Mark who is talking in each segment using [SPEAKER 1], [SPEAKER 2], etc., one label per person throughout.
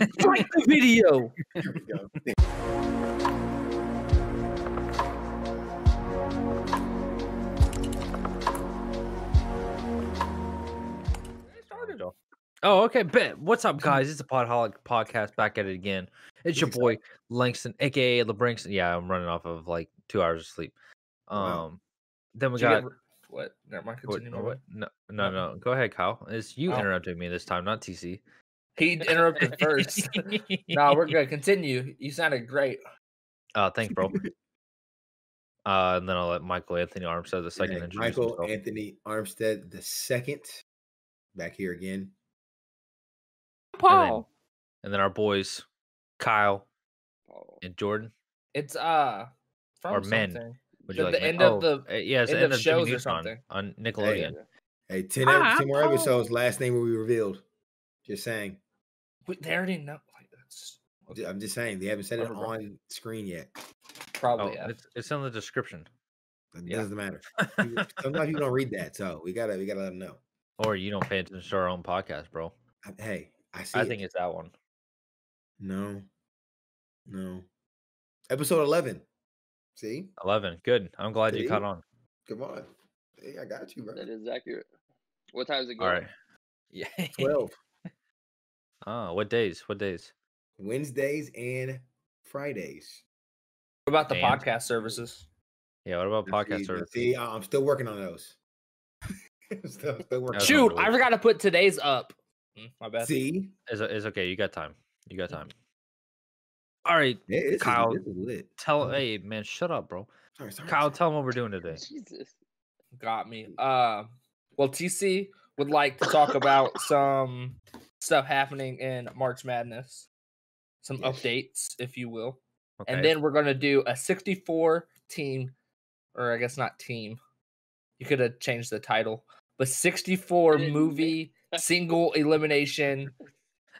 [SPEAKER 1] Strike the video.
[SPEAKER 2] Here we go.
[SPEAKER 1] I started off. Oh, okay. Bet. What's up, guys? It's the Podholic Podcast back at it again. It's your
[SPEAKER 2] What's
[SPEAKER 1] boy Langston, aka LeBrinks. Yeah, I'm running off of like two hours of sleep. Um,
[SPEAKER 2] Wow.
[SPEAKER 1] then we
[SPEAKER 3] Oh, Did you
[SPEAKER 1] got
[SPEAKER 3] get- what? Never mind.
[SPEAKER 1] Oh what,
[SPEAKER 3] Continue.
[SPEAKER 1] no,
[SPEAKER 3] What?
[SPEAKER 1] what? No, no, no. Go ahead, Kyle. It's you
[SPEAKER 3] Oh.
[SPEAKER 1] interrupted me this time, not TC.
[SPEAKER 3] He interrupted first. no, we're good. Continue. You sounded great.
[SPEAKER 1] Uh, thanks, bro. uh, and then I'll let Michael Anthony Armstead the second
[SPEAKER 2] Yeah,
[SPEAKER 1] introduce
[SPEAKER 2] Michael
[SPEAKER 1] himself.
[SPEAKER 2] Anthony Armstead the second back here again.
[SPEAKER 1] Paul. and then our boys, Kyle
[SPEAKER 4] Oh.
[SPEAKER 1] and Jordan.
[SPEAKER 3] It's uh from
[SPEAKER 1] Or men.
[SPEAKER 3] something.
[SPEAKER 1] Would
[SPEAKER 3] The-
[SPEAKER 1] you like
[SPEAKER 3] the
[SPEAKER 1] me-
[SPEAKER 3] end of the-
[SPEAKER 1] uh, yeah, it's the
[SPEAKER 3] end
[SPEAKER 1] end
[SPEAKER 3] of
[SPEAKER 1] of Jimmy
[SPEAKER 3] shows or
[SPEAKER 1] Neutron
[SPEAKER 3] something.
[SPEAKER 1] on Nickelodeon.
[SPEAKER 2] Hey, 10,
[SPEAKER 1] Ah,
[SPEAKER 2] ep- 10 more
[SPEAKER 1] Paul.
[SPEAKER 2] episodes. Last name will be revealed. Just saying.
[SPEAKER 3] Wait, they already know. Like, that's
[SPEAKER 2] Ju- I'm just saying. They haven't said it
[SPEAKER 3] Whatever.
[SPEAKER 2] on screen yet.
[SPEAKER 1] Oh,
[SPEAKER 3] probably yeah.
[SPEAKER 1] it's, it's in the description,
[SPEAKER 2] It
[SPEAKER 1] Yeah.
[SPEAKER 2] doesn't matter. People- Sometimes you don't read that, so we gotta we gotta let them know.
[SPEAKER 1] or you don't pay attention to our own podcast, bro.
[SPEAKER 2] I- Hey, I see.
[SPEAKER 1] I
[SPEAKER 2] it.
[SPEAKER 1] think it's that one.
[SPEAKER 2] no, no. Episode eleven. See,
[SPEAKER 1] Eleven. Good. I'm glad you caught
[SPEAKER 2] See?
[SPEAKER 1] on.
[SPEAKER 2] come on. Hey, I got you, bro.
[SPEAKER 4] That is accurate. What time is it
[SPEAKER 1] All
[SPEAKER 4] going?
[SPEAKER 1] right. Yeah.
[SPEAKER 2] Twelve
[SPEAKER 1] oh, what days? What days?
[SPEAKER 2] Wednesdays and Fridays.
[SPEAKER 3] What about the
[SPEAKER 1] And-
[SPEAKER 3] podcast services?
[SPEAKER 1] Yeah. What about
[SPEAKER 2] Let's see,
[SPEAKER 1] podcast service?
[SPEAKER 2] let's See, I- I'm still working on those. still, still working.
[SPEAKER 1] That's
[SPEAKER 3] Shoot,
[SPEAKER 1] on
[SPEAKER 3] I
[SPEAKER 1] hold.
[SPEAKER 3] forgot to put today's up. Mm, my
[SPEAKER 2] on
[SPEAKER 3] bad.
[SPEAKER 2] those. See,
[SPEAKER 1] It's, it's okay. You got time. You got
[SPEAKER 3] Mm-hmm.
[SPEAKER 1] time. All right,
[SPEAKER 2] Yeah, this is-
[SPEAKER 1] Kyle,
[SPEAKER 2] this is lit.
[SPEAKER 1] tell
[SPEAKER 3] Mm-hmm.
[SPEAKER 2] Mhm.
[SPEAKER 1] hey man, shut up, bro.
[SPEAKER 2] Sorry, sorry,
[SPEAKER 1] Kyle,
[SPEAKER 2] sorry.
[SPEAKER 1] tell him what we're doing today.
[SPEAKER 4] Jesus.
[SPEAKER 3] Got me. Uh, well, TC would like to talk about some stuff happening in March Madness, some
[SPEAKER 2] Yes.
[SPEAKER 3] updates, if you will.
[SPEAKER 1] Okay.
[SPEAKER 3] And then we're going to do a 64 team, or I guess not team. You could have changed the title, but 64
[SPEAKER 4] didn't make-
[SPEAKER 3] movie single elimination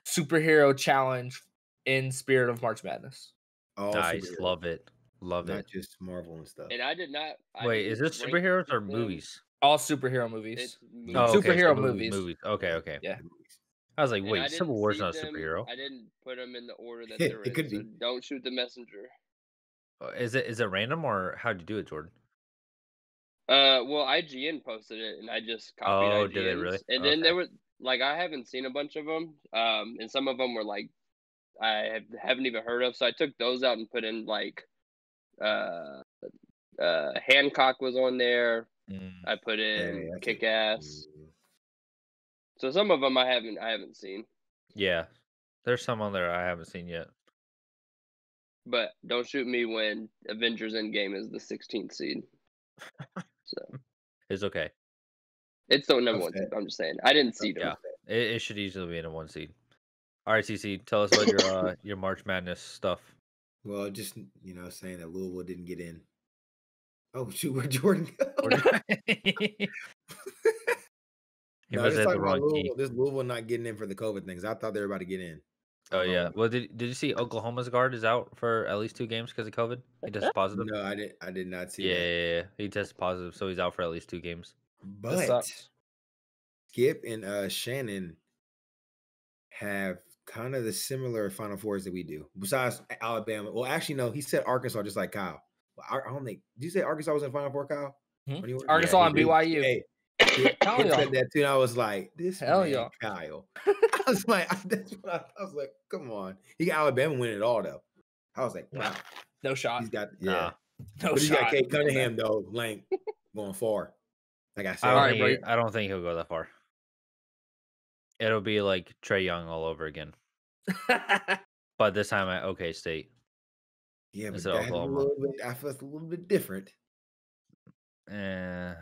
[SPEAKER 3] superhero challenge in Spirit of March Madness.
[SPEAKER 2] All
[SPEAKER 1] nice,
[SPEAKER 2] superheroes,
[SPEAKER 1] love it, love
[SPEAKER 2] Oh, Not
[SPEAKER 1] it.
[SPEAKER 2] just Marvel and stuff.
[SPEAKER 4] And I did not. I
[SPEAKER 1] Wait, is
[SPEAKER 4] didn't
[SPEAKER 1] this
[SPEAKER 4] rank
[SPEAKER 1] superheroes or
[SPEAKER 4] them.
[SPEAKER 1] movies?
[SPEAKER 3] All superhero movies.
[SPEAKER 4] It's movies.
[SPEAKER 2] Oh, okay,
[SPEAKER 3] superhero movies.
[SPEAKER 1] Movies. Okay, okay.
[SPEAKER 3] Yeah.
[SPEAKER 1] I was like,
[SPEAKER 4] And I
[SPEAKER 1] wait,
[SPEAKER 4] didn't
[SPEAKER 1] Civil War's
[SPEAKER 4] see
[SPEAKER 1] not a
[SPEAKER 4] them-
[SPEAKER 1] superhero.
[SPEAKER 4] I didn't put them in the order that
[SPEAKER 2] It
[SPEAKER 4] they're in.
[SPEAKER 2] could
[SPEAKER 4] so
[SPEAKER 2] be.
[SPEAKER 4] don't shoot the messenger.
[SPEAKER 1] Uh, Is it is it random or how'd you do it, Jordan?
[SPEAKER 4] Uh, well, IGN posted it, and I just copied.
[SPEAKER 1] Oh, did they
[SPEAKER 4] IGN's,
[SPEAKER 1] really?
[SPEAKER 4] And then
[SPEAKER 1] Okay.
[SPEAKER 4] there were like I haven't seen a bunch of them, um, and some of them were like I have, haven't even heard of. So I took those out and put in like, uh, uh, Hancock was on there. I put in
[SPEAKER 2] that's it.
[SPEAKER 4] Kick Ass.
[SPEAKER 2] Mm.
[SPEAKER 4] So some of them I haven't I haven't seen,
[SPEAKER 1] Yeah, there's some on there I haven't seen yet.
[SPEAKER 4] but don't shoot me when Avengers Endgame is the 16th seed. so
[SPEAKER 1] It's okay.
[SPEAKER 4] it's still number one.
[SPEAKER 2] Okay.
[SPEAKER 4] seed, I'm just saying I didn't see them.
[SPEAKER 1] Yeah. It, it should easily be in a one seed. All right, CC, tell us about your uh, your March Madness stuff.
[SPEAKER 2] Well, just you know, saying that Louisville didn't get in. Oh shoot, where Jordan? go?
[SPEAKER 1] he
[SPEAKER 2] No,
[SPEAKER 1] must have
[SPEAKER 2] just
[SPEAKER 1] the
[SPEAKER 2] talking about
[SPEAKER 1] wrong key.
[SPEAKER 2] Louisville, this Louisville not getting in for the COVID things. I thought they were about to get in.
[SPEAKER 1] Oh yeah.
[SPEAKER 2] Um,
[SPEAKER 1] Well, did did you see Oklahoma's guard is out for at least two games because of COVID? He tested positive.
[SPEAKER 2] No, I did. I did not see.
[SPEAKER 1] yeah,
[SPEAKER 2] that.
[SPEAKER 1] yeah, yeah, he tested positive, so he's out for at least two games.
[SPEAKER 3] This
[SPEAKER 2] But
[SPEAKER 3] sucks.
[SPEAKER 2] Skip and uh, Shannon have kind of the similar Final Fours that we do. Besides A- Alabama, well, actually, no. He said Arkansas, just like Kyle. Well, I, I don't think. Did you say Arkansas was in Final Four, Kyle?
[SPEAKER 3] Mhm.
[SPEAKER 2] When you were-
[SPEAKER 3] Arkansas
[SPEAKER 1] he
[SPEAKER 3] and
[SPEAKER 1] did.
[SPEAKER 3] BYU.
[SPEAKER 2] Hey, Skip
[SPEAKER 3] Hell
[SPEAKER 2] Skip
[SPEAKER 3] yeah.
[SPEAKER 2] said that too. And I was like, this
[SPEAKER 3] Hell
[SPEAKER 2] man,
[SPEAKER 3] yeah.
[SPEAKER 2] Kyle. I was like, that's what I, I was like. Come on, he got Alabama winning it all though. I was like, wow,
[SPEAKER 3] No shot.
[SPEAKER 2] he's got yeah.
[SPEAKER 1] Nah,
[SPEAKER 3] No
[SPEAKER 2] but he's
[SPEAKER 3] shot.
[SPEAKER 2] got Kate Cunningham though, Lane going far. Like I said,
[SPEAKER 1] I don't,
[SPEAKER 3] Alright,
[SPEAKER 1] think
[SPEAKER 3] bro,
[SPEAKER 1] he- I don't think he'll go that far. It'll be like Trey Young all over again, but this time at OK State.
[SPEAKER 2] yeah, but
[SPEAKER 1] Instead of
[SPEAKER 2] that's a
[SPEAKER 1] Oklahoma.
[SPEAKER 2] little bit. I feel it's a little bit different.
[SPEAKER 1] Eh,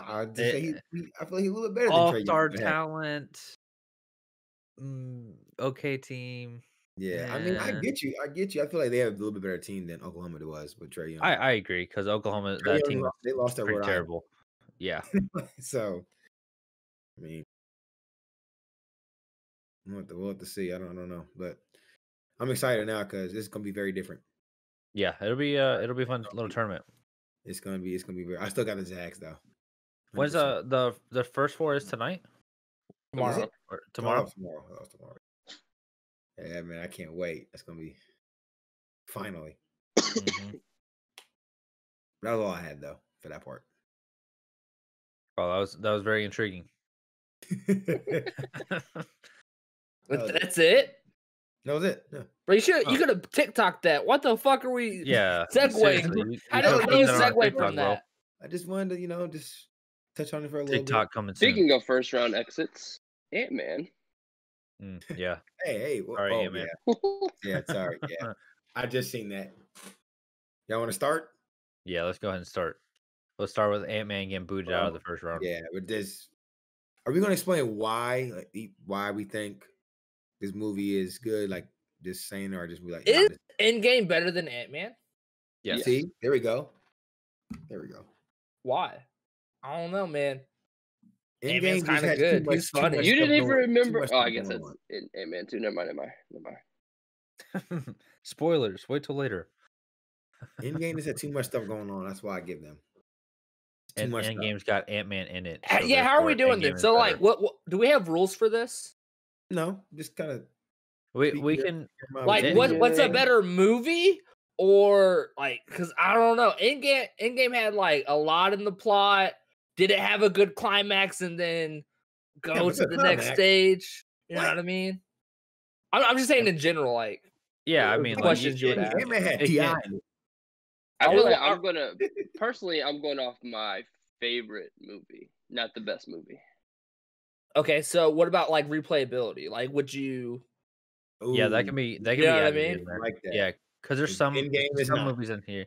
[SPEAKER 2] I just say he,
[SPEAKER 1] Eh.
[SPEAKER 2] he- I feel like he's a little bit better than
[SPEAKER 1] all
[SPEAKER 2] Trae Young.
[SPEAKER 1] star
[SPEAKER 2] Yeah.
[SPEAKER 1] talent. Mm, OK team.
[SPEAKER 2] Yeah, I mean, I
[SPEAKER 1] Yeah.
[SPEAKER 2] get you. I get you. I feel like they have a little bit better team than Oklahoma was with Trey Young.
[SPEAKER 1] I I agree because Oklahoma
[SPEAKER 2] Trae
[SPEAKER 1] that
[SPEAKER 2] Young
[SPEAKER 1] team
[SPEAKER 2] lo- they
[SPEAKER 1] was
[SPEAKER 2] lost their
[SPEAKER 1] pretty
[SPEAKER 2] Rhode Island,
[SPEAKER 1] terrible. Yeah,
[SPEAKER 2] so I mean, we'll have to, we'll have to see. I don't, I don't know, but I'm excited now because it's gonna be very different.
[SPEAKER 1] yeah. It'll be uh, it'll be a fun little
[SPEAKER 2] Okay.
[SPEAKER 1] tournament.
[SPEAKER 2] It's gonna be, it's gonna be very. I still got the Zags though.
[SPEAKER 1] When's
[SPEAKER 2] 100%.
[SPEAKER 1] uh the the first four is tonight
[SPEAKER 3] Tomorrow.
[SPEAKER 1] or
[SPEAKER 2] No, that
[SPEAKER 1] tomorrow?
[SPEAKER 2] was tomorrow. That was tomorrow. Yeah, man, I can't wait. That's gonna be finally.
[SPEAKER 1] Mhm.
[SPEAKER 2] That was all I had though for that part.
[SPEAKER 1] Well, that was that was very intriguing.
[SPEAKER 2] that
[SPEAKER 3] But
[SPEAKER 2] Oh, yeah.
[SPEAKER 3] that's it.
[SPEAKER 2] was it. Yeah.
[SPEAKER 3] Bro, you should you
[SPEAKER 1] Huh.
[SPEAKER 3] could have TikTok that. What the fuck are we?
[SPEAKER 1] yeah.
[SPEAKER 3] Segway.
[SPEAKER 1] seriously, we-
[SPEAKER 3] How
[SPEAKER 1] we
[SPEAKER 3] do,
[SPEAKER 1] gotta
[SPEAKER 3] how
[SPEAKER 1] put
[SPEAKER 3] do you
[SPEAKER 1] that on our
[SPEAKER 3] segue
[SPEAKER 1] TikTok,
[SPEAKER 3] from
[SPEAKER 1] bro.
[SPEAKER 3] that?
[SPEAKER 2] I just wanted to, you know, just touch on it for a little
[SPEAKER 1] TikTok coming soon.
[SPEAKER 4] Speaking of first round exits, Ant Man.
[SPEAKER 1] Mm, yeah.
[SPEAKER 2] bit. Hey, hey,
[SPEAKER 1] Sorry,
[SPEAKER 2] sorry, oh,
[SPEAKER 1] yeah, man.
[SPEAKER 2] yeah, yeah, sorry, yeah. I just seen that. Y'all want to start?
[SPEAKER 1] Yeah, let's go ahead and start. Let's start with Ant Man getting booted out of
[SPEAKER 2] Oh,
[SPEAKER 3] Um,
[SPEAKER 1] the first round.
[SPEAKER 2] Yeah, but this. Are we gonna explain why, like, e- why we think this movie is good? Like this saying, or just be like, nah,
[SPEAKER 3] Is-
[SPEAKER 2] this-
[SPEAKER 3] Endgame better than Ant Man?
[SPEAKER 1] Yes.
[SPEAKER 2] see, there we go, there we go.
[SPEAKER 3] Why? I don't know, man.
[SPEAKER 2] Endgame
[SPEAKER 3] Ant-Man's
[SPEAKER 2] just
[SPEAKER 3] kinda
[SPEAKER 2] had too
[SPEAKER 3] good.
[SPEAKER 2] much-
[SPEAKER 3] He's
[SPEAKER 2] too
[SPEAKER 3] funny.
[SPEAKER 2] much
[SPEAKER 4] you
[SPEAKER 2] stuff
[SPEAKER 4] didn't even
[SPEAKER 2] going- too
[SPEAKER 4] remember.
[SPEAKER 2] much
[SPEAKER 4] Oh, I
[SPEAKER 2] stuff
[SPEAKER 4] guess
[SPEAKER 2] going
[SPEAKER 4] that's
[SPEAKER 2] on.
[SPEAKER 4] in Ant Man too. Never mind. Never mind. Never mind.
[SPEAKER 1] Spoilers. Wait till later.
[SPEAKER 2] Endgame just had too much stuff going on. That's why I give them. Too
[SPEAKER 1] And
[SPEAKER 2] much stuff.
[SPEAKER 1] Endgame's got Ant Man in it.
[SPEAKER 3] Ha-
[SPEAKER 1] so
[SPEAKER 3] yeah, how are we
[SPEAKER 1] therefore
[SPEAKER 3] doing
[SPEAKER 1] Endgame
[SPEAKER 3] this?
[SPEAKER 1] is
[SPEAKER 3] So,
[SPEAKER 1] better.
[SPEAKER 3] like, what, what do we have rules for this?
[SPEAKER 2] No, just kind of
[SPEAKER 1] we
[SPEAKER 2] speak
[SPEAKER 1] we
[SPEAKER 2] your-
[SPEAKER 1] can
[SPEAKER 3] Like,
[SPEAKER 1] didn't
[SPEAKER 3] what
[SPEAKER 1] you-
[SPEAKER 3] what's a better movie or like? Because I don't know. Endgame Endgame had like a lot in the plot. Did it have a good climax and then go
[SPEAKER 2] but
[SPEAKER 3] to
[SPEAKER 2] the
[SPEAKER 3] the next
[SPEAKER 2] climax-
[SPEAKER 3] stage? You know
[SPEAKER 2] What?
[SPEAKER 3] what I mean? I'm, I'm just saying in general, like
[SPEAKER 1] yeah.
[SPEAKER 3] uh,
[SPEAKER 1] I
[SPEAKER 3] the
[SPEAKER 1] mean, like,
[SPEAKER 3] questions you would
[SPEAKER 1] can't-
[SPEAKER 3] ask.
[SPEAKER 2] Ant Man had
[SPEAKER 1] it
[SPEAKER 2] Ti.
[SPEAKER 1] can't-
[SPEAKER 2] in it.
[SPEAKER 4] I
[SPEAKER 3] Yeah. Yeah.
[SPEAKER 4] feel like I'm gonna personally. I'm going off my favorite movie, not the best movie.
[SPEAKER 3] okay. So, what about like replayability? Like, would you?
[SPEAKER 1] yeah, that
[SPEAKER 2] Ooh,
[SPEAKER 1] can be that can
[SPEAKER 3] You know
[SPEAKER 1] be
[SPEAKER 3] what I
[SPEAKER 1] added in
[SPEAKER 3] mean?
[SPEAKER 1] there.
[SPEAKER 2] like that.
[SPEAKER 1] Yeah, because there's
[SPEAKER 2] Like,
[SPEAKER 1] some
[SPEAKER 2] Endgame
[SPEAKER 1] there's
[SPEAKER 2] is
[SPEAKER 1] some
[SPEAKER 2] not.
[SPEAKER 1] movies in here.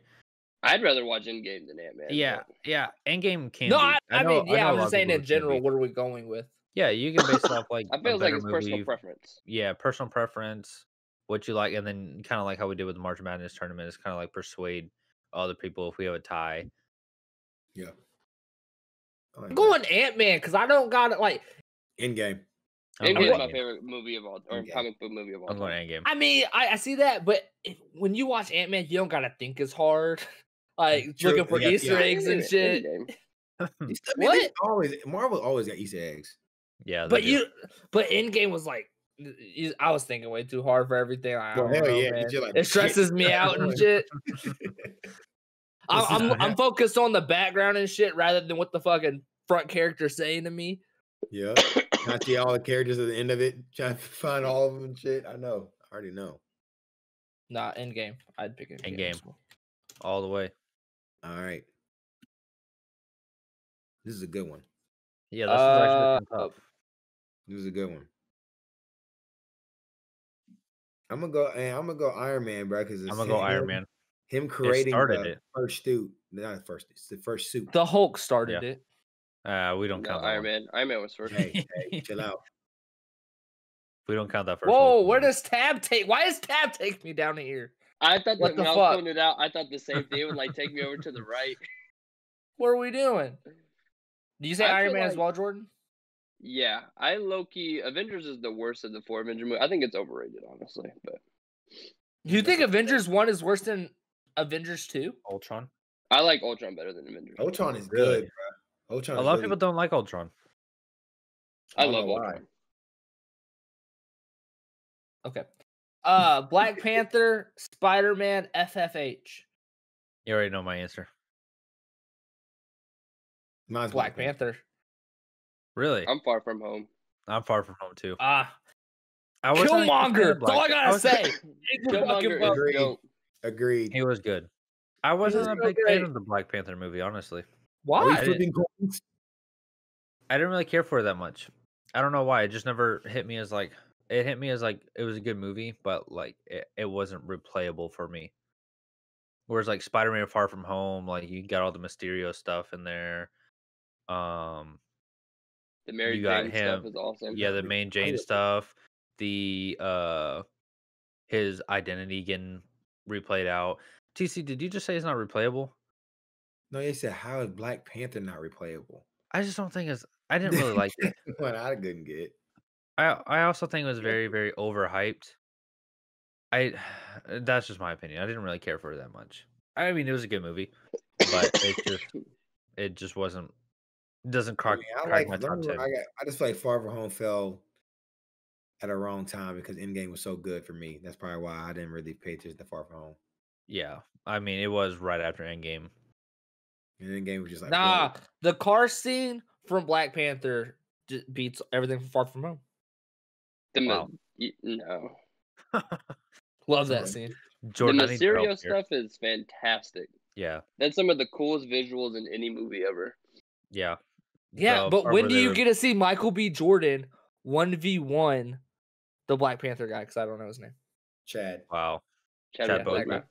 [SPEAKER 4] I'd rather watch Endgame than Ant Man.
[SPEAKER 1] Yeah, yeah. Endgame can.
[SPEAKER 3] no,
[SPEAKER 1] be.
[SPEAKER 3] I, I,
[SPEAKER 1] know-
[SPEAKER 3] mean, yeah,
[SPEAKER 1] know
[SPEAKER 3] I
[SPEAKER 1] a lot
[SPEAKER 3] was
[SPEAKER 1] of
[SPEAKER 3] just saying
[SPEAKER 1] people
[SPEAKER 3] in
[SPEAKER 1] who can
[SPEAKER 3] general.
[SPEAKER 1] be.
[SPEAKER 3] What are we going with?
[SPEAKER 1] Yeah, you can base off like
[SPEAKER 4] I
[SPEAKER 1] a
[SPEAKER 4] feel like
[SPEAKER 1] better
[SPEAKER 4] it's
[SPEAKER 1] movie,
[SPEAKER 4] personal preference.
[SPEAKER 1] Yeah, personal preference, what you like, and then kind of like how we did with the March Madness tournament is kind of like persuade other people if we have a tie.
[SPEAKER 2] I like
[SPEAKER 3] I'm
[SPEAKER 2] that.
[SPEAKER 3] going Ant Man because I don't got it. Like,
[SPEAKER 2] Endgame.
[SPEAKER 1] I'm
[SPEAKER 4] Endgame's
[SPEAKER 1] going
[SPEAKER 4] my
[SPEAKER 1] Endgame.
[SPEAKER 4] favorite movie of all, or
[SPEAKER 2] Endgame.
[SPEAKER 4] comic book movie of all.
[SPEAKER 1] I'm going
[SPEAKER 4] time.
[SPEAKER 1] Endgame.
[SPEAKER 3] I mean, I, I see that, but if, when you watch Ant Man, you don't gotta think as hard, like
[SPEAKER 2] True,
[SPEAKER 3] looking for
[SPEAKER 2] yeah,
[SPEAKER 3] Easter
[SPEAKER 2] yeah.
[SPEAKER 3] eggs and
[SPEAKER 4] Endgame,
[SPEAKER 3] shit.
[SPEAKER 4] Endgame.
[SPEAKER 1] Hmm.
[SPEAKER 2] These- I mean, they
[SPEAKER 3] What?
[SPEAKER 2] Always Marvel always got Easter eggs.
[SPEAKER 1] Yeah, they
[SPEAKER 3] But
[SPEAKER 1] do.
[SPEAKER 3] you, but Endgame was like, y- y- I was thinking way too hard for everything. I
[SPEAKER 2] Well,
[SPEAKER 3] don't
[SPEAKER 2] hell
[SPEAKER 3] know,
[SPEAKER 2] yeah, 'cause
[SPEAKER 3] Oh, man.
[SPEAKER 2] you're like,
[SPEAKER 3] it
[SPEAKER 2] "Shit,
[SPEAKER 3] stresses me out and shit.
[SPEAKER 2] This is
[SPEAKER 3] I'm,
[SPEAKER 2] what
[SPEAKER 3] I'm, I'm
[SPEAKER 2] happened.
[SPEAKER 3] focused on the background and shit rather than what the fucking front character's saying to me.
[SPEAKER 2] Yeah. Trying to see all the characters at the end of it. Trying to find all of them and shit. I know. I already know.
[SPEAKER 3] Nah, Endgame. I'd pick Endgame.
[SPEAKER 1] Endgame.
[SPEAKER 3] as well.
[SPEAKER 1] all the way.
[SPEAKER 2] All right. This is a good one.
[SPEAKER 1] Yeah, this is actually
[SPEAKER 3] Uh,
[SPEAKER 1] pretty tough.
[SPEAKER 2] This is a good one. I'm gonna go. eh, I'm gonna go Iron Man, bro. Because
[SPEAKER 1] I'm gonna go Iron Man.
[SPEAKER 2] Him creating
[SPEAKER 1] started
[SPEAKER 2] the
[SPEAKER 1] it.
[SPEAKER 2] first suit, not the first. It's the first suit.
[SPEAKER 3] The Hulk started
[SPEAKER 1] Yeah.
[SPEAKER 3] it.
[SPEAKER 1] Uh, we don't
[SPEAKER 4] No,
[SPEAKER 1] count that
[SPEAKER 4] Iron
[SPEAKER 1] one.
[SPEAKER 4] Man. Iron Man was first.
[SPEAKER 2] hey, hey, chill out.
[SPEAKER 1] We don't count that first.
[SPEAKER 3] Whoa,
[SPEAKER 1] Hulk
[SPEAKER 3] where
[SPEAKER 1] movie.
[SPEAKER 3] does Tab take? Why does Tab take me down here?
[SPEAKER 4] I thought
[SPEAKER 3] What
[SPEAKER 4] that
[SPEAKER 3] the
[SPEAKER 4] when I
[SPEAKER 3] fuck?
[SPEAKER 4] was pulling it out, I thought the same thing would like take me over to the right.
[SPEAKER 3] What are we doing? Do you say
[SPEAKER 4] I
[SPEAKER 3] Iron
[SPEAKER 4] feel
[SPEAKER 3] Man as
[SPEAKER 4] like-
[SPEAKER 3] well, Jordan?
[SPEAKER 4] Yeah, I low key Avengers is the worst of the four Avenger movies. I think it's overrated, honestly. But
[SPEAKER 3] Do you think Avengers One is worse than Avengers Two?
[SPEAKER 1] Ultron?
[SPEAKER 4] I like Ultron better than Avengers.
[SPEAKER 2] Ultron is
[SPEAKER 1] Really?
[SPEAKER 2] good, bro.
[SPEAKER 3] Oh,
[SPEAKER 2] Ultron.
[SPEAKER 1] A
[SPEAKER 2] is
[SPEAKER 1] lot of
[SPEAKER 2] really
[SPEAKER 1] people don't like Ultron.
[SPEAKER 4] I
[SPEAKER 2] don't
[SPEAKER 4] love
[SPEAKER 2] know why.
[SPEAKER 4] Ultron.
[SPEAKER 3] Okay. Uh, Black Panther, Spider Man, FFH.
[SPEAKER 1] You already know my answer.
[SPEAKER 2] Mine's
[SPEAKER 3] Black Panther.
[SPEAKER 1] Really? I'm,
[SPEAKER 4] I'm far from home.
[SPEAKER 1] far from home too.
[SPEAKER 3] Ah,
[SPEAKER 1] I was not even a fan
[SPEAKER 3] Killmonger.
[SPEAKER 1] of
[SPEAKER 3] That's all I
[SPEAKER 1] Black-
[SPEAKER 3] gotta
[SPEAKER 1] was-
[SPEAKER 3] say.
[SPEAKER 4] Killmonger
[SPEAKER 3] Fucking
[SPEAKER 4] is
[SPEAKER 2] Agreed.
[SPEAKER 4] dope.
[SPEAKER 2] Agreed.
[SPEAKER 1] He was good. I wasn't
[SPEAKER 3] was
[SPEAKER 1] a
[SPEAKER 3] so
[SPEAKER 1] big fan
[SPEAKER 3] great.
[SPEAKER 1] of the Black Panther movie, honestly.
[SPEAKER 2] Are we
[SPEAKER 1] I
[SPEAKER 3] Why?
[SPEAKER 1] didn't-
[SPEAKER 2] flipping coins?
[SPEAKER 1] I didn't really care for it that much. I don't know why. It just never hit me as like it hit me as like it was a good movie, but like it, it wasn't replayable for me. Whereas like Spider Man Far From Home, like you got all the Mysterio stuff in there. Um
[SPEAKER 4] The Mary
[SPEAKER 1] You got
[SPEAKER 4] Jane stuff
[SPEAKER 1] him.
[SPEAKER 4] is awesome.
[SPEAKER 1] yeah, the
[SPEAKER 2] Definitely.
[SPEAKER 1] main Jane
[SPEAKER 2] would-
[SPEAKER 1] stuff, the uh his identity getting replayed out. TC, did you just say it's not replayable?
[SPEAKER 2] No, they said how is Black Panther not replayable?
[SPEAKER 1] I just don't think it's I didn't really like it.
[SPEAKER 2] What I couldn't get.
[SPEAKER 1] I I also think it was very very overhyped. I that's just my opinion. I didn't really care for it that much. I mean, it was a good movie, but it just it just wasn't doesn't
[SPEAKER 2] I,
[SPEAKER 1] crack,
[SPEAKER 2] mean, I
[SPEAKER 1] crack
[SPEAKER 2] like.
[SPEAKER 1] my top
[SPEAKER 2] remember
[SPEAKER 1] ten.
[SPEAKER 2] I, got, I just feel like Far From Home fell at a wrong time because Endgame was so good for me. That's probably why I didn't really pay attention to Far From Home.
[SPEAKER 1] Yeah, I mean it was right after Endgame.
[SPEAKER 2] And Endgame was just like, whoa.
[SPEAKER 3] Nah, the car scene from Black Panther j- beats everything from Far From Home.
[SPEAKER 4] The
[SPEAKER 1] Wow.
[SPEAKER 4] Ma- y- no,
[SPEAKER 3] Love that
[SPEAKER 2] Alright.
[SPEAKER 3] scene.
[SPEAKER 1] Jordan,
[SPEAKER 4] the
[SPEAKER 1] I need your help
[SPEAKER 4] Mysterio
[SPEAKER 1] here.
[SPEAKER 4] stuff is fantastic.
[SPEAKER 1] Yeah,
[SPEAKER 4] That's some of the coolest visuals in any movie ever.
[SPEAKER 1] yeah,
[SPEAKER 3] Yeah,
[SPEAKER 1] The
[SPEAKER 3] but
[SPEAKER 1] part
[SPEAKER 3] when
[SPEAKER 1] where
[SPEAKER 3] do
[SPEAKER 1] they
[SPEAKER 3] you
[SPEAKER 1] were-
[SPEAKER 3] get to see Michael B. Jordan one v one the Black Panther guy? Because I don't know his name.
[SPEAKER 2] Chad.
[SPEAKER 1] Wow,
[SPEAKER 4] Chad
[SPEAKER 1] Chad
[SPEAKER 4] Boseman.
[SPEAKER 1] Boseman.
[SPEAKER 4] Rest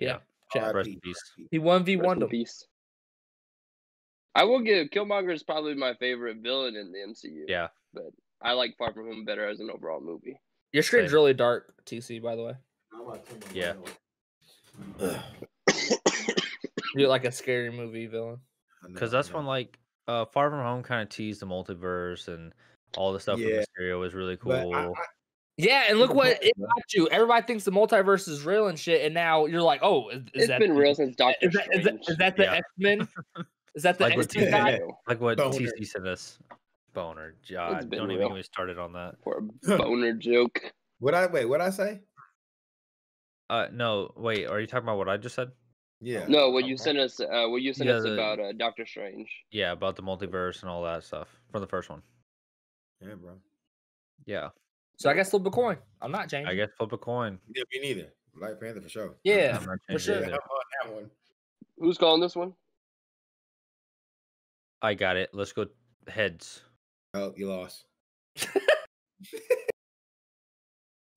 [SPEAKER 3] Yeah,
[SPEAKER 2] RIP,
[SPEAKER 3] Chad.
[SPEAKER 1] rest in peace.
[SPEAKER 2] RIP.
[SPEAKER 3] He one v
[SPEAKER 4] in
[SPEAKER 3] one him.
[SPEAKER 4] peace. I will give Killmonger is probably my favorite villain in the MCU.
[SPEAKER 1] Yeah.
[SPEAKER 4] but I like Far From Home better as an overall movie.
[SPEAKER 3] Your screen's
[SPEAKER 1] Same.
[SPEAKER 3] really dark, TC. By the way,
[SPEAKER 1] Yeah.
[SPEAKER 3] you're like a scary movie villain.
[SPEAKER 1] because that's when like uh, Far From Home kind of teased the multiverse and all the stuff.
[SPEAKER 2] Yeah.
[SPEAKER 1] with Mysterio was really
[SPEAKER 2] But I-
[SPEAKER 1] cool.
[SPEAKER 2] I-
[SPEAKER 3] Yeah, and look what it
[SPEAKER 2] Yeah.
[SPEAKER 3] got you. Everybody thinks the multiverse is real and shit, and now you're like, oh, is, is
[SPEAKER 4] It's
[SPEAKER 3] that
[SPEAKER 4] been
[SPEAKER 3] the-
[SPEAKER 4] real since Doctor
[SPEAKER 3] Is that, is, that,
[SPEAKER 4] Strange.
[SPEAKER 3] is that the
[SPEAKER 1] Yeah.
[SPEAKER 3] X Men? Is that the
[SPEAKER 1] Like
[SPEAKER 3] X
[SPEAKER 1] with
[SPEAKER 3] Men guy?
[SPEAKER 1] like what
[SPEAKER 2] Boner.
[SPEAKER 1] TC sent us. Boner, God,
[SPEAKER 4] been
[SPEAKER 1] don't even
[SPEAKER 4] real.
[SPEAKER 1] get me started on that.
[SPEAKER 4] For a boner joke.
[SPEAKER 2] What I wait? What I say?
[SPEAKER 1] Uh, no, wait, are you talking about what I just said?
[SPEAKER 2] Yeah.
[SPEAKER 4] No, what you
[SPEAKER 3] Okay.
[SPEAKER 4] sent us, uh, what you sent
[SPEAKER 1] Yeah,
[SPEAKER 4] us
[SPEAKER 1] the-
[SPEAKER 4] about uh, Doctor Strange.
[SPEAKER 1] Yeah, about the multiverse and all that stuff from the first one.
[SPEAKER 2] Yeah, bro.
[SPEAKER 1] Yeah,
[SPEAKER 3] So I guess flip a coin. I'm not James.
[SPEAKER 1] I guess flip a coin.
[SPEAKER 2] Yeah, me neither. Black Panther for sure.
[SPEAKER 3] Yeah,
[SPEAKER 1] I'm not changing
[SPEAKER 3] for sure.
[SPEAKER 1] either.
[SPEAKER 2] that one.
[SPEAKER 4] Who's calling this one?
[SPEAKER 1] I got it. Let's go heads.
[SPEAKER 2] Oh, you lost.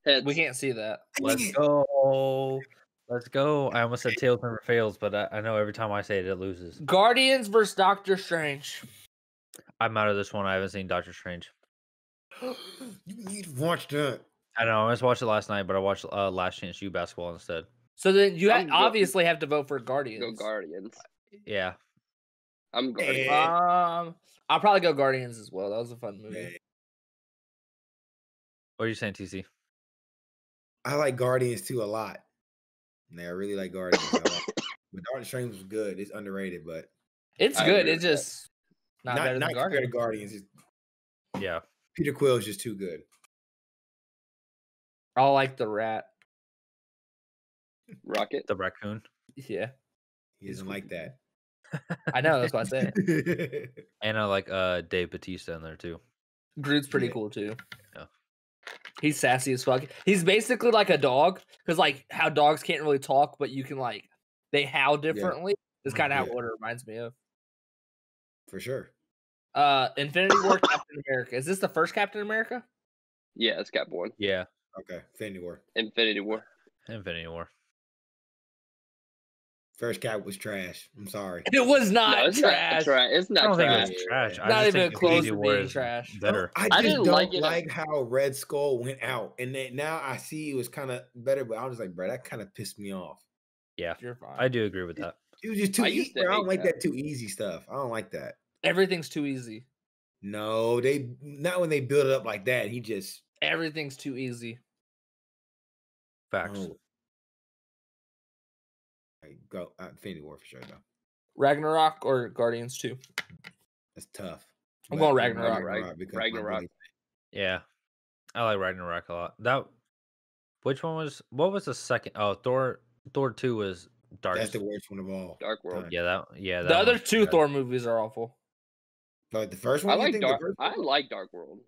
[SPEAKER 4] Heads.
[SPEAKER 3] we can't see that.
[SPEAKER 1] Let's go. Let's go. I almost said tails never fails, but I, I know every time I say it, it loses.
[SPEAKER 3] Guardians versus Doctor Strange.
[SPEAKER 1] I'm out of this one. I haven't seen Doctor Strange.
[SPEAKER 2] you need to watch that.
[SPEAKER 1] I know. I just watched it last night, but I watched uh, Last Chance U basketball instead.
[SPEAKER 3] So then you ha-
[SPEAKER 4] I'm go-
[SPEAKER 3] obviously have to vote for
[SPEAKER 4] Go
[SPEAKER 3] Guardians.
[SPEAKER 4] Guardians.
[SPEAKER 1] Yeah.
[SPEAKER 4] I'm Guardians.
[SPEAKER 2] Eh.
[SPEAKER 3] Um, I'll probably go Guardians as well. That was a fun movie.
[SPEAKER 2] Man.
[SPEAKER 1] What are you saying, TC?
[SPEAKER 2] I like Guardians too a lot. Nah, I really like Guardians. I like- but Doctor Strange was good. It's underrated, but
[SPEAKER 3] It's
[SPEAKER 4] I
[SPEAKER 3] good.
[SPEAKER 4] agree
[SPEAKER 3] It's
[SPEAKER 4] with that.
[SPEAKER 3] just not,
[SPEAKER 2] not, not,
[SPEAKER 3] better than
[SPEAKER 2] compared to
[SPEAKER 3] Guardians.
[SPEAKER 2] Guardians. It's,
[SPEAKER 1] Yeah.
[SPEAKER 2] Peter Quill is just too good.
[SPEAKER 3] I like the rat.
[SPEAKER 4] Rocket.
[SPEAKER 1] The raccoon
[SPEAKER 3] Yeah,
[SPEAKER 2] He doesn't like that.
[SPEAKER 3] I know. That's why I say it.
[SPEAKER 1] and I like uh Dave Batista in there too.
[SPEAKER 3] Groot's pretty
[SPEAKER 2] Yeah.
[SPEAKER 3] cool too.
[SPEAKER 1] Yeah.
[SPEAKER 3] He's sassy as fuck. He's basically like a dog because like how dogs can't really talk, but you can like they howl differently. Is kind of how
[SPEAKER 2] Yeah.
[SPEAKER 3] Order reminds me of.
[SPEAKER 2] for sure.
[SPEAKER 3] Uh, Infinity War, Captain America. Is this the first Captain America?
[SPEAKER 4] Yeah, it's Cap One.
[SPEAKER 1] Yeah.
[SPEAKER 2] Okay. Infinity War.
[SPEAKER 4] Infinity War.
[SPEAKER 1] Infinity War.
[SPEAKER 2] First Cap was trash. I'm sorry.
[SPEAKER 3] It was not
[SPEAKER 4] no, it's
[SPEAKER 3] Ah, trash.
[SPEAKER 4] not trash. It's
[SPEAKER 1] I
[SPEAKER 4] not
[SPEAKER 1] don't
[SPEAKER 4] trash.
[SPEAKER 1] think it was trash. I
[SPEAKER 3] Not
[SPEAKER 1] just
[SPEAKER 3] even
[SPEAKER 1] think
[SPEAKER 3] close
[SPEAKER 1] Infinity
[SPEAKER 3] to
[SPEAKER 1] War
[SPEAKER 3] being
[SPEAKER 1] is
[SPEAKER 3] trash.
[SPEAKER 2] No,
[SPEAKER 1] Better.
[SPEAKER 2] I just
[SPEAKER 4] I didn't
[SPEAKER 2] don't
[SPEAKER 4] like
[SPEAKER 2] like,
[SPEAKER 4] it.
[SPEAKER 2] how Red Skull went out, and then now I see it was kind of better, but I was like, bro, that kind of pissed me off.
[SPEAKER 1] Yeah.
[SPEAKER 3] You're fine.
[SPEAKER 1] I do agree with that.
[SPEAKER 2] It was just too
[SPEAKER 4] I
[SPEAKER 2] easy.
[SPEAKER 4] used to
[SPEAKER 2] I don't
[SPEAKER 4] hate
[SPEAKER 2] like that
[SPEAKER 4] that.
[SPEAKER 2] too easy stuff. I don't like that.
[SPEAKER 3] Everything's too easy.
[SPEAKER 2] No, they not when they build it up like that. He just
[SPEAKER 3] Everything's too easy.
[SPEAKER 1] Facts.
[SPEAKER 2] oh. Like, go uh, Infinity War for sure though.
[SPEAKER 3] Ragnarok or Guardians 2?
[SPEAKER 2] That's tough.
[SPEAKER 3] I'm
[SPEAKER 2] But
[SPEAKER 3] going
[SPEAKER 2] I'm going
[SPEAKER 3] Ragnarok.
[SPEAKER 4] Rag-
[SPEAKER 2] because my
[SPEAKER 4] Ragnarok.
[SPEAKER 2] buddy-
[SPEAKER 1] Yeah. I like Ragnarok a lot. That which one was what was the second oh Thor Thor two was dark.
[SPEAKER 2] That's the worst one of all.
[SPEAKER 4] Dark World.
[SPEAKER 2] Time.
[SPEAKER 1] Yeah, that yeah.
[SPEAKER 3] The
[SPEAKER 1] that
[SPEAKER 3] other
[SPEAKER 1] one's
[SPEAKER 3] two
[SPEAKER 1] bad.
[SPEAKER 3] Thor movies are awful.
[SPEAKER 2] Like the first one.
[SPEAKER 4] I
[SPEAKER 2] you
[SPEAKER 4] like
[SPEAKER 2] think the
[SPEAKER 4] Dark.
[SPEAKER 2] first
[SPEAKER 4] I like Dark World.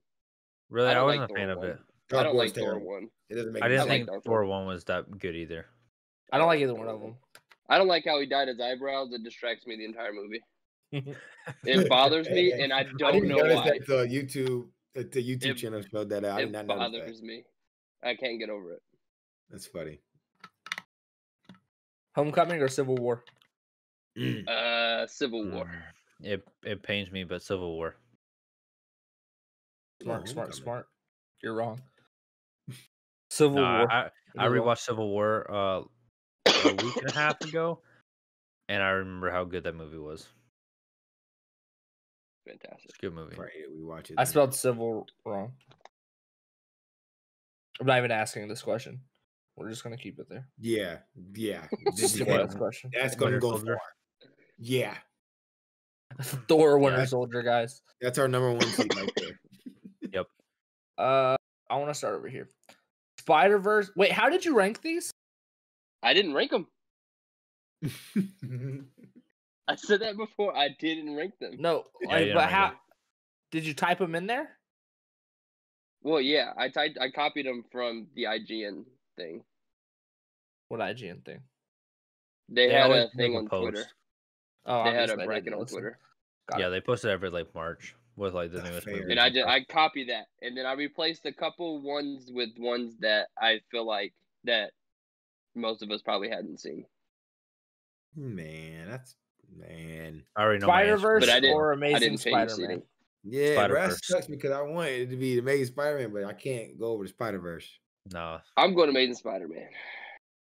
[SPEAKER 1] Really,
[SPEAKER 4] I
[SPEAKER 1] I,
[SPEAKER 4] don't like
[SPEAKER 1] wasn't a
[SPEAKER 4] Thor
[SPEAKER 1] fan of
[SPEAKER 4] one.
[SPEAKER 1] it.
[SPEAKER 4] I
[SPEAKER 2] Dark
[SPEAKER 4] don't
[SPEAKER 2] World's
[SPEAKER 4] like Thor
[SPEAKER 2] terrible.
[SPEAKER 4] One.
[SPEAKER 2] It doesn't make
[SPEAKER 1] I
[SPEAKER 2] any
[SPEAKER 1] didn't
[SPEAKER 4] like
[SPEAKER 1] think
[SPEAKER 4] Dark
[SPEAKER 1] Thor
[SPEAKER 4] World.
[SPEAKER 1] one was that good either.
[SPEAKER 3] I don't like either
[SPEAKER 4] Dark
[SPEAKER 3] one of
[SPEAKER 4] World.
[SPEAKER 3] them.
[SPEAKER 4] I don't like how he dyed his eyebrows. It distracts me the entire movie. It bothers me, and I
[SPEAKER 2] I
[SPEAKER 4] don't
[SPEAKER 2] didn't
[SPEAKER 4] know
[SPEAKER 2] notice
[SPEAKER 4] why.
[SPEAKER 2] that the YouTube that the YouTube
[SPEAKER 4] It-
[SPEAKER 2] channel showed that out. I did
[SPEAKER 4] It
[SPEAKER 2] not notice that.
[SPEAKER 4] bothers me. I can't get over it.
[SPEAKER 2] That's funny.
[SPEAKER 3] Homecoming or Civil War?
[SPEAKER 4] Uh, Civil War.
[SPEAKER 1] Mm. It it pains me, but Civil War.
[SPEAKER 3] Smart, smart,
[SPEAKER 2] Homecoming.
[SPEAKER 3] smart. You're wrong. Civil
[SPEAKER 1] No,
[SPEAKER 3] War.
[SPEAKER 1] I, I I
[SPEAKER 3] Civil War.
[SPEAKER 1] rewatched Civil War uh, a week and a half ago, and I remember how good that movie was.
[SPEAKER 4] Fantastic.
[SPEAKER 1] It's a good movie.
[SPEAKER 2] Right, we watch it.
[SPEAKER 3] I
[SPEAKER 2] then.
[SPEAKER 3] spelled Civil wrong. I'm not even asking this question. We're just gonna keep it there.
[SPEAKER 2] Yeah, yeah. Just-
[SPEAKER 3] Stupid
[SPEAKER 2] yeah.
[SPEAKER 3] ass question.
[SPEAKER 2] That's gonna
[SPEAKER 1] Winter
[SPEAKER 2] go
[SPEAKER 1] Soldier.
[SPEAKER 2] far. Yeah,
[SPEAKER 3] Thor Winter
[SPEAKER 1] Yeah.
[SPEAKER 3] Soldier, guys.
[SPEAKER 2] that's our number one seed right there.
[SPEAKER 3] Uh, I want to start over here. Spider Verse. Wait, how did you rank these?
[SPEAKER 4] I didn't rank them. I said that before. I didn't rank them.
[SPEAKER 3] No,
[SPEAKER 1] Yeah,
[SPEAKER 3] like,
[SPEAKER 1] yeah,
[SPEAKER 3] but
[SPEAKER 1] right
[SPEAKER 3] how
[SPEAKER 1] there.
[SPEAKER 3] did you type them in there?
[SPEAKER 4] Well, yeah, I typed, I copied them from the IGN thing.
[SPEAKER 3] What IGN thing?
[SPEAKER 4] They,
[SPEAKER 1] They
[SPEAKER 4] had
[SPEAKER 1] always
[SPEAKER 4] a thing
[SPEAKER 1] make
[SPEAKER 4] on Twitter.
[SPEAKER 1] post.
[SPEAKER 3] Oh,
[SPEAKER 4] They had a
[SPEAKER 3] obviously I
[SPEAKER 4] bracket
[SPEAKER 3] didn't
[SPEAKER 4] on
[SPEAKER 3] listen.
[SPEAKER 4] Twitter,
[SPEAKER 3] Got
[SPEAKER 1] Yeah,
[SPEAKER 3] it.
[SPEAKER 1] they post it every like March with like the
[SPEAKER 2] Not
[SPEAKER 1] newest
[SPEAKER 2] fair.
[SPEAKER 1] movie.
[SPEAKER 4] and I did. I copied that, and then I replaced a couple ones with ones that I feel like that most of us probably hadn't seen.
[SPEAKER 2] man, that's man.
[SPEAKER 1] already know my
[SPEAKER 3] Spider
[SPEAKER 1] answer,
[SPEAKER 3] Verse
[SPEAKER 4] But I didn't-
[SPEAKER 3] or
[SPEAKER 4] I
[SPEAKER 3] Amazing
[SPEAKER 4] didn't change
[SPEAKER 3] Spider
[SPEAKER 4] seating.
[SPEAKER 3] Man?
[SPEAKER 2] Yeah, bro, that
[SPEAKER 1] Spider-Verse.
[SPEAKER 2] sucks because I wanted it to be the Amazing Spider-Man, but I can't go over the Spider-Verse.
[SPEAKER 1] No,
[SPEAKER 4] I'm going to Amazing Spider-Man.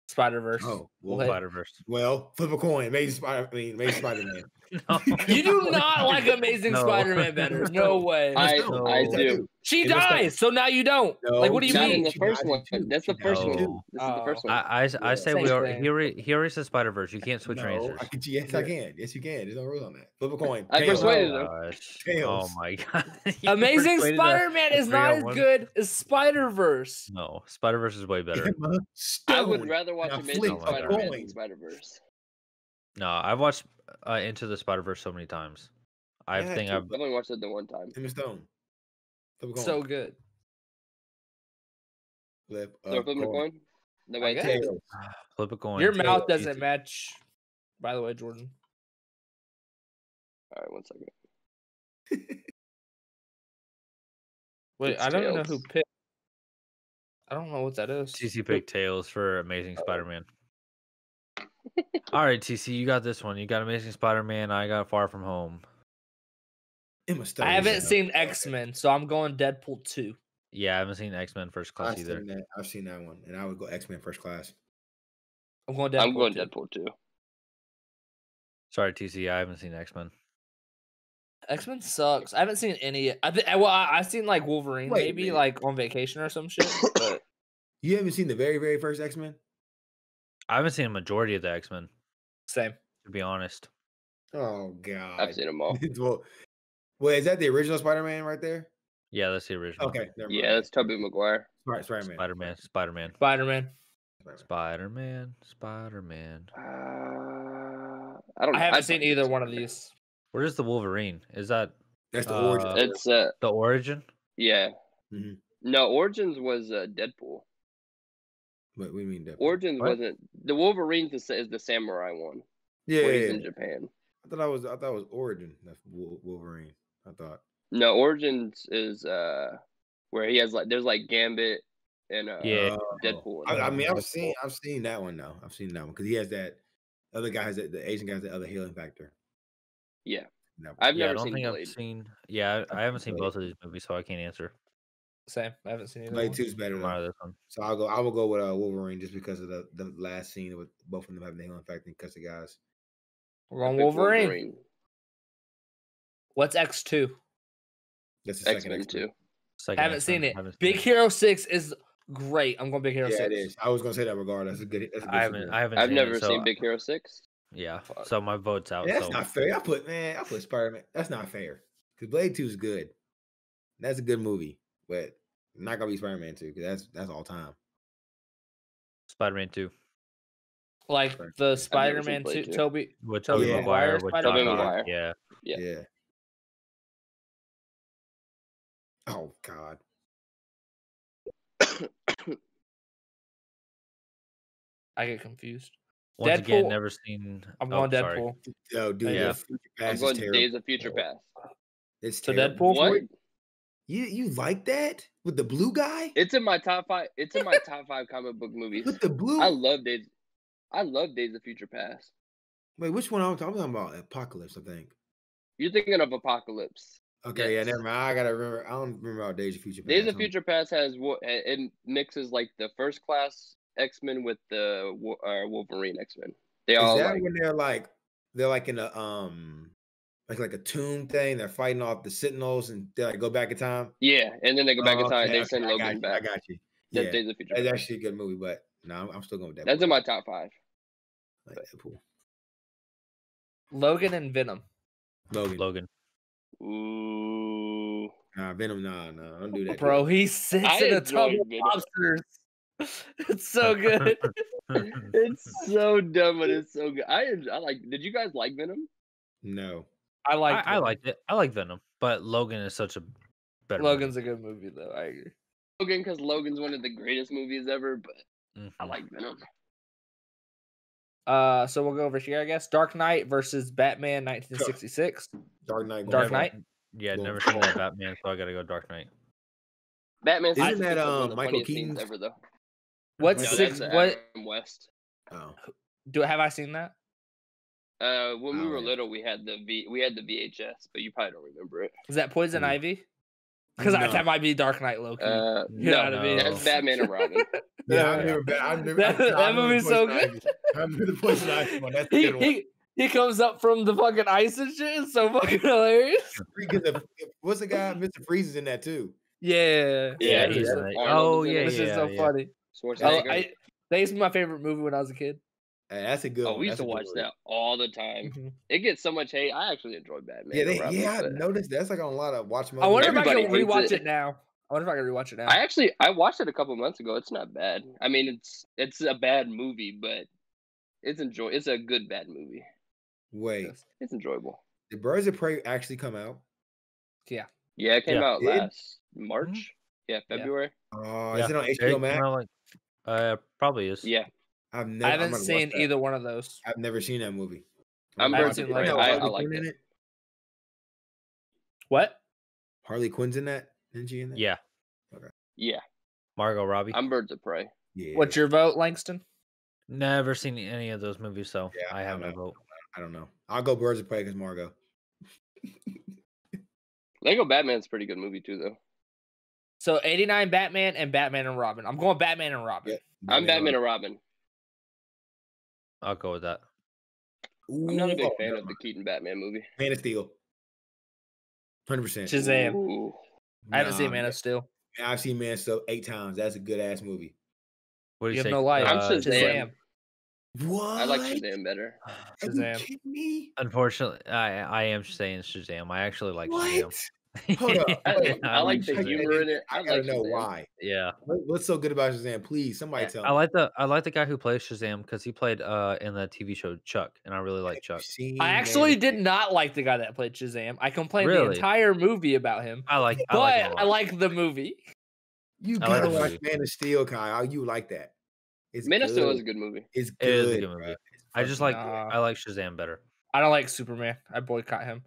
[SPEAKER 3] Spider Verse.
[SPEAKER 2] Oh,
[SPEAKER 3] Well,
[SPEAKER 2] well,
[SPEAKER 3] What?
[SPEAKER 1] Spider Verse.
[SPEAKER 2] well, flip a coin. Amazing Spider. I mean, Amazing Spider-Man.
[SPEAKER 1] No.
[SPEAKER 3] You do not like Amazing
[SPEAKER 1] No.
[SPEAKER 3] Spider Man better. No way.
[SPEAKER 4] I-
[SPEAKER 2] No,
[SPEAKER 1] I
[SPEAKER 2] yes,
[SPEAKER 4] do.
[SPEAKER 3] she
[SPEAKER 2] it was like-
[SPEAKER 3] dies, so now you don't. like, what do you
[SPEAKER 4] Not
[SPEAKER 3] mean?
[SPEAKER 4] in the
[SPEAKER 2] She
[SPEAKER 4] first
[SPEAKER 2] dies in
[SPEAKER 4] one.
[SPEAKER 2] two.
[SPEAKER 4] That's the
[SPEAKER 2] She
[SPEAKER 4] first
[SPEAKER 2] dies in
[SPEAKER 4] one.
[SPEAKER 2] two.
[SPEAKER 4] This is the
[SPEAKER 3] Oh.
[SPEAKER 4] first one.
[SPEAKER 1] Uh, I, I, s- I
[SPEAKER 2] Yeah.
[SPEAKER 1] say we
[SPEAKER 3] Same
[SPEAKER 1] are.
[SPEAKER 3] thing.
[SPEAKER 1] He already, he already said Spider Verse. You can't switch your
[SPEAKER 2] No,
[SPEAKER 1] answers.
[SPEAKER 2] I can, yes, I can. Yes, you can. There's no rules on that. Flip a coin.
[SPEAKER 4] I
[SPEAKER 2] Tails.
[SPEAKER 4] persuaded
[SPEAKER 1] Oh,
[SPEAKER 4] him.
[SPEAKER 1] gosh. Oh
[SPEAKER 2] Tails.
[SPEAKER 1] my god. You
[SPEAKER 3] Amazing
[SPEAKER 1] persuaded us.
[SPEAKER 3] Spider Man is
[SPEAKER 1] agree
[SPEAKER 3] not
[SPEAKER 1] on
[SPEAKER 3] as
[SPEAKER 1] one.
[SPEAKER 3] good as Spider Verse.
[SPEAKER 1] No, Spider Verse is way better.
[SPEAKER 2] Emma Stone.
[SPEAKER 4] I would rather watch
[SPEAKER 2] I
[SPEAKER 4] Amazing
[SPEAKER 2] flicked
[SPEAKER 1] a
[SPEAKER 4] Spider-Man
[SPEAKER 2] coin.
[SPEAKER 4] than Spider-Verse.
[SPEAKER 1] No, I've watched uh, Into the Spider Verse so many times. I
[SPEAKER 2] Yeah,
[SPEAKER 1] think
[SPEAKER 2] too,
[SPEAKER 1] I've
[SPEAKER 4] I've only watched it the one time.
[SPEAKER 2] Emma Stone. Flip a coin.
[SPEAKER 3] So good.
[SPEAKER 2] flip
[SPEAKER 4] So if I'm a coin, the way
[SPEAKER 3] guess.
[SPEAKER 2] Tails.
[SPEAKER 1] flip a coin.
[SPEAKER 3] Your
[SPEAKER 2] Tails,
[SPEAKER 3] mouth
[SPEAKER 2] Ethan.
[SPEAKER 3] doesn't match. By the way, Jordan.
[SPEAKER 4] All right, one second.
[SPEAKER 3] Wait,
[SPEAKER 4] It's
[SPEAKER 3] I don't even know who
[SPEAKER 4] Tails.
[SPEAKER 3] picked. I don't know what that is.
[SPEAKER 1] TC picked Tails for
[SPEAKER 4] Uh,
[SPEAKER 1] Amazing Spider Man. All right, TC, you got this one. You got Amazing Spider Man. I got Far From Home.
[SPEAKER 2] Emma Stone.
[SPEAKER 3] I haven't
[SPEAKER 2] is a-
[SPEAKER 3] seen X Men, so I'm going Deadpool 2.
[SPEAKER 1] Yeah, I haven't seen X Men First Class
[SPEAKER 2] I've
[SPEAKER 1] either.
[SPEAKER 2] seen, that. I've seen that one, and I would go X Men First Class.
[SPEAKER 3] I'm going Deadpool.
[SPEAKER 4] I'm going
[SPEAKER 3] 2.
[SPEAKER 4] Deadpool too.
[SPEAKER 1] Sorry, TC, I haven't seen X Men.
[SPEAKER 3] X Men sucks. I haven't seen any. I think. Well, I, I seen like Wolverine
[SPEAKER 2] Wait a
[SPEAKER 3] maybe
[SPEAKER 2] minute.
[SPEAKER 3] like on vacation or some shit. But
[SPEAKER 2] You haven't seen the very, very first X Men?
[SPEAKER 1] I haven't seen a majority of the X Men,
[SPEAKER 3] same.
[SPEAKER 1] to be honest.
[SPEAKER 2] Oh God.
[SPEAKER 4] I've seen them all.
[SPEAKER 2] well, well, is that the original Spider Man right there?
[SPEAKER 1] Yeah, that's the original.
[SPEAKER 2] Okay, never mind.
[SPEAKER 4] Yeah, that's Tobey Maguire.
[SPEAKER 2] Spider Man.
[SPEAKER 1] Spider Man, Spider Man,
[SPEAKER 3] Spider Man.
[SPEAKER 1] Spider Man, Spider Man.
[SPEAKER 4] Uh, I don't.
[SPEAKER 3] I
[SPEAKER 4] know.
[SPEAKER 3] haven't
[SPEAKER 4] I'd
[SPEAKER 3] seen
[SPEAKER 4] probably
[SPEAKER 3] either
[SPEAKER 4] say
[SPEAKER 3] one of
[SPEAKER 4] Spider-Man.
[SPEAKER 3] these.
[SPEAKER 1] Where is the Wolverine? Is that
[SPEAKER 2] That's the origin.
[SPEAKER 1] Uh,
[SPEAKER 2] of it.
[SPEAKER 4] It's uh,
[SPEAKER 1] the origin?
[SPEAKER 4] yeah.
[SPEAKER 2] Mhm.
[SPEAKER 4] No, Origins was uh, Deadpool.
[SPEAKER 2] What, what do you mean? Deadpool?
[SPEAKER 4] Origins
[SPEAKER 1] What?
[SPEAKER 4] wasn't the Wolverine is the, is the samurai one.
[SPEAKER 2] Yeah,
[SPEAKER 4] when
[SPEAKER 2] yeah,
[SPEAKER 4] he's in
[SPEAKER 2] yeah.
[SPEAKER 4] Japan.
[SPEAKER 2] I thought I was. I thought it was origin. That's Wol- Wolverine. I thought.
[SPEAKER 4] No, Origins is uh where he has like there's like Gambit and uh
[SPEAKER 1] Yeah.
[SPEAKER 2] Oh.
[SPEAKER 4] Deadpool.
[SPEAKER 2] I, I mean,
[SPEAKER 1] Deadpool.
[SPEAKER 2] I've seen. I've seen that one though. I've seen that one because he has that. Other guy has that, the Asian guy has the other healing factor.
[SPEAKER 4] Yeah.
[SPEAKER 2] That one.
[SPEAKER 4] I've
[SPEAKER 1] yeah, I
[SPEAKER 4] never
[SPEAKER 1] don't
[SPEAKER 4] seen
[SPEAKER 1] think
[SPEAKER 4] Blade.
[SPEAKER 1] I've seen. Yeah, I, I haven't seen
[SPEAKER 2] Blade.
[SPEAKER 1] both of these movies, so I can't answer.
[SPEAKER 3] Same. I haven't seen either.
[SPEAKER 2] Blade
[SPEAKER 3] one.
[SPEAKER 2] Two is better.
[SPEAKER 1] I'm
[SPEAKER 2] though.
[SPEAKER 1] out of this one.
[SPEAKER 2] So I'll go. I will go with uh, Wolverine just because of the, the last scene with both of them having the healing factor and cuss the guys.
[SPEAKER 3] We're
[SPEAKER 4] I
[SPEAKER 3] going
[SPEAKER 4] picked
[SPEAKER 3] Wolverine. What's X two?
[SPEAKER 2] That's the
[SPEAKER 4] X
[SPEAKER 2] second
[SPEAKER 4] Men too.
[SPEAKER 1] Second
[SPEAKER 3] Haven't
[SPEAKER 1] X-Men,
[SPEAKER 3] seen it.
[SPEAKER 1] haven't seen
[SPEAKER 3] Big Hero Six is great. I'm going Big Hero
[SPEAKER 2] Yeah, it
[SPEAKER 3] Six.
[SPEAKER 2] is. I was gonna say that regardless. That's a good. That's a good
[SPEAKER 1] I haven't.
[SPEAKER 2] suggestion.
[SPEAKER 1] I haven't.
[SPEAKER 4] I've
[SPEAKER 1] seen
[SPEAKER 4] never
[SPEAKER 1] it, so
[SPEAKER 4] seen
[SPEAKER 1] I-
[SPEAKER 4] Big Hero Six.
[SPEAKER 1] Yeah.
[SPEAKER 4] Fuck.
[SPEAKER 1] So my vote's out.
[SPEAKER 2] Man, that's
[SPEAKER 1] so
[SPEAKER 2] not fair. I put man. I put Spider Man. That's not fair. Cause Blade Two is good. That's a good movie, but not gonna be Spider Man Two. Cause that's that's all time.
[SPEAKER 1] Spider-Man Two
[SPEAKER 3] Like
[SPEAKER 2] Sorry.
[SPEAKER 3] the
[SPEAKER 2] I've never seen
[SPEAKER 3] Spider Man
[SPEAKER 4] Blade
[SPEAKER 3] two.
[SPEAKER 4] two.
[SPEAKER 3] Toby.
[SPEAKER 1] with
[SPEAKER 3] Tobey
[SPEAKER 1] Tobey
[SPEAKER 2] Yeah.
[SPEAKER 1] Maguire.
[SPEAKER 3] Maguire's
[SPEAKER 1] With Doc
[SPEAKER 3] Spider-Man.
[SPEAKER 4] Tobey
[SPEAKER 1] Ock,
[SPEAKER 4] Maguire.
[SPEAKER 1] Yeah.
[SPEAKER 4] Yeah.
[SPEAKER 2] Yeah. Oh God.
[SPEAKER 3] I get confused.
[SPEAKER 1] Once again,
[SPEAKER 3] Deadpool.
[SPEAKER 1] never seen.
[SPEAKER 3] I'm
[SPEAKER 1] oh,
[SPEAKER 3] going
[SPEAKER 1] sorry.
[SPEAKER 3] Deadpool.
[SPEAKER 2] Yo, dude.
[SPEAKER 1] Yeah.
[SPEAKER 2] Yeah. Future
[SPEAKER 4] I'm
[SPEAKER 2] Past
[SPEAKER 4] going
[SPEAKER 2] is terrible.
[SPEAKER 4] Days of Future Past.
[SPEAKER 2] It's
[SPEAKER 3] So
[SPEAKER 2] terrible.
[SPEAKER 3] Deadpool?
[SPEAKER 4] What?
[SPEAKER 3] Wolverine.
[SPEAKER 2] You you like that with the blue guy?
[SPEAKER 4] It's in my top five. It's in my top five comic book movies.
[SPEAKER 2] with the blue.
[SPEAKER 4] I love Days. I love Days of Future Past.
[SPEAKER 2] Wait, which one? I'm talking about Apocalypse, I think.
[SPEAKER 4] You're thinking of Apocalypse.
[SPEAKER 2] Okay, yeah,
[SPEAKER 3] Yes.
[SPEAKER 2] never mind. I gotta remember. I don't remember about Days of Future Past.
[SPEAKER 4] Days of
[SPEAKER 2] I'm-
[SPEAKER 4] Future Past has wo- it it mixes like the first class X Men with the Wo- uh, Wolverine X Men. They all
[SPEAKER 2] Is that
[SPEAKER 4] like
[SPEAKER 2] when they're like they're like in a um like like a tomb thing? They're fighting off the Sentinels and they like go back in time.
[SPEAKER 4] yeah, and then they go back in
[SPEAKER 2] Oh,
[SPEAKER 4] time.
[SPEAKER 2] okay,
[SPEAKER 4] They
[SPEAKER 2] okay,
[SPEAKER 4] send
[SPEAKER 2] I got
[SPEAKER 4] Logan
[SPEAKER 2] you,
[SPEAKER 4] back.
[SPEAKER 2] I got you.
[SPEAKER 4] That's
[SPEAKER 2] Yeah,
[SPEAKER 4] Days of Future.
[SPEAKER 2] that's
[SPEAKER 4] Past.
[SPEAKER 2] actually a good movie, but no, I'm, I'm still going with that.
[SPEAKER 4] That's in my top five.
[SPEAKER 2] Like Deadpool.
[SPEAKER 3] Logan and Venom.
[SPEAKER 2] Logan.
[SPEAKER 1] Logan.
[SPEAKER 4] Ooh,
[SPEAKER 2] Nah, Venom, nah, nah, don't do that,
[SPEAKER 3] Oh, Bro, he sits
[SPEAKER 4] I
[SPEAKER 3] in a
[SPEAKER 4] enjoyed
[SPEAKER 3] tub of
[SPEAKER 4] Venom.
[SPEAKER 3] lobsters. It's so good.
[SPEAKER 4] it's so dumb, but it's so good. I en- I like. Did you guys like Venom?
[SPEAKER 2] dude. No,
[SPEAKER 3] I
[SPEAKER 1] I,
[SPEAKER 3] like
[SPEAKER 1] I liked it. I like Venom, but Logan is such a better. movie.
[SPEAKER 3] Logan's a good movie though. I agree.
[SPEAKER 4] Logan, because Logan's one of the greatest movies ever. But
[SPEAKER 1] Mhm.
[SPEAKER 4] I like Venom.
[SPEAKER 3] Uh, so we'll go over here, I guess. Dark Knight versus Batman, 1966.
[SPEAKER 2] Dark Knight.
[SPEAKER 3] Dark
[SPEAKER 2] Batman.
[SPEAKER 3] Knight.
[SPEAKER 1] Yeah,
[SPEAKER 2] Well,
[SPEAKER 1] never seen that Batman, so I gotta go Dark Knight.
[SPEAKER 4] Batman.
[SPEAKER 2] Isn't
[SPEAKER 4] Superman's
[SPEAKER 2] that,
[SPEAKER 4] one of
[SPEAKER 2] um,
[SPEAKER 4] the
[SPEAKER 2] Michael
[SPEAKER 4] funniest scenes
[SPEAKER 2] Keaton's-
[SPEAKER 4] ever though?
[SPEAKER 3] What's
[SPEAKER 4] No,
[SPEAKER 2] Michael
[SPEAKER 3] six?
[SPEAKER 2] Keaton?
[SPEAKER 4] that's
[SPEAKER 3] what-
[SPEAKER 4] Adam West.
[SPEAKER 2] Oh,
[SPEAKER 3] Do have I seen that?
[SPEAKER 4] Uh, when we
[SPEAKER 2] Oh,
[SPEAKER 4] were
[SPEAKER 2] yeah.
[SPEAKER 4] little, we had the V, we had the VHS, but you probably don't remember it.
[SPEAKER 3] Is that Poison
[SPEAKER 2] Ooh.
[SPEAKER 3] Ivy? Because
[SPEAKER 2] No.
[SPEAKER 3] that might be Dark Knight Loki.
[SPEAKER 4] Uh,
[SPEAKER 1] Yeah,
[SPEAKER 4] no,
[SPEAKER 1] I mean-
[SPEAKER 4] that's Batman and Robin.
[SPEAKER 2] yeah, I
[SPEAKER 1] Yeah.
[SPEAKER 2] remember. Ba- I remember
[SPEAKER 3] That-
[SPEAKER 2] I- I
[SPEAKER 3] that
[SPEAKER 2] remember
[SPEAKER 3] movie's
[SPEAKER 2] the
[SPEAKER 3] so
[SPEAKER 2] Poison
[SPEAKER 3] good.
[SPEAKER 2] Ivy. I remember the Poison Ivy one. That's a
[SPEAKER 3] he,
[SPEAKER 2] good one.
[SPEAKER 3] he, he comes up from the fucking ice and shit. It's so fucking hilarious.
[SPEAKER 2] Because the- what's the guy? Mr. Freeze is in that too.
[SPEAKER 3] Yeah.
[SPEAKER 4] Yeah,
[SPEAKER 1] he's
[SPEAKER 4] he's
[SPEAKER 1] in
[SPEAKER 4] like
[SPEAKER 1] it.
[SPEAKER 4] Arnold
[SPEAKER 1] Oh
[SPEAKER 4] is in
[SPEAKER 1] yeah,
[SPEAKER 4] it.
[SPEAKER 3] This
[SPEAKER 1] yeah,
[SPEAKER 3] is so
[SPEAKER 1] yeah.
[SPEAKER 3] funny. Oh, I,
[SPEAKER 4] Schwarzenegger.
[SPEAKER 3] I, that used to be my favorite movie when I was a kid.
[SPEAKER 2] Hey, that's a good
[SPEAKER 4] oh,
[SPEAKER 2] one.
[SPEAKER 4] we used
[SPEAKER 2] That's a
[SPEAKER 4] to
[SPEAKER 2] good
[SPEAKER 4] watch
[SPEAKER 2] one.
[SPEAKER 4] that all the time.
[SPEAKER 3] Mm-hmm.
[SPEAKER 4] It gets so much hate. I actually enjoy Batman.
[SPEAKER 2] Yeah,
[SPEAKER 4] and
[SPEAKER 2] they,
[SPEAKER 4] Robin,
[SPEAKER 2] yeah, I
[SPEAKER 4] but-
[SPEAKER 2] noticed that's like on a lot of watch.
[SPEAKER 3] I wonder if I
[SPEAKER 4] Everybody
[SPEAKER 3] can
[SPEAKER 4] hates
[SPEAKER 3] rewatch it.
[SPEAKER 4] it.
[SPEAKER 3] now. I wonder if I can rewatch it now.
[SPEAKER 4] I actually I watched it a couple months ago. It's not bad. I mean, it's it's a bad movie, but it's enjoy. It's a good bad movie.
[SPEAKER 2] Wait,
[SPEAKER 4] It's enjoyable.
[SPEAKER 2] the Birds of Prey actually come out?
[SPEAKER 4] Yeah, it came
[SPEAKER 1] Yeah.
[SPEAKER 4] out
[SPEAKER 2] Did?
[SPEAKER 4] last March. Yeah, February.
[SPEAKER 2] Oh,
[SPEAKER 1] Yeah.
[SPEAKER 2] is it on
[SPEAKER 1] It
[SPEAKER 2] HBO Max?
[SPEAKER 1] came out like- uh, probably is.
[SPEAKER 4] Yeah,
[SPEAKER 2] I've never.
[SPEAKER 3] I
[SPEAKER 2] I'm
[SPEAKER 3] haven't
[SPEAKER 2] gonna watch
[SPEAKER 3] seen
[SPEAKER 2] that.
[SPEAKER 3] either one of those.
[SPEAKER 2] I've never seen that movie.
[SPEAKER 4] I'm
[SPEAKER 2] Harley
[SPEAKER 3] Birds of
[SPEAKER 2] Quinn-
[SPEAKER 3] Prey.
[SPEAKER 2] know
[SPEAKER 3] I- I
[SPEAKER 2] Harley
[SPEAKER 4] liked
[SPEAKER 2] Quinn in
[SPEAKER 4] it.
[SPEAKER 2] it.
[SPEAKER 3] What?
[SPEAKER 2] Harley Quinn's in that. Isn't she in that?
[SPEAKER 1] yeah.
[SPEAKER 4] yeah.
[SPEAKER 1] Margot Robbie.
[SPEAKER 4] I'm Birds of Prey.
[SPEAKER 2] Yeah.
[SPEAKER 3] What's your vote, Langston?
[SPEAKER 1] Never seen any of those movies, so
[SPEAKER 2] Yeah,
[SPEAKER 1] I
[SPEAKER 2] I
[SPEAKER 1] have no
[SPEAKER 2] know.
[SPEAKER 1] vote.
[SPEAKER 2] I don't know. I'll go Birds of Prey because Margot.
[SPEAKER 4] Lego Batman's a pretty good movie too, though.
[SPEAKER 3] So 89 Batman and Batman and Robin. I'm going Batman and Robin.
[SPEAKER 2] Yeah.
[SPEAKER 4] I'm Batman and Robin.
[SPEAKER 1] I'll go with that.
[SPEAKER 4] I'm not a big
[SPEAKER 2] Ooh,
[SPEAKER 4] fan
[SPEAKER 2] never
[SPEAKER 4] of the
[SPEAKER 2] mind.
[SPEAKER 4] Keaton Batman movie.
[SPEAKER 2] Man of Steel. Hundred percent.
[SPEAKER 3] Shazam.
[SPEAKER 4] Ooh.
[SPEAKER 3] I haven't seen
[SPEAKER 2] Nah,
[SPEAKER 3] Man of Steel.
[SPEAKER 2] Man, I've seen Man of Steel eight times. That's a good ass movie.
[SPEAKER 1] What do you, uh,
[SPEAKER 3] You have
[SPEAKER 1] say?
[SPEAKER 3] no life.
[SPEAKER 4] I'm Shazam.
[SPEAKER 3] Shazam.
[SPEAKER 2] What?
[SPEAKER 4] I like Shazam better.
[SPEAKER 2] Are you
[SPEAKER 3] Shazam.
[SPEAKER 2] kidding me?
[SPEAKER 1] Unfortunately, I I am saying Shazam. I actually like
[SPEAKER 2] What?
[SPEAKER 1] Shazam.
[SPEAKER 2] Hold up,
[SPEAKER 1] I,
[SPEAKER 2] wait,
[SPEAKER 4] I like the
[SPEAKER 1] Shazam.
[SPEAKER 4] humor in it. I
[SPEAKER 2] I gotta
[SPEAKER 4] like
[SPEAKER 2] know
[SPEAKER 4] Shazam.
[SPEAKER 2] why.
[SPEAKER 1] Yeah,
[SPEAKER 2] What- What's so good about Shazam? Please, somebody
[SPEAKER 1] I-
[SPEAKER 2] tell
[SPEAKER 1] I
[SPEAKER 2] me.
[SPEAKER 1] like the I like the guy who plays Shazam because he played uh in the TV show Chuck, and I really like
[SPEAKER 2] Have you
[SPEAKER 1] Chuck.
[SPEAKER 2] seen
[SPEAKER 3] I
[SPEAKER 2] Man
[SPEAKER 3] actually
[SPEAKER 2] of
[SPEAKER 3] did not like the guy that played Shazam. I complained the
[SPEAKER 1] Really?
[SPEAKER 3] entire movie about him.
[SPEAKER 1] I like, I
[SPEAKER 3] But
[SPEAKER 1] like, him a
[SPEAKER 3] I
[SPEAKER 1] lot.
[SPEAKER 3] like the movie.
[SPEAKER 2] You
[SPEAKER 1] I like
[SPEAKER 2] gotta
[SPEAKER 1] the
[SPEAKER 2] watch
[SPEAKER 1] movie.
[SPEAKER 2] Man of Steel, Kyle. You like that? It's
[SPEAKER 4] Man of Steel is a
[SPEAKER 2] good.
[SPEAKER 4] good movie.
[SPEAKER 2] It's
[SPEAKER 1] It is a
[SPEAKER 2] good.
[SPEAKER 1] good movie.
[SPEAKER 2] bruh. It's
[SPEAKER 1] I just
[SPEAKER 2] fucking-
[SPEAKER 1] like
[SPEAKER 3] Nah.
[SPEAKER 1] I like Shazam better.
[SPEAKER 3] I don't like Superman. I boycott him.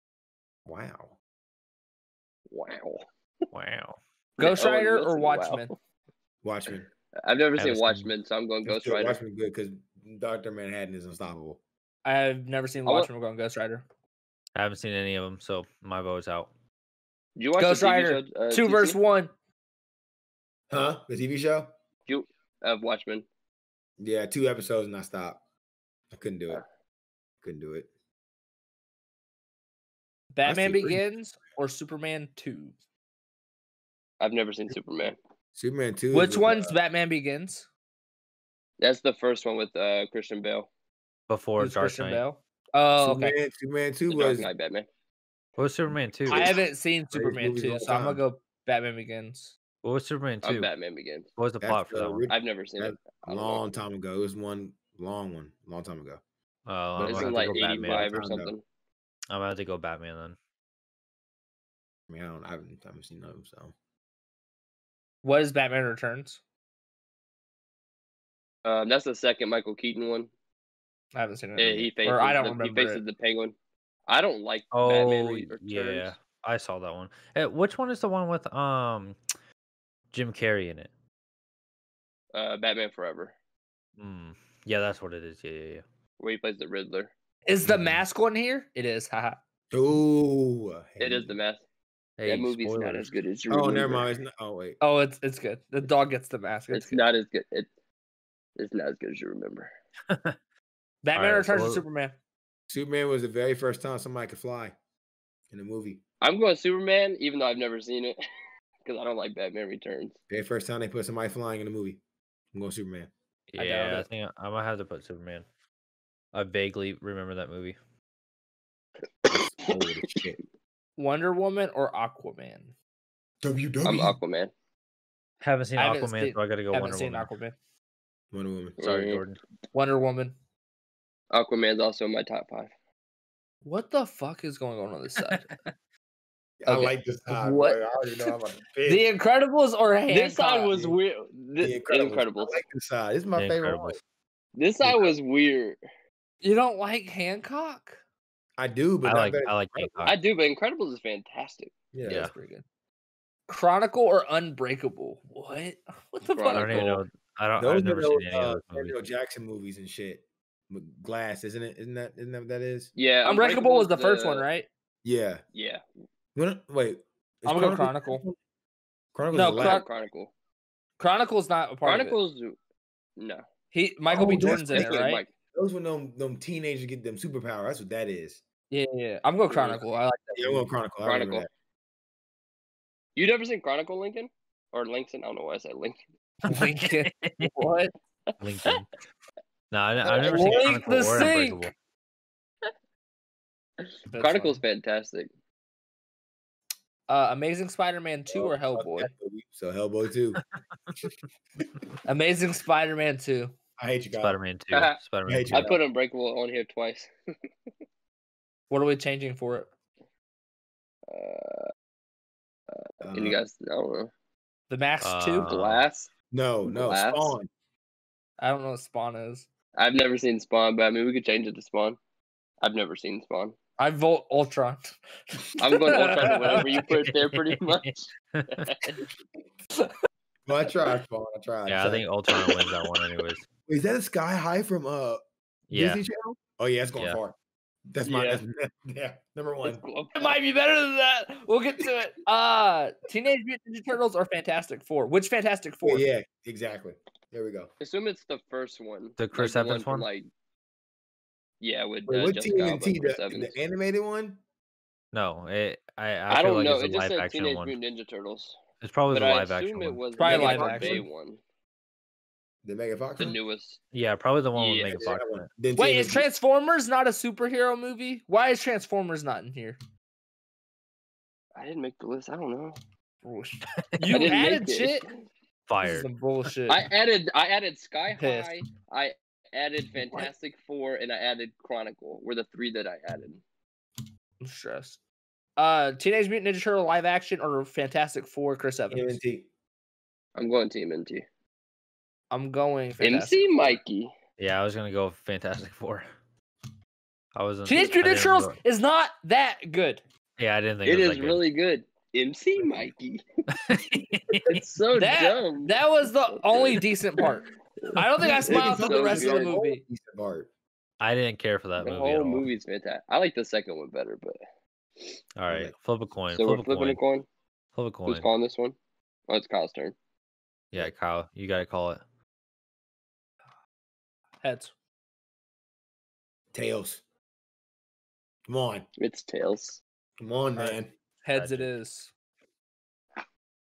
[SPEAKER 2] wow.
[SPEAKER 4] Wow.
[SPEAKER 1] Wow.
[SPEAKER 3] Ghost
[SPEAKER 4] Owen
[SPEAKER 3] Rider or
[SPEAKER 4] Wilson, oh, wow.
[SPEAKER 3] Watchmen?
[SPEAKER 2] Watchmen.
[SPEAKER 4] I've never
[SPEAKER 1] Haven't
[SPEAKER 4] seen
[SPEAKER 1] seen-
[SPEAKER 4] Watchmen, so I'm going
[SPEAKER 2] It's
[SPEAKER 4] Ghost
[SPEAKER 2] good.
[SPEAKER 4] Rider.
[SPEAKER 2] Watchmen good because Doctor Manhattan is unstoppable.
[SPEAKER 3] I've never seen
[SPEAKER 4] I wa-
[SPEAKER 3] Watchmen. We're going Ghost Rider.
[SPEAKER 1] I haven't seen any of them, so my vote's out.
[SPEAKER 4] Did you watch
[SPEAKER 3] Ghost
[SPEAKER 4] the TV
[SPEAKER 3] Rider,
[SPEAKER 4] show, uh,
[SPEAKER 3] Two
[SPEAKER 4] TC?
[SPEAKER 3] verse one.
[SPEAKER 2] Huh? The TV show?
[SPEAKER 4] of Watchmen.
[SPEAKER 2] Yeah, two episodes and I stopped. I couldn't do it.
[SPEAKER 4] Uh.
[SPEAKER 2] Couldn't do it.
[SPEAKER 3] Batman
[SPEAKER 2] see.
[SPEAKER 3] Begins or Superman Two?
[SPEAKER 4] I've never seen Superman.
[SPEAKER 2] Superman two. is
[SPEAKER 3] Which
[SPEAKER 2] with,
[SPEAKER 3] one's
[SPEAKER 2] uh,
[SPEAKER 3] Batman Begins?
[SPEAKER 4] That's the first one with uh, Christian Bale.
[SPEAKER 1] Before
[SPEAKER 3] Who's
[SPEAKER 1] Dark
[SPEAKER 3] Christian
[SPEAKER 1] Knight,
[SPEAKER 3] Bale? Oh, okay.
[SPEAKER 2] Superman, Superman two
[SPEAKER 4] The Dark
[SPEAKER 2] was
[SPEAKER 4] Knight Batman.
[SPEAKER 1] what was Superman two?
[SPEAKER 3] I haven't seen Superman
[SPEAKER 2] movies of
[SPEAKER 3] two,
[SPEAKER 2] all
[SPEAKER 3] so I'm gonna
[SPEAKER 2] time.
[SPEAKER 3] go Batman Begins.
[SPEAKER 1] What was Superman
[SPEAKER 4] I'm
[SPEAKER 1] two? What
[SPEAKER 4] uh, Batman Begins.
[SPEAKER 1] was the
[SPEAKER 2] that's
[SPEAKER 1] plot for
[SPEAKER 2] the
[SPEAKER 1] that one?
[SPEAKER 2] orig-
[SPEAKER 4] I've never seen
[SPEAKER 2] That-
[SPEAKER 4] it. I don't know.
[SPEAKER 2] long time ago. It was one long one, long time ago.
[SPEAKER 1] Oh, I'm gonna
[SPEAKER 4] But it's
[SPEAKER 1] have
[SPEAKER 4] in
[SPEAKER 1] to
[SPEAKER 4] like
[SPEAKER 1] go Batman.
[SPEAKER 4] 85 or
[SPEAKER 2] I don't know.
[SPEAKER 4] something.
[SPEAKER 1] I'm gonna have to go Batman then.
[SPEAKER 2] I mean, I don't, I haven't, I haven't seen them. So
[SPEAKER 3] What is Batman Returns?
[SPEAKER 4] Um, that's the second Michael Keaton one.
[SPEAKER 3] I haven't seen it.
[SPEAKER 4] Yeah, he faces,
[SPEAKER 3] or I don't
[SPEAKER 4] the, he
[SPEAKER 3] remember.
[SPEAKER 4] faces
[SPEAKER 3] it.
[SPEAKER 4] the Penguin. I don't like Batman
[SPEAKER 1] Oh
[SPEAKER 4] Re- Returns.
[SPEAKER 1] yeah, I saw that one. Eh, which one is the one with um Jim Carrey in it?
[SPEAKER 4] Uh, Batman Forever,
[SPEAKER 1] Mm. Yeah, that's what it is. Yeah, yeah, yeah.
[SPEAKER 4] where he plays the Riddler.
[SPEAKER 3] Is the
[SPEAKER 1] Mhm.
[SPEAKER 3] mask one here? It is. Haha.
[SPEAKER 2] Ooh,
[SPEAKER 4] It is the math. that movie's not as good as you.
[SPEAKER 2] Oh, never
[SPEAKER 4] remember.
[SPEAKER 2] mind. It's not, oh wait,
[SPEAKER 3] Oh, it's it's good. The dog gets the mask. It's
[SPEAKER 4] It's
[SPEAKER 3] good.
[SPEAKER 4] not as good. It, it's not as good as you remember.
[SPEAKER 3] Batman
[SPEAKER 1] Alright, so
[SPEAKER 3] Returns to
[SPEAKER 1] what-
[SPEAKER 3] Superman.
[SPEAKER 2] Superman was the very first time somebody could fly in a movie.
[SPEAKER 4] I'm going Superman, even though I've never seen it, because I don't like Batman Returns.
[SPEAKER 2] Very first time they put somebody flying in a movie. I'm going Superman.
[SPEAKER 3] I doubt
[SPEAKER 1] Yeah, I,
[SPEAKER 3] it.
[SPEAKER 1] think I, I might have to put Superman. I vaguely remember that movie.
[SPEAKER 2] Old as shit.
[SPEAKER 3] Wonder Woman or Aquaman?
[SPEAKER 2] WWE.
[SPEAKER 1] E.
[SPEAKER 4] I'm Aquaman.
[SPEAKER 1] Haven't seen
[SPEAKER 3] I haven't
[SPEAKER 1] Aquaman,
[SPEAKER 3] seen-
[SPEAKER 1] so I gotta go
[SPEAKER 3] haven't
[SPEAKER 1] Wonder
[SPEAKER 3] seen
[SPEAKER 1] Woman.
[SPEAKER 3] Aquaman. Mm.
[SPEAKER 2] Wonder Woman.
[SPEAKER 1] Sorry,
[SPEAKER 4] Mhm.
[SPEAKER 1] Jordan.
[SPEAKER 3] Wonder Woman.
[SPEAKER 4] Aquaman's also in my top five.
[SPEAKER 3] What the fuck is going on on this side?
[SPEAKER 2] I
[SPEAKER 3] Okay.
[SPEAKER 2] like this time.
[SPEAKER 3] What?
[SPEAKER 2] bro. I already know I'm about to pick.
[SPEAKER 3] the Incredibles or Hancock?
[SPEAKER 4] This side was weird. This,
[SPEAKER 2] The Incredibles.
[SPEAKER 4] Incredibles.
[SPEAKER 2] I like this side. This is my
[SPEAKER 1] The
[SPEAKER 2] favorite
[SPEAKER 1] Incredibles.
[SPEAKER 2] one.
[SPEAKER 4] This side was weird.
[SPEAKER 3] You don't like Hancock?
[SPEAKER 2] I do, but
[SPEAKER 1] I
[SPEAKER 2] not
[SPEAKER 1] like
[SPEAKER 2] better
[SPEAKER 1] I
[SPEAKER 2] than
[SPEAKER 1] like
[SPEAKER 2] Incredibles.
[SPEAKER 1] Hancock.
[SPEAKER 4] I do, but Incredibles is fantastic.
[SPEAKER 2] Yeah.
[SPEAKER 1] Yeah.
[SPEAKER 3] That's pretty good. Chronicle or Unbreakable? What? What the
[SPEAKER 1] I don't
[SPEAKER 3] fuck?
[SPEAKER 4] Chronicle.
[SPEAKER 1] even know. I don't.
[SPEAKER 2] Those
[SPEAKER 1] I've
[SPEAKER 2] are
[SPEAKER 1] never
[SPEAKER 2] those
[SPEAKER 1] seen any
[SPEAKER 2] uh,
[SPEAKER 1] of those movies.
[SPEAKER 2] Samuel Jackson movies and shit. With Glass, isn't it? Isn't that isn't that what that is?
[SPEAKER 4] Yeah,
[SPEAKER 3] Unbreakable was the
[SPEAKER 4] Unbreakable's
[SPEAKER 3] first one, right?
[SPEAKER 2] Yeah.
[SPEAKER 4] Yeah,
[SPEAKER 2] When- wait. is
[SPEAKER 3] I'm gonna go
[SPEAKER 2] Chronicles.
[SPEAKER 3] No,
[SPEAKER 2] is the
[SPEAKER 4] Chron-
[SPEAKER 2] last-
[SPEAKER 4] Chronicle.
[SPEAKER 3] Chronicle's not a part of it.
[SPEAKER 4] Chronicles. No,
[SPEAKER 3] He Michael B.
[SPEAKER 2] Oh, that's
[SPEAKER 3] Jordan's in it,
[SPEAKER 4] That's
[SPEAKER 2] right.
[SPEAKER 3] right?
[SPEAKER 4] Mike.
[SPEAKER 2] Those when them, them teenagers get them superpower. That's what that is.
[SPEAKER 3] Yeah, yeah. yeah. I'm going
[SPEAKER 4] Yeah.
[SPEAKER 3] Chronicle. I like that.
[SPEAKER 2] Yeah, I'm on Chronicle. Oh, I remember
[SPEAKER 4] Chronicle. You never seen Chronicle Lincoln or Lincoln? I don't know why I said Lincoln.
[SPEAKER 3] Lincoln. what?
[SPEAKER 1] Lincoln. No, I, I've never seen
[SPEAKER 3] Link
[SPEAKER 1] Chronicle
[SPEAKER 3] the
[SPEAKER 1] or
[SPEAKER 3] Sink.
[SPEAKER 1] Unbreakable.
[SPEAKER 3] That's
[SPEAKER 4] Chronicle's
[SPEAKER 3] funny.
[SPEAKER 4] fantastic.
[SPEAKER 3] Uh, Amazing Spider-Man
[SPEAKER 2] that.
[SPEAKER 3] two or
[SPEAKER 2] Oh, fuck
[SPEAKER 3] Hellboy?
[SPEAKER 2] that movie. So Hellboy too.
[SPEAKER 3] Amazing Spider-Man two.
[SPEAKER 2] I hate you guys.
[SPEAKER 1] Spider-Man Two.
[SPEAKER 4] I
[SPEAKER 1] Spider-Man
[SPEAKER 2] hate
[SPEAKER 1] Two.
[SPEAKER 2] you.
[SPEAKER 4] I put Unbreakable on here twice.
[SPEAKER 3] What are we changing for it?
[SPEAKER 4] Uh,
[SPEAKER 2] Uh,
[SPEAKER 4] and you guys, I don't know.
[SPEAKER 3] The Max two.
[SPEAKER 1] Uh,
[SPEAKER 4] Glass.
[SPEAKER 2] no, no.
[SPEAKER 4] Glass.
[SPEAKER 2] Spawn.
[SPEAKER 3] I don't know what Spawn is.
[SPEAKER 4] I've never seen Spawn, but I mean, we could change it to Spawn. I've never seen Spawn.
[SPEAKER 3] I vote Ultron.
[SPEAKER 4] I'm going to try to whatever you put there, pretty much.
[SPEAKER 2] Well, I tried Spawn. I tried.
[SPEAKER 1] Yeah, I
[SPEAKER 2] tried.
[SPEAKER 1] think Ultron wins that one, anyways.
[SPEAKER 2] Is that a sky high from uh
[SPEAKER 1] Yeah,
[SPEAKER 2] Disney Channel? Oh yeah, it's going
[SPEAKER 1] Yeah.
[SPEAKER 2] far. That's my
[SPEAKER 4] Yeah.
[SPEAKER 2] that's- yeah number one.
[SPEAKER 3] It might be better than that. We'll get to it. Uh Teenage Mutant Ninja Turtles or Fantastic Four? Which Fantastic Four?
[SPEAKER 2] Yeah, exactly. There we go.
[SPEAKER 4] Assume it's the first one.
[SPEAKER 1] The Chris
[SPEAKER 4] like, the
[SPEAKER 1] Evans
[SPEAKER 4] from,
[SPEAKER 1] one?
[SPEAKER 4] Like, yeah, with
[SPEAKER 2] Wait,
[SPEAKER 4] uh,
[SPEAKER 2] what
[SPEAKER 4] Jessica Alba and
[SPEAKER 2] TNT?
[SPEAKER 4] Chris
[SPEAKER 2] The,
[SPEAKER 4] Evans.
[SPEAKER 2] the animated one?
[SPEAKER 1] no, it, I, I,
[SPEAKER 4] I,
[SPEAKER 1] feel
[SPEAKER 4] don't
[SPEAKER 1] like
[SPEAKER 4] know.
[SPEAKER 1] It's
[SPEAKER 4] It
[SPEAKER 1] a
[SPEAKER 4] just
[SPEAKER 1] live
[SPEAKER 4] said
[SPEAKER 1] action
[SPEAKER 4] Teenage
[SPEAKER 1] one.
[SPEAKER 4] Mutant Ninja Turtles,
[SPEAKER 1] It's probably
[SPEAKER 4] but
[SPEAKER 1] the
[SPEAKER 4] I
[SPEAKER 1] live
[SPEAKER 4] assume
[SPEAKER 1] action
[SPEAKER 4] it
[SPEAKER 1] one.
[SPEAKER 4] was
[SPEAKER 3] Probably
[SPEAKER 4] the
[SPEAKER 3] live
[SPEAKER 4] Michael
[SPEAKER 3] action.
[SPEAKER 4] Bay one,
[SPEAKER 2] The Mega Fox?
[SPEAKER 4] the
[SPEAKER 2] one?
[SPEAKER 4] newest.
[SPEAKER 1] Yeah, probably the one with
[SPEAKER 4] Yeah,
[SPEAKER 1] Megan
[SPEAKER 4] it's
[SPEAKER 2] Yeah,
[SPEAKER 1] Fox.
[SPEAKER 2] that
[SPEAKER 1] in
[SPEAKER 2] one.
[SPEAKER 1] it.
[SPEAKER 2] Then
[SPEAKER 3] Wait, is
[SPEAKER 2] TNT.
[SPEAKER 3] Transformers not a superhero movie? Why is Transformers not in here?
[SPEAKER 4] I didn't make the list. I don't know.
[SPEAKER 3] Bullshit.
[SPEAKER 4] I
[SPEAKER 3] You
[SPEAKER 4] didn't make
[SPEAKER 3] added
[SPEAKER 4] it.
[SPEAKER 3] shit. This is
[SPEAKER 1] Fired.
[SPEAKER 3] some bullshit.
[SPEAKER 4] I added. I added Sky
[SPEAKER 3] Pissed.
[SPEAKER 4] High. I added Fantastic Four, and I added Chronicle. Were the three that I added.
[SPEAKER 3] I'm stressed. Uh, Teenage Mutant Ninja Turtle live action or Fantastic Four? Chris Evans.
[SPEAKER 2] TNT.
[SPEAKER 4] I'm going Team MT.
[SPEAKER 3] I'm going. Fantastic
[SPEAKER 4] MC
[SPEAKER 3] Four.
[SPEAKER 4] Mikey.
[SPEAKER 1] Yeah, I was gonna go Fantastic Four. I wasn't. I
[SPEAKER 3] Teenage Mutant Ninja
[SPEAKER 1] didn't
[SPEAKER 3] Turtles
[SPEAKER 1] really-
[SPEAKER 3] is not that good.
[SPEAKER 1] Yeah, I didn't think it, was
[SPEAKER 4] It is
[SPEAKER 1] that good.
[SPEAKER 4] really good. MC Mikey. It's so
[SPEAKER 3] That-
[SPEAKER 4] dumb.
[SPEAKER 3] That was the only decent part. I don't think I
[SPEAKER 4] It's
[SPEAKER 3] smiled
[SPEAKER 2] so
[SPEAKER 3] through the rest of the
[SPEAKER 4] good.
[SPEAKER 3] movie.
[SPEAKER 2] Piece of art.
[SPEAKER 1] I didn't care for that
[SPEAKER 4] The
[SPEAKER 1] movie at
[SPEAKER 4] whole
[SPEAKER 1] all.
[SPEAKER 4] movie's fantastic. I like the second one better, but
[SPEAKER 1] All right, flip a coin.
[SPEAKER 4] so
[SPEAKER 1] flip
[SPEAKER 4] we're
[SPEAKER 1] a
[SPEAKER 4] flipping
[SPEAKER 1] coin.
[SPEAKER 4] a coin.
[SPEAKER 1] Flip a
[SPEAKER 4] Who's
[SPEAKER 1] coin.
[SPEAKER 4] calling this one? Oh, it's Kyle's turn.
[SPEAKER 1] Yeah, Kyle, you gotta call it.
[SPEAKER 3] Heads.
[SPEAKER 2] Tails. Come on.
[SPEAKER 4] It's tails.
[SPEAKER 2] Come on,
[SPEAKER 3] All right.
[SPEAKER 2] man.
[SPEAKER 3] Heads it is.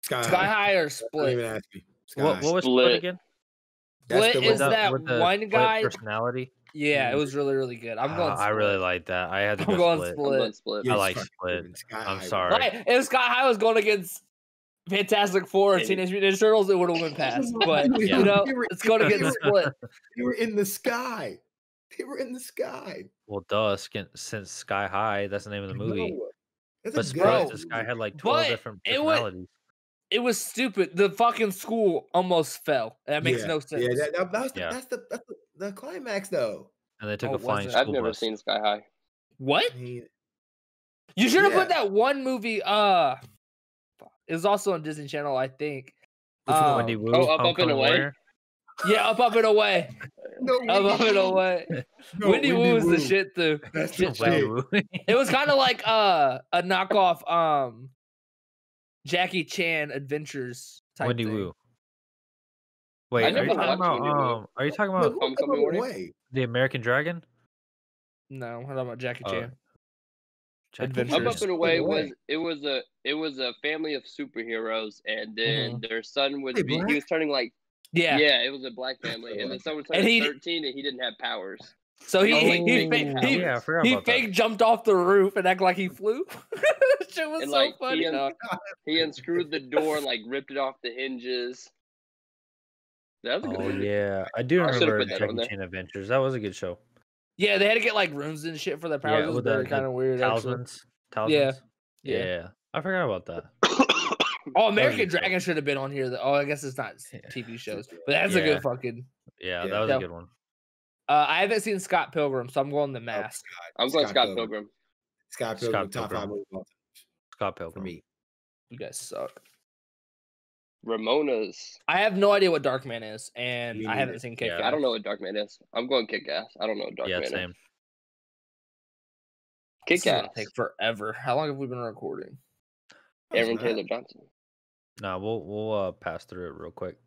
[SPEAKER 2] Sky,
[SPEAKER 3] Sky High or
[SPEAKER 2] Uh, Don't even
[SPEAKER 3] Split?
[SPEAKER 2] ask me. Sky
[SPEAKER 1] What,
[SPEAKER 2] High.
[SPEAKER 1] what was split
[SPEAKER 4] Split.
[SPEAKER 1] again?
[SPEAKER 2] That's
[SPEAKER 3] Split
[SPEAKER 2] the
[SPEAKER 3] is
[SPEAKER 2] one.
[SPEAKER 1] Without-
[SPEAKER 3] that
[SPEAKER 1] with the
[SPEAKER 3] one
[SPEAKER 1] split
[SPEAKER 3] guy-
[SPEAKER 1] personality?
[SPEAKER 3] Yeah, it was really, really good. I'm
[SPEAKER 1] Ah,
[SPEAKER 3] going.
[SPEAKER 1] I really
[SPEAKER 3] Split.
[SPEAKER 1] like that. I had to go
[SPEAKER 3] I'm going
[SPEAKER 1] split.
[SPEAKER 4] I'm
[SPEAKER 3] Split.
[SPEAKER 4] going split.
[SPEAKER 1] Yeah.
[SPEAKER 2] Yes,
[SPEAKER 1] like
[SPEAKER 2] fuck you,
[SPEAKER 1] Split.
[SPEAKER 2] man. Sky
[SPEAKER 1] I'm
[SPEAKER 2] High.
[SPEAKER 1] sorry.
[SPEAKER 3] Like, if Sky High was going against Fantastic Four or
[SPEAKER 4] And-
[SPEAKER 3] Teenage Mutant Ninja Turtles, it would have went past. But
[SPEAKER 1] Yeah.
[SPEAKER 3] you know,
[SPEAKER 2] They were-
[SPEAKER 3] it's going
[SPEAKER 2] they
[SPEAKER 3] against
[SPEAKER 2] were-
[SPEAKER 3] Split.
[SPEAKER 2] They were in the sky. They were in the sky.
[SPEAKER 1] Well, duh, skin, since Sky High, that's the name of the movie.
[SPEAKER 2] No. That's
[SPEAKER 1] But
[SPEAKER 2] a
[SPEAKER 1] Split,
[SPEAKER 2] good
[SPEAKER 3] Bro,
[SPEAKER 1] the
[SPEAKER 2] movie.
[SPEAKER 1] Sky had like 12
[SPEAKER 3] But
[SPEAKER 1] different
[SPEAKER 3] it wa-
[SPEAKER 1] personalities.
[SPEAKER 3] It was stupid. The fucking school almost fell. That makes
[SPEAKER 2] Yeah,
[SPEAKER 3] no sense.
[SPEAKER 2] Yeah, that, that- that's, the,
[SPEAKER 1] Yeah.
[SPEAKER 2] that's, the, that's the, the climax, though.
[SPEAKER 1] and they took a
[SPEAKER 3] Oh, was
[SPEAKER 1] flying
[SPEAKER 3] it?
[SPEAKER 1] school
[SPEAKER 4] I've never
[SPEAKER 1] bus.
[SPEAKER 4] seen Sky High.
[SPEAKER 3] What?
[SPEAKER 2] I mean,
[SPEAKER 3] You should have
[SPEAKER 2] Yeah.
[SPEAKER 3] put that one movie. Uh, fuck, it was also on Disney Channel, I think.
[SPEAKER 2] Which one?
[SPEAKER 3] Um,
[SPEAKER 1] Wendy Wu's
[SPEAKER 4] Up, Up and
[SPEAKER 1] Homecoming
[SPEAKER 4] Away?
[SPEAKER 1] Warrior?
[SPEAKER 3] yeah, up, up and away.
[SPEAKER 2] no,
[SPEAKER 3] Up, up and away.
[SPEAKER 2] no,
[SPEAKER 3] Wendy, Wu was the shit through.
[SPEAKER 2] That's the
[SPEAKER 3] Shit show.
[SPEAKER 1] Wendy
[SPEAKER 2] shit.
[SPEAKER 1] Wu.
[SPEAKER 3] It was kind of like uh, a knockoff um, Jackie Chan Adventures type
[SPEAKER 1] Wendy
[SPEAKER 3] thing.
[SPEAKER 1] Wu. Wait, are
[SPEAKER 4] never
[SPEAKER 1] you talking
[SPEAKER 4] watched
[SPEAKER 1] about
[SPEAKER 4] Wendy Wu.
[SPEAKER 1] um? Are you talking
[SPEAKER 2] No,
[SPEAKER 1] about
[SPEAKER 2] who-
[SPEAKER 4] Homecoming
[SPEAKER 2] no
[SPEAKER 4] Warrior?
[SPEAKER 2] way.
[SPEAKER 1] the American Dragon?
[SPEAKER 3] No, I'm talking about Jackie
[SPEAKER 1] Oh,
[SPEAKER 3] Chan.
[SPEAKER 1] Jackie
[SPEAKER 3] Adventures.
[SPEAKER 4] Up
[SPEAKER 1] Chan.
[SPEAKER 4] Up and Away
[SPEAKER 2] Away.
[SPEAKER 4] was it was a it was a family of superheroes, and then their son would
[SPEAKER 2] Hey,
[SPEAKER 4] be
[SPEAKER 2] black?
[SPEAKER 4] he was turning like
[SPEAKER 3] Yeah.
[SPEAKER 4] yeah, it was a black family, and the son was turning
[SPEAKER 3] he-
[SPEAKER 4] thirteen, and he didn't have powers.
[SPEAKER 3] So he
[SPEAKER 4] Oh,
[SPEAKER 3] he, he,
[SPEAKER 4] big
[SPEAKER 3] fa-
[SPEAKER 4] house.
[SPEAKER 3] he,
[SPEAKER 1] yeah, I forgot
[SPEAKER 3] he
[SPEAKER 1] about
[SPEAKER 3] fake jumped off the roof and acted like he flew. Shit was
[SPEAKER 4] And,
[SPEAKER 3] so
[SPEAKER 4] like, he
[SPEAKER 3] funny.
[SPEAKER 4] un-
[SPEAKER 3] dog.
[SPEAKER 4] He unscrewed the door, like ripped it off the hinges. That was
[SPEAKER 1] that.
[SPEAKER 4] a good
[SPEAKER 1] Oh
[SPEAKER 4] one.
[SPEAKER 1] yeah, I do
[SPEAKER 4] I should've
[SPEAKER 1] remember
[SPEAKER 4] put that
[SPEAKER 1] Jackie
[SPEAKER 4] on there.
[SPEAKER 1] Chan Adventures. That was a good show.
[SPEAKER 3] Yeah, they had to get like rooms and shit for their powers.
[SPEAKER 1] Yeah,
[SPEAKER 3] it was
[SPEAKER 1] with the- the
[SPEAKER 3] kind of weird. actually.
[SPEAKER 1] Talismans, talismans.
[SPEAKER 3] Yeah.
[SPEAKER 1] I forgot about that.
[SPEAKER 3] Oh, American
[SPEAKER 1] good show.
[SPEAKER 3] Dragon should have been on here. Though. Oh, I guess it's not s-
[SPEAKER 1] Yeah.
[SPEAKER 3] TV shows, but that's a
[SPEAKER 1] Yeah.
[SPEAKER 3] good fucking.
[SPEAKER 1] Yeah,
[SPEAKER 2] Yeah.
[SPEAKER 1] that was
[SPEAKER 3] Yeah.
[SPEAKER 1] a good one.
[SPEAKER 3] Uh, I haven't seen Scott Pilgrim, so I'm going
[SPEAKER 1] Oh,
[SPEAKER 3] the mask.
[SPEAKER 4] I'm going
[SPEAKER 2] Scott
[SPEAKER 4] Scott
[SPEAKER 2] Pilgrim.
[SPEAKER 4] Pilgrim.
[SPEAKER 1] Scott
[SPEAKER 2] Scott Pilgrim, top
[SPEAKER 1] Pilgrim.
[SPEAKER 2] five movies of all time
[SPEAKER 1] Scott Pilgrim.
[SPEAKER 2] for me.
[SPEAKER 3] You guys suck.
[SPEAKER 4] Ramona's.
[SPEAKER 3] I have no idea what Dark Man is, and
[SPEAKER 2] Me
[SPEAKER 3] I
[SPEAKER 2] neither.
[SPEAKER 3] haven't seen Kick.
[SPEAKER 1] Yeah.
[SPEAKER 3] Ass.
[SPEAKER 4] I don't know what Dark Man is. I'm going Kick Ass. I don't know what Dark
[SPEAKER 1] yeah,
[SPEAKER 4] Man
[SPEAKER 1] same.
[SPEAKER 4] is.
[SPEAKER 3] This
[SPEAKER 4] Kick
[SPEAKER 3] is gonna
[SPEAKER 4] Ass.
[SPEAKER 3] take forever. How long have we been recording?
[SPEAKER 2] No, it's
[SPEAKER 4] Aaron
[SPEAKER 2] not.
[SPEAKER 4] Taylor Johnson.
[SPEAKER 1] Nah, we'll we'll uh, pass through it real quick.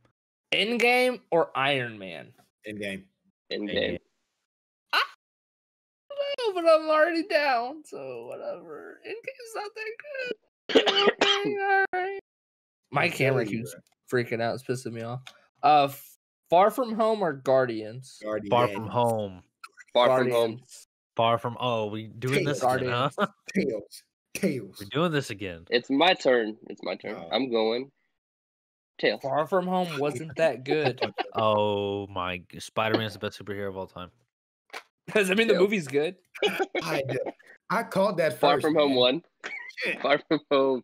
[SPEAKER 3] Endgame or Iron Man?
[SPEAKER 2] Endgame.
[SPEAKER 4] In
[SPEAKER 1] Endgame.
[SPEAKER 4] game.
[SPEAKER 3] No, but I'm already down, so whatever. Endgame's not that good. All right. My
[SPEAKER 2] I'm
[SPEAKER 3] camera
[SPEAKER 2] telling you,
[SPEAKER 3] keeps
[SPEAKER 2] bruh.
[SPEAKER 3] freaking out. It's pissing me off. Uh, F- Far From Home or Guardians?
[SPEAKER 2] Guardian.
[SPEAKER 1] Far from home.
[SPEAKER 4] Far from home.
[SPEAKER 3] Guardians.
[SPEAKER 1] Far from oh, we doing this again, huh?
[SPEAKER 3] Guardians.
[SPEAKER 2] Tails. Tails.
[SPEAKER 1] We're doing this again.
[SPEAKER 4] It's my turn. It's my turn.
[SPEAKER 2] Oh.
[SPEAKER 4] I'm going. Tails.
[SPEAKER 3] Far From Home wasn't that good.
[SPEAKER 1] Oh my! g- Spider-Man's the best superhero of all time.
[SPEAKER 3] Does I mean the
[SPEAKER 4] Yeah.
[SPEAKER 3] movie's good?
[SPEAKER 2] I, did. I called that first.
[SPEAKER 4] Far from home
[SPEAKER 2] man.
[SPEAKER 4] one.
[SPEAKER 2] Shit.
[SPEAKER 4] Far from home.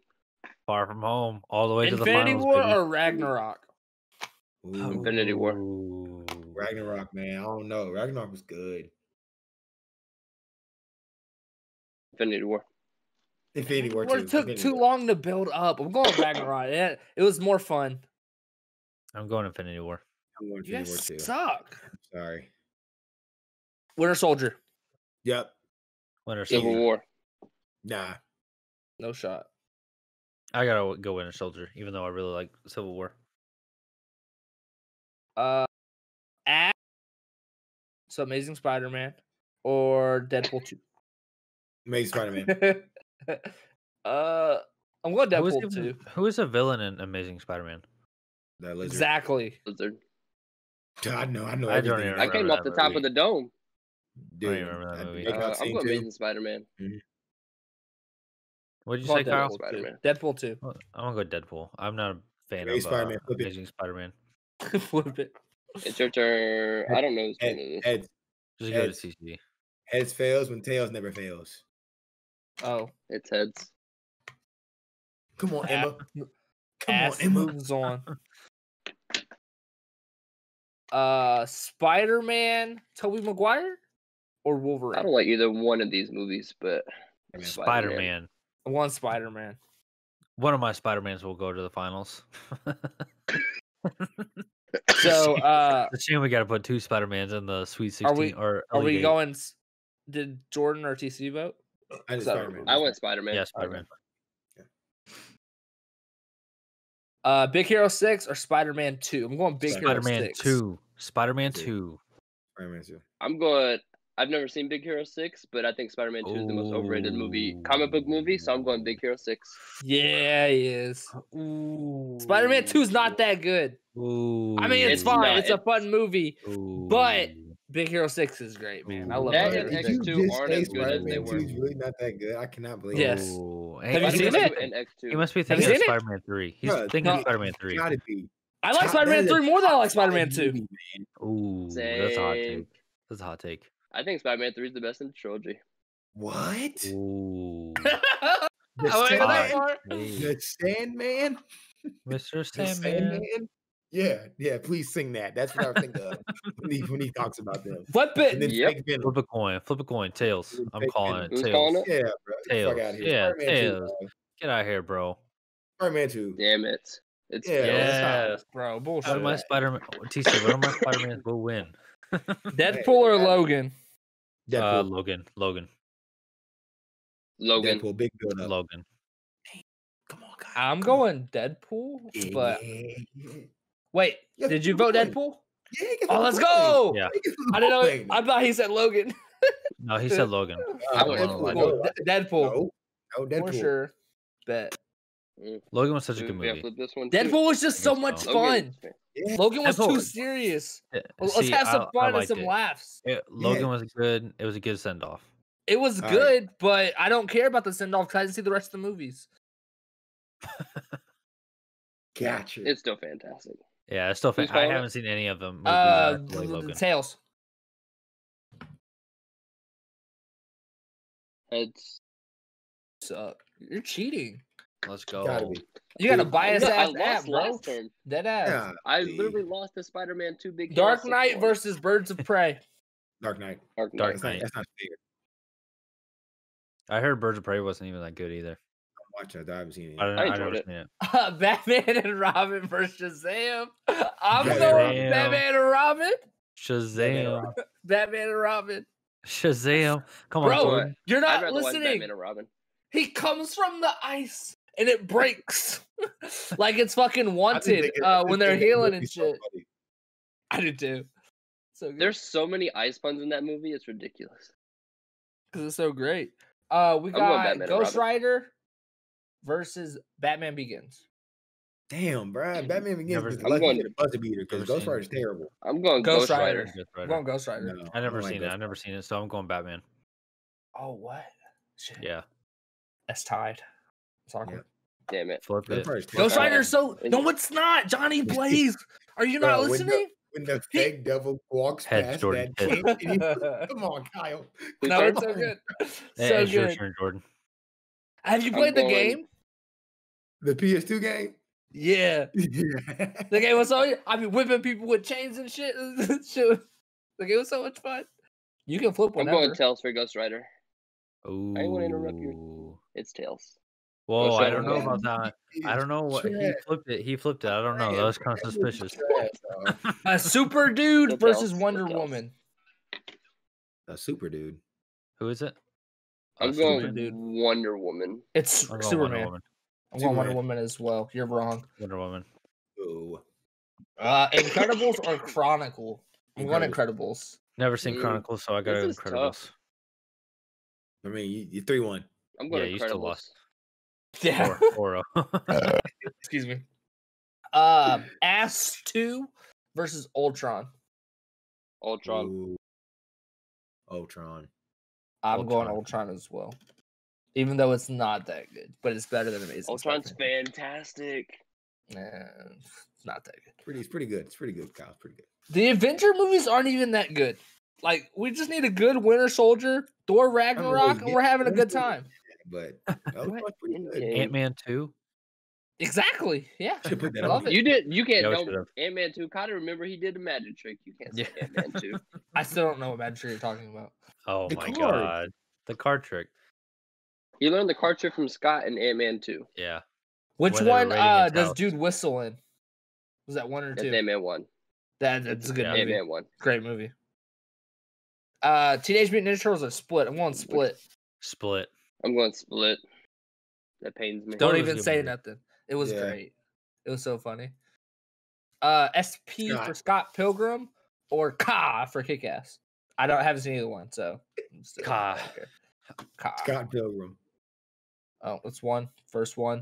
[SPEAKER 1] Far from home, all the way to the
[SPEAKER 3] Infinity
[SPEAKER 1] finals.
[SPEAKER 3] War
[SPEAKER 1] baby.
[SPEAKER 3] or Ragnarok?
[SPEAKER 2] Ooh,
[SPEAKER 4] Infinity War.
[SPEAKER 1] Ooh.
[SPEAKER 2] Ragnarok, man. I don't know. Ragnarok was good.
[SPEAKER 4] Infinity War.
[SPEAKER 2] Infinity War.
[SPEAKER 3] Well,
[SPEAKER 2] too.
[SPEAKER 3] it took
[SPEAKER 2] Infinity
[SPEAKER 3] too
[SPEAKER 2] War.
[SPEAKER 3] long to build up. I'm going Ragnarok. Yeah, it was more fun.
[SPEAKER 1] I'm going Infinity War.
[SPEAKER 2] I'm going
[SPEAKER 3] You
[SPEAKER 2] Infinity War
[SPEAKER 3] guys
[SPEAKER 2] too.
[SPEAKER 3] suck.
[SPEAKER 2] Sorry.
[SPEAKER 3] Winter Soldier.
[SPEAKER 2] Yep.
[SPEAKER 1] Winter
[SPEAKER 4] Civil
[SPEAKER 1] Soldier.
[SPEAKER 4] War.
[SPEAKER 2] Nah.
[SPEAKER 3] No shot.
[SPEAKER 1] I gotta w- go Winter Soldier, even though I really like Civil War.
[SPEAKER 3] Uh, at so Amazing Spider-Man or Deadpool two.
[SPEAKER 2] Amazing Spider-Man.
[SPEAKER 3] uh, I'm going
[SPEAKER 1] who, is
[SPEAKER 3] Deadpool
[SPEAKER 1] even-
[SPEAKER 3] two.
[SPEAKER 1] who is a villain in Amazing Spider-Man?
[SPEAKER 2] That lizard.
[SPEAKER 3] Exactly.
[SPEAKER 4] Lizard.
[SPEAKER 2] I know. I know.
[SPEAKER 1] I don't even
[SPEAKER 2] everything about
[SPEAKER 4] I
[SPEAKER 1] remember
[SPEAKER 4] came
[SPEAKER 1] that
[SPEAKER 4] off the top
[SPEAKER 1] movie.
[SPEAKER 4] of the dome.
[SPEAKER 2] it,
[SPEAKER 1] don't
[SPEAKER 2] Dude,
[SPEAKER 1] even remember that
[SPEAKER 2] I-
[SPEAKER 1] movie.
[SPEAKER 2] I
[SPEAKER 4] Uh,
[SPEAKER 2] got
[SPEAKER 4] I'm
[SPEAKER 2] seen
[SPEAKER 4] going
[SPEAKER 2] too.
[SPEAKER 4] Amazing Spider-Man.
[SPEAKER 1] What did you
[SPEAKER 3] I'm
[SPEAKER 1] say,
[SPEAKER 3] going
[SPEAKER 1] Kyle?
[SPEAKER 3] Deadpool two.
[SPEAKER 4] Spider-Man.
[SPEAKER 3] Deadpool two.
[SPEAKER 1] Well, I'm gonna go Deadpool. I'm not a fan
[SPEAKER 2] Amazing
[SPEAKER 1] of uh,
[SPEAKER 2] Spider-Man, flip it.
[SPEAKER 1] Amazing Spider-Man.
[SPEAKER 3] Flip it.
[SPEAKER 4] It's your turn. I don't know who's
[SPEAKER 2] Head-
[SPEAKER 4] going to this.
[SPEAKER 2] Heads,
[SPEAKER 1] Just go to
[SPEAKER 2] Ed.
[SPEAKER 1] CC.
[SPEAKER 2] heads fails when tails never fails.
[SPEAKER 3] Oh,
[SPEAKER 4] It's heads.
[SPEAKER 2] Come on, Emma. Come
[SPEAKER 3] ass
[SPEAKER 2] on, Emma.
[SPEAKER 3] moves on. Uh, Spider Man, Tobey Maguire, or
[SPEAKER 4] I
[SPEAKER 3] Wolverine?
[SPEAKER 4] don't like either one of these movies, but
[SPEAKER 2] Spider-Man.
[SPEAKER 1] Spider-Man.
[SPEAKER 3] One Spider Man.
[SPEAKER 1] One of my Spider-Mans will go to the finals.
[SPEAKER 3] So, uh,
[SPEAKER 1] It's a shame we got to put two Spider-Mans in the Sweet 16
[SPEAKER 3] Are we-
[SPEAKER 1] or
[SPEAKER 3] are
[SPEAKER 1] Elite
[SPEAKER 3] we
[SPEAKER 1] Eight.
[SPEAKER 3] going? s- Did Jordan or TC vote?
[SPEAKER 2] I did
[SPEAKER 3] So,
[SPEAKER 2] Spider-Man.
[SPEAKER 4] I went Spider-Man.
[SPEAKER 1] Yeah, Spider-Man.
[SPEAKER 3] Uh, Big Hero Six or Spider Man Two? I'm going Big Hero
[SPEAKER 1] Spider-Man
[SPEAKER 3] 6
[SPEAKER 1] 2. Spider-Man
[SPEAKER 2] Two.
[SPEAKER 1] 2.
[SPEAKER 2] Spider-Man too.
[SPEAKER 4] I'm going. I've never seen Big Hero Six, but I think Spider-Man Two is the most overrated movie, comic book movie. So I'm going Big Hero Six.
[SPEAKER 3] Yeah, he is. Spider Man Two is not that good. I mean, it's
[SPEAKER 4] Ooh.
[SPEAKER 3] fine.
[SPEAKER 4] not.
[SPEAKER 3] It's a
[SPEAKER 4] It's-
[SPEAKER 3] fun movie.
[SPEAKER 1] Ooh.
[SPEAKER 3] but- Big Hero Six is great, man. I
[SPEAKER 1] Ooh.
[SPEAKER 3] love
[SPEAKER 4] That
[SPEAKER 3] Big
[SPEAKER 4] and
[SPEAKER 3] Hero
[SPEAKER 2] Did
[SPEAKER 3] Six.
[SPEAKER 2] you
[SPEAKER 4] X2
[SPEAKER 2] just
[SPEAKER 4] aren't
[SPEAKER 2] say
[SPEAKER 4] as good as they
[SPEAKER 2] Spider-Man 2 is
[SPEAKER 4] were.
[SPEAKER 2] really not that good? I cannot believe
[SPEAKER 3] Yes.
[SPEAKER 2] it.
[SPEAKER 1] Ooh.
[SPEAKER 3] Have you
[SPEAKER 1] Hey,
[SPEAKER 3] seen
[SPEAKER 1] he
[SPEAKER 4] Spider-Man
[SPEAKER 1] must-
[SPEAKER 3] it?
[SPEAKER 4] two And X
[SPEAKER 1] He
[SPEAKER 4] Two.
[SPEAKER 1] must be
[SPEAKER 3] Have you
[SPEAKER 1] thinking of
[SPEAKER 3] seen it?
[SPEAKER 1] Spider-Man 3. He's
[SPEAKER 2] Bruh,
[SPEAKER 1] thinking of
[SPEAKER 2] no.
[SPEAKER 1] Spider-Man 3.
[SPEAKER 2] Gotta be.
[SPEAKER 3] I like
[SPEAKER 2] Top-
[SPEAKER 3] Spider Man
[SPEAKER 2] that is a
[SPEAKER 3] Three more than I
[SPEAKER 2] top
[SPEAKER 3] like Spider Man
[SPEAKER 2] five
[SPEAKER 3] Two.
[SPEAKER 2] movie, man.
[SPEAKER 1] Ooh, that's a hot take. That's a hot take.
[SPEAKER 4] I think Spider-Man Three is the best in the trilogy.
[SPEAKER 2] What?
[SPEAKER 1] Ooh.
[SPEAKER 2] The
[SPEAKER 3] I wanna go that
[SPEAKER 1] Sandman.
[SPEAKER 3] far.
[SPEAKER 1] Hey,
[SPEAKER 2] The Sandman?
[SPEAKER 1] Mr.
[SPEAKER 2] The
[SPEAKER 1] Sandman.
[SPEAKER 2] Yeah, yeah. Please sing that. That's what I think of when he, when he talks about them.
[SPEAKER 3] Flip
[SPEAKER 2] And then
[SPEAKER 3] it.
[SPEAKER 4] Yep.
[SPEAKER 2] Fake Venom.
[SPEAKER 1] Flip a coin. Flip a coin. Tails.
[SPEAKER 2] Dude,
[SPEAKER 1] I'm
[SPEAKER 2] Fake
[SPEAKER 1] calling
[SPEAKER 2] Venom.
[SPEAKER 1] it.
[SPEAKER 4] Who's
[SPEAKER 1] Tails.
[SPEAKER 4] calling it?
[SPEAKER 2] Yeah, bro. Get the
[SPEAKER 1] Tails.
[SPEAKER 2] fuck out of here.
[SPEAKER 1] Yeah,
[SPEAKER 2] Spider-Man two,
[SPEAKER 1] Tails.
[SPEAKER 2] bro.
[SPEAKER 1] Get out of here, bro.
[SPEAKER 2] Spider-Man 2.
[SPEAKER 3] Uh,
[SPEAKER 4] Damn it! It's
[SPEAKER 2] Yeah.
[SPEAKER 4] failed.
[SPEAKER 3] Yes, bro.
[SPEAKER 1] One of
[SPEAKER 3] Bullshit.
[SPEAKER 1] my Spider Man, TC, one of my Spider Mans will win.
[SPEAKER 3] Deadpool or Logan?
[SPEAKER 1] Uh,
[SPEAKER 2] Deadpool.
[SPEAKER 1] Logan, Logan,
[SPEAKER 4] Logan.
[SPEAKER 2] Deadpool. Big build up.
[SPEAKER 1] Logan.
[SPEAKER 2] Come on, guys.
[SPEAKER 3] I'm going Deadpool, but wait,
[SPEAKER 2] Yeah,
[SPEAKER 3] did you
[SPEAKER 2] flip a
[SPEAKER 3] vote
[SPEAKER 2] coin.
[SPEAKER 3] Deadpool?
[SPEAKER 2] Yeah, he gets
[SPEAKER 3] Oh,
[SPEAKER 2] the
[SPEAKER 3] let's
[SPEAKER 2] coin.
[SPEAKER 3] go!
[SPEAKER 1] Yeah.
[SPEAKER 2] He gets the
[SPEAKER 3] I didn't
[SPEAKER 2] coin.
[SPEAKER 3] know. I thought he said Logan.
[SPEAKER 1] No, he said Logan.
[SPEAKER 2] Uh,
[SPEAKER 4] wouldn't
[SPEAKER 2] Deadpool,
[SPEAKER 4] like
[SPEAKER 2] no,
[SPEAKER 3] Well,
[SPEAKER 2] I
[SPEAKER 3] De- Deadpool
[SPEAKER 2] No, no,
[SPEAKER 3] for
[SPEAKER 2] Deadpool.
[SPEAKER 3] sure. Bet.
[SPEAKER 4] Mm.
[SPEAKER 1] Logan was such a
[SPEAKER 4] Did
[SPEAKER 1] good
[SPEAKER 4] we have
[SPEAKER 1] movie.
[SPEAKER 4] flipped this one. too?
[SPEAKER 3] Deadpool was just so
[SPEAKER 1] Logan-
[SPEAKER 3] much fun.
[SPEAKER 4] Logan-
[SPEAKER 3] Logan was too
[SPEAKER 1] Deadpool-
[SPEAKER 3] serious.
[SPEAKER 1] Yeah,
[SPEAKER 3] Well,
[SPEAKER 1] see,
[SPEAKER 3] Let's have
[SPEAKER 1] I-
[SPEAKER 3] some
[SPEAKER 1] I
[SPEAKER 3] fun and
[SPEAKER 1] liked
[SPEAKER 3] some
[SPEAKER 1] it.
[SPEAKER 3] laughs.
[SPEAKER 1] It- Logan was good. It was a good send off.
[SPEAKER 3] It was
[SPEAKER 2] All right.
[SPEAKER 3] good, but I don't care about the send off because I didn't see the rest of the movies.
[SPEAKER 2] Gotcha.
[SPEAKER 4] It's still fantastic.
[SPEAKER 1] Yeah, I still
[SPEAKER 4] Who's
[SPEAKER 1] think I
[SPEAKER 4] following it?
[SPEAKER 1] haven't seen any of them.
[SPEAKER 3] Uh,
[SPEAKER 1] movies that are like
[SPEAKER 3] the, the
[SPEAKER 1] Logan.
[SPEAKER 3] tails.
[SPEAKER 4] It's
[SPEAKER 3] Suck. You're cheating.
[SPEAKER 1] Let's
[SPEAKER 2] Gotta
[SPEAKER 1] go.
[SPEAKER 2] be.
[SPEAKER 3] You got a
[SPEAKER 2] Dude,
[SPEAKER 3] biased
[SPEAKER 4] No, I
[SPEAKER 3] ass
[SPEAKER 4] lost
[SPEAKER 3] app, bro.
[SPEAKER 4] last term.
[SPEAKER 3] Dead ass.
[SPEAKER 2] Yeah,
[SPEAKER 4] I
[SPEAKER 2] dude.
[SPEAKER 4] literally lost to Spider-Man Two Big Hero
[SPEAKER 3] Dark
[SPEAKER 4] Six
[SPEAKER 3] Knight
[SPEAKER 4] one.
[SPEAKER 3] versus Birds of Prey.
[SPEAKER 2] Dark Knight.
[SPEAKER 4] Dark Knight.
[SPEAKER 1] Dark
[SPEAKER 2] That's not,
[SPEAKER 1] Knight.
[SPEAKER 2] that's not fair.
[SPEAKER 1] I heard Birds of Prey wasn't even that good either.
[SPEAKER 2] I'm watching it. I haven't seen
[SPEAKER 1] I
[SPEAKER 2] it.
[SPEAKER 1] don't know.
[SPEAKER 4] I
[SPEAKER 1] I,
[SPEAKER 4] enjoyed
[SPEAKER 1] never
[SPEAKER 4] it.
[SPEAKER 1] seen it.
[SPEAKER 3] Uh, Batman and Robin versus Shazam. I'm
[SPEAKER 2] Batman and
[SPEAKER 3] going
[SPEAKER 1] Robin.
[SPEAKER 3] Batman and Robin.
[SPEAKER 1] Shazam!
[SPEAKER 3] Batman and Robin.
[SPEAKER 1] Shazam! Come on,
[SPEAKER 3] Bro,
[SPEAKER 1] Jordan.
[SPEAKER 3] You're
[SPEAKER 4] I'd
[SPEAKER 3] not
[SPEAKER 4] rather watch Batman
[SPEAKER 3] listening.
[SPEAKER 4] and Robin.
[SPEAKER 3] He comes from the ice and it breaks. like it's fucking
[SPEAKER 2] I think
[SPEAKER 3] wanted
[SPEAKER 2] they- I
[SPEAKER 3] uh,
[SPEAKER 2] think
[SPEAKER 3] when
[SPEAKER 2] they
[SPEAKER 3] they're
[SPEAKER 2] make the
[SPEAKER 3] healing
[SPEAKER 2] movie
[SPEAKER 3] and
[SPEAKER 2] so
[SPEAKER 3] shit.
[SPEAKER 2] funny.
[SPEAKER 3] I do too. So good.
[SPEAKER 4] There's so many ice puns in that movie. It's ridiculous.
[SPEAKER 3] because it's so great. Uh, we
[SPEAKER 4] going
[SPEAKER 3] got
[SPEAKER 4] Batman and
[SPEAKER 3] Ghost
[SPEAKER 4] Robin.
[SPEAKER 3] Rider versus Batman Begins.
[SPEAKER 2] Damn, bro.
[SPEAKER 4] Mhm.
[SPEAKER 2] Batman Begins
[SPEAKER 1] Never-
[SPEAKER 2] was
[SPEAKER 4] I'm
[SPEAKER 2] lucky
[SPEAKER 4] going-
[SPEAKER 2] to get a buzzer beater because
[SPEAKER 1] Never
[SPEAKER 2] Ghost
[SPEAKER 1] seen it.
[SPEAKER 2] Rider's terrible. Oh
[SPEAKER 4] I'm going
[SPEAKER 3] Ghost
[SPEAKER 4] Ghost,
[SPEAKER 3] Rider.
[SPEAKER 4] Rider.
[SPEAKER 1] Ghost
[SPEAKER 3] We're
[SPEAKER 1] Rider.
[SPEAKER 3] going Ghost
[SPEAKER 2] No,
[SPEAKER 3] Rider.
[SPEAKER 1] I never
[SPEAKER 2] don't like
[SPEAKER 1] seen it.
[SPEAKER 2] Ghost
[SPEAKER 1] I've never seen it, so I'm going Batman.
[SPEAKER 3] Oh what? Shit.
[SPEAKER 1] Yeah,
[SPEAKER 3] That's tied. It's awkward.
[SPEAKER 4] Damn it.
[SPEAKER 1] flip
[SPEAKER 2] Rider.
[SPEAKER 1] it.
[SPEAKER 2] Ghost Rider's
[SPEAKER 3] Ghost
[SPEAKER 2] terrible.
[SPEAKER 3] Rider's so
[SPEAKER 4] Is-
[SPEAKER 3] no, it's not. Johnny Blaze. Are you not
[SPEAKER 2] Bro, when the-
[SPEAKER 3] listening?
[SPEAKER 2] When the
[SPEAKER 3] He-
[SPEAKER 2] fake devil walks
[SPEAKER 1] Head
[SPEAKER 2] past
[SPEAKER 1] Jordan
[SPEAKER 2] that
[SPEAKER 1] hit.
[SPEAKER 2] kid, and he- come on, Kyle.
[SPEAKER 3] No,
[SPEAKER 4] Sorry?
[SPEAKER 3] it's so good.
[SPEAKER 1] Hey,
[SPEAKER 3] So
[SPEAKER 1] it's your
[SPEAKER 3] good.
[SPEAKER 1] turn, Jordan.
[SPEAKER 3] Have you
[SPEAKER 4] I'm
[SPEAKER 3] played the
[SPEAKER 4] going-
[SPEAKER 3] game?
[SPEAKER 2] The PS2 game.
[SPEAKER 3] Yeah. The game was so I be whipping people with chains and shit. Shit. the game was so much fun. You can flip
[SPEAKER 4] I'm
[SPEAKER 3] whenever.
[SPEAKER 4] going Tails for Ghost Rider.
[SPEAKER 1] Ooh.
[SPEAKER 4] I wanna interrupt your-
[SPEAKER 3] Oh,
[SPEAKER 4] It's Tails.
[SPEAKER 1] Whoa, I
[SPEAKER 4] Rider
[SPEAKER 1] don't know
[SPEAKER 4] wins.
[SPEAKER 1] about that. I don't know what he
[SPEAKER 2] trash.
[SPEAKER 1] flipped it. He flipped it. I don't know. That was kind of suspicious.
[SPEAKER 3] A Uh, super dude
[SPEAKER 4] Flip
[SPEAKER 3] versus
[SPEAKER 4] else,
[SPEAKER 3] Wonder
[SPEAKER 4] flip else.
[SPEAKER 3] Woman.
[SPEAKER 2] A super dude.
[SPEAKER 1] Who is it?
[SPEAKER 4] I'm
[SPEAKER 1] Uh,
[SPEAKER 4] going
[SPEAKER 1] Superman?
[SPEAKER 3] Dude.
[SPEAKER 4] Wonder Woman.
[SPEAKER 3] It's
[SPEAKER 1] I'm going Wonder
[SPEAKER 3] Superman.
[SPEAKER 1] Woman.
[SPEAKER 3] I'm going Wonder
[SPEAKER 2] Superman.
[SPEAKER 3] Woman as well. You're wrong.
[SPEAKER 1] Wonder Woman.
[SPEAKER 2] Ooh.
[SPEAKER 3] Uh Incredibles or Chronicle? I'm going
[SPEAKER 2] Incredibles.
[SPEAKER 3] Incredibles.
[SPEAKER 1] Never seen
[SPEAKER 4] Ooh,
[SPEAKER 1] Chronicles, so I got
[SPEAKER 4] Mm, this is
[SPEAKER 1] Incredibles.
[SPEAKER 4] tough.
[SPEAKER 2] I mean, you, you three one.
[SPEAKER 4] I'm going
[SPEAKER 1] Yeah, you still
[SPEAKER 4] Incredibles.
[SPEAKER 1] lost.
[SPEAKER 3] Yeah.
[SPEAKER 1] Or, or
[SPEAKER 3] Excuse me. Uh Ass 2 versus Ultron.
[SPEAKER 4] Ultron.
[SPEAKER 2] Ooh. Oh, Ultron.
[SPEAKER 3] I'm going
[SPEAKER 1] Ultron.
[SPEAKER 3] Ultron as well. Even though it's not that good, but it's better than Amazing.
[SPEAKER 4] Ultron's
[SPEAKER 3] Spider-Man.
[SPEAKER 4] fantastic.
[SPEAKER 3] Nah, it's not that good.
[SPEAKER 2] Pretty. It's pretty good. It's pretty good, Kyle. It's pretty good.
[SPEAKER 3] The Avenger movies aren't even that good. Like we just need a good Winter Soldier, Thor Ragnarok, and
[SPEAKER 2] yeah,
[SPEAKER 3] we're having a
[SPEAKER 2] Winter
[SPEAKER 3] good
[SPEAKER 2] Soldier.
[SPEAKER 3] time.
[SPEAKER 2] But Ultron's pretty
[SPEAKER 4] in
[SPEAKER 2] good.
[SPEAKER 4] game?
[SPEAKER 1] Ant Man 2.
[SPEAKER 3] Exactly. Yeah.
[SPEAKER 2] Should put that
[SPEAKER 3] Love
[SPEAKER 2] on.
[SPEAKER 3] it.
[SPEAKER 4] You did. You can't
[SPEAKER 1] Yeah, we
[SPEAKER 4] know
[SPEAKER 1] should've.
[SPEAKER 4] Ant Man two. Kinda remember he did the magic trick. You can't say
[SPEAKER 1] Yeah.
[SPEAKER 4] Ant Man two.
[SPEAKER 3] I still don't know what magic you're talking about.
[SPEAKER 1] Oh
[SPEAKER 2] The
[SPEAKER 1] my
[SPEAKER 2] card.
[SPEAKER 1] god. The card trick.
[SPEAKER 4] He learned the card trick from Scott in Ant Man two.
[SPEAKER 1] Yeah.
[SPEAKER 3] Which
[SPEAKER 1] Where they were
[SPEAKER 3] one
[SPEAKER 1] raiding
[SPEAKER 3] uh,
[SPEAKER 1] his
[SPEAKER 3] does
[SPEAKER 1] house.
[SPEAKER 3] dude whistle in? Was that one or
[SPEAKER 4] That's
[SPEAKER 3] two?
[SPEAKER 4] Ant Man one.
[SPEAKER 3] That, that's a good
[SPEAKER 1] Yeah.
[SPEAKER 4] Ant
[SPEAKER 3] movie.
[SPEAKER 4] Man one.
[SPEAKER 3] Great movie. Uh, Teenage Mutant Ninja Turtles are split. I'm going split.
[SPEAKER 1] Split.
[SPEAKER 4] I'm going split. That pains me.
[SPEAKER 1] Don't
[SPEAKER 3] Don't
[SPEAKER 1] it was a
[SPEAKER 3] even
[SPEAKER 1] good
[SPEAKER 3] say
[SPEAKER 1] movie.
[SPEAKER 3] nothing. It was
[SPEAKER 2] Yeah.
[SPEAKER 3] great. It was so funny. Uh, SP for
[SPEAKER 2] Scott.
[SPEAKER 3] Scott Pilgrim or Ka for Kick Ass. I don't haven't seen either one, so I'm still- I
[SPEAKER 1] Ka.
[SPEAKER 3] don't care. Ka.
[SPEAKER 2] Scott Pilgrim.
[SPEAKER 3] Oh, it's one. First one.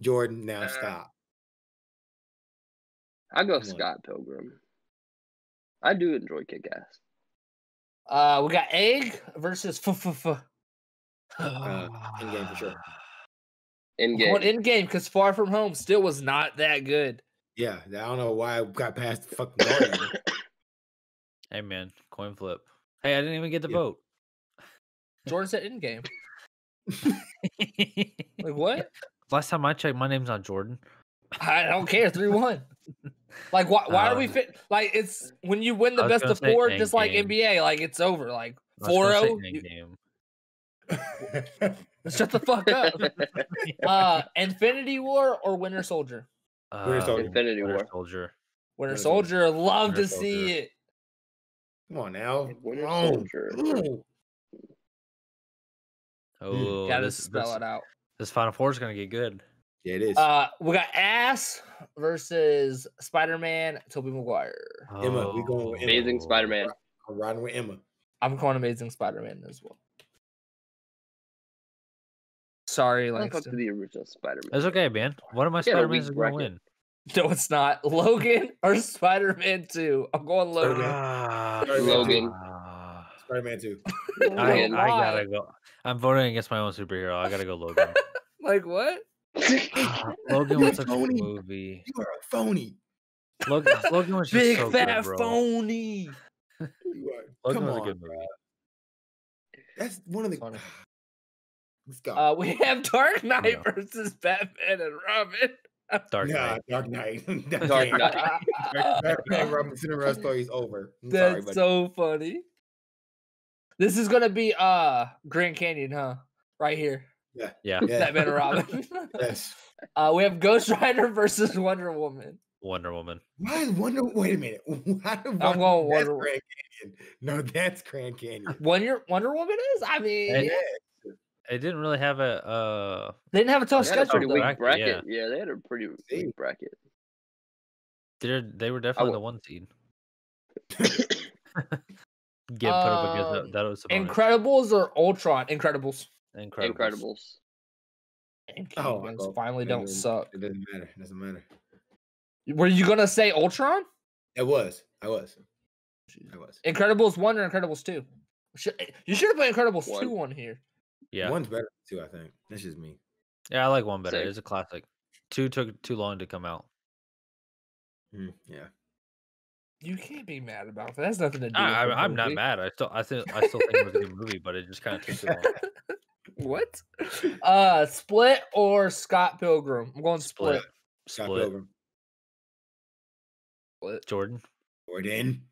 [SPEAKER 2] Jordan. Now
[SPEAKER 4] Uh,
[SPEAKER 2] stop.
[SPEAKER 4] I go
[SPEAKER 2] Come on.
[SPEAKER 4] Scott Pilgrim. I do enjoy Kick Ass.
[SPEAKER 3] Uh, we got Egg versus Fufufu.
[SPEAKER 2] Uh, in game for sure.
[SPEAKER 4] In
[SPEAKER 3] Going
[SPEAKER 4] game.
[SPEAKER 3] in game because Far From Home still was not that good.
[SPEAKER 2] Yeah. I don't know why I got past the fucking guardian.
[SPEAKER 1] Hey man, coin flip. Hey, I didn't even get the
[SPEAKER 2] Yeah.
[SPEAKER 1] vote.
[SPEAKER 3] Jordan said in game. Like what?
[SPEAKER 1] Last time I checked, my name's not Jordan.
[SPEAKER 3] I don't care. Three one. Like why? Why are we
[SPEAKER 1] Um,
[SPEAKER 3] fit? Like it's when you win
[SPEAKER 1] I
[SPEAKER 3] the
[SPEAKER 1] was
[SPEAKER 3] best of
[SPEAKER 1] gonna say
[SPEAKER 3] four, just like
[SPEAKER 1] Endgame.
[SPEAKER 3] NBA, like it's over. Like
[SPEAKER 1] I was
[SPEAKER 3] 4
[SPEAKER 1] gonna say
[SPEAKER 3] 0.
[SPEAKER 1] Endgame.
[SPEAKER 3] Shut the fuck up. uh, Infinity War or Winter Soldier.
[SPEAKER 2] Winter
[SPEAKER 1] Uh,
[SPEAKER 2] Soldier.
[SPEAKER 4] Infinity
[SPEAKER 1] Winter
[SPEAKER 4] War.
[SPEAKER 1] Soldier.
[SPEAKER 3] Winter
[SPEAKER 2] Winter Soldier.
[SPEAKER 3] Soldier. Love
[SPEAKER 1] Winter
[SPEAKER 3] to see
[SPEAKER 1] Soldier.
[SPEAKER 3] it.
[SPEAKER 2] Come on now.
[SPEAKER 4] Winter
[SPEAKER 2] Come on.
[SPEAKER 4] Soldier.
[SPEAKER 2] Come on.
[SPEAKER 1] Oh,
[SPEAKER 3] Gotta
[SPEAKER 1] this,
[SPEAKER 3] spell
[SPEAKER 1] this,
[SPEAKER 3] it out.
[SPEAKER 1] this Final Four is gonna get good.
[SPEAKER 2] Yeah, it is.
[SPEAKER 3] Uh, we got ass versus Spider Man. Toby Maguire.
[SPEAKER 2] Emma, we going with
[SPEAKER 1] Oh.
[SPEAKER 2] Emma.
[SPEAKER 4] Amazing Spider Man.
[SPEAKER 2] I'm riding with Emma.
[SPEAKER 3] I'm calling Amazing Spider Man as well. Sorry,
[SPEAKER 4] Look up to
[SPEAKER 3] Langston.
[SPEAKER 4] the original Spider-Man.
[SPEAKER 1] That's okay, man. One of my
[SPEAKER 4] Yeah,
[SPEAKER 1] Spider
[SPEAKER 4] we
[SPEAKER 1] Mans is going to
[SPEAKER 4] reckon.
[SPEAKER 1] win.
[SPEAKER 3] No, it's not. Logan or Spider Man 2. I'm going Logan.
[SPEAKER 1] Ah,
[SPEAKER 4] Logan.
[SPEAKER 1] ah.
[SPEAKER 2] Spider-Man 2.
[SPEAKER 1] I, I
[SPEAKER 3] Why?
[SPEAKER 1] gotta go. I'm voting against my own superhero. I gotta go Logan.
[SPEAKER 3] Like, what?
[SPEAKER 1] Logan was such a good
[SPEAKER 2] Tony.
[SPEAKER 1] movie.
[SPEAKER 2] You are a phony.
[SPEAKER 1] Logan, Logan was just
[SPEAKER 3] Big
[SPEAKER 1] so
[SPEAKER 3] fat
[SPEAKER 1] good, bro.
[SPEAKER 3] phony.
[SPEAKER 2] You are-
[SPEAKER 1] Logan
[SPEAKER 2] Come
[SPEAKER 1] was
[SPEAKER 2] on.
[SPEAKER 1] a good movie.
[SPEAKER 2] That's one of the.
[SPEAKER 3] Funny.
[SPEAKER 2] Let's go.
[SPEAKER 3] Uh, we have Dark Knight
[SPEAKER 1] No.
[SPEAKER 3] versus Batman and Robin.
[SPEAKER 1] Dark
[SPEAKER 2] nah,
[SPEAKER 1] Knight.
[SPEAKER 2] Dark Knight.
[SPEAKER 4] Dark Knight.
[SPEAKER 2] Batman Robinson and Rush story is over. I'm sorry,
[SPEAKER 3] That's
[SPEAKER 2] buddy.
[SPEAKER 3] so funny. This is gonna be uh Grand Canyon, huh? Right here.
[SPEAKER 2] Yeah,
[SPEAKER 3] Batman and Robin.
[SPEAKER 2] yes.
[SPEAKER 3] uh, we have Ghost Rider versus Wonder Woman.
[SPEAKER 1] Wonder Woman.
[SPEAKER 2] Why is Wonder? Wait a minute. Why do Wonder-
[SPEAKER 3] I'm going
[SPEAKER 2] that's
[SPEAKER 3] Wonder Woman.
[SPEAKER 2] Grand Canyon. No, that's Grand Canyon.
[SPEAKER 3] Wonder Wonder Woman is. I mean,
[SPEAKER 1] And-
[SPEAKER 3] yeah,
[SPEAKER 1] It didn't really have a. Uh,
[SPEAKER 3] they didn't have a tough
[SPEAKER 4] They had a
[SPEAKER 1] That's
[SPEAKER 4] pretty
[SPEAKER 1] what
[SPEAKER 3] schedule.
[SPEAKER 1] they
[SPEAKER 4] weak
[SPEAKER 1] like,
[SPEAKER 4] bracket. Yeah. they had a pretty
[SPEAKER 2] See?
[SPEAKER 4] weak bracket.
[SPEAKER 1] they're- they were definitely the
[SPEAKER 4] w-
[SPEAKER 1] one seed. Get put up against
[SPEAKER 3] Um,
[SPEAKER 1] that. That was
[SPEAKER 3] Incredibles or Ultron? Incredibles.
[SPEAKER 1] incredible.
[SPEAKER 4] Incredibles.
[SPEAKER 2] Oh,
[SPEAKER 3] Incredibles
[SPEAKER 2] well,
[SPEAKER 3] finally
[SPEAKER 2] I
[SPEAKER 3] don't
[SPEAKER 2] mean-
[SPEAKER 3] suck.
[SPEAKER 2] It doesn't matter. It doesn't matter.
[SPEAKER 3] Were you gonna say Ultron?
[SPEAKER 2] It was. I was. I was.
[SPEAKER 3] Incredibles one or Incredibles two? Should- You should have put Incredibles
[SPEAKER 4] One.
[SPEAKER 3] two on here.
[SPEAKER 1] Yeah,
[SPEAKER 2] One's better than two, I think. That's just me.
[SPEAKER 1] yeah, I like one better.
[SPEAKER 4] Sick.
[SPEAKER 1] It's a classic. Two took too long to come out.
[SPEAKER 2] Mm, yeah.
[SPEAKER 3] You can't be mad about that. That's nothing to do.
[SPEAKER 1] I,
[SPEAKER 3] with the
[SPEAKER 1] I, I'm not
[SPEAKER 3] movie.
[SPEAKER 1] mad. I still, I still, I still think it was a good movie, but it just kind of took too long.
[SPEAKER 3] What? Uh, Split or Scott Pilgrim? I'm going Split.
[SPEAKER 1] Split.
[SPEAKER 2] Scott
[SPEAKER 1] Split.
[SPEAKER 2] Pilgrim.
[SPEAKER 1] Jordan.
[SPEAKER 2] Jordan.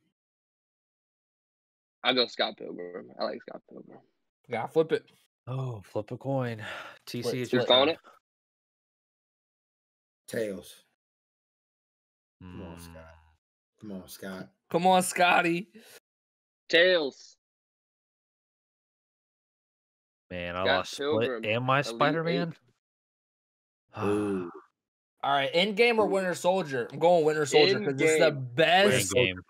[SPEAKER 4] I'll go Scott Pilgrim. I like Scott Pilgrim.
[SPEAKER 3] Yeah, flip it.
[SPEAKER 1] Oh, flip a coin. TC,
[SPEAKER 3] Split,
[SPEAKER 1] it's
[SPEAKER 4] You're
[SPEAKER 1] your
[SPEAKER 4] calling
[SPEAKER 1] turn.
[SPEAKER 4] it?
[SPEAKER 2] Tails. Come on,
[SPEAKER 1] Mm,
[SPEAKER 2] Scott. Come on, Scott.
[SPEAKER 3] Come on, Scotty.
[SPEAKER 4] Tails.
[SPEAKER 1] Man, I
[SPEAKER 4] Scott
[SPEAKER 1] lost
[SPEAKER 4] Pilgrim,
[SPEAKER 1] Split and my
[SPEAKER 4] Elite Eight.
[SPEAKER 1] Spider Man.
[SPEAKER 2] Ooh.
[SPEAKER 3] All right, end game or Winter Soldier? I'm going Winter Soldier because it's the
[SPEAKER 4] Endgame.
[SPEAKER 3] best,
[SPEAKER 1] Endgame. game.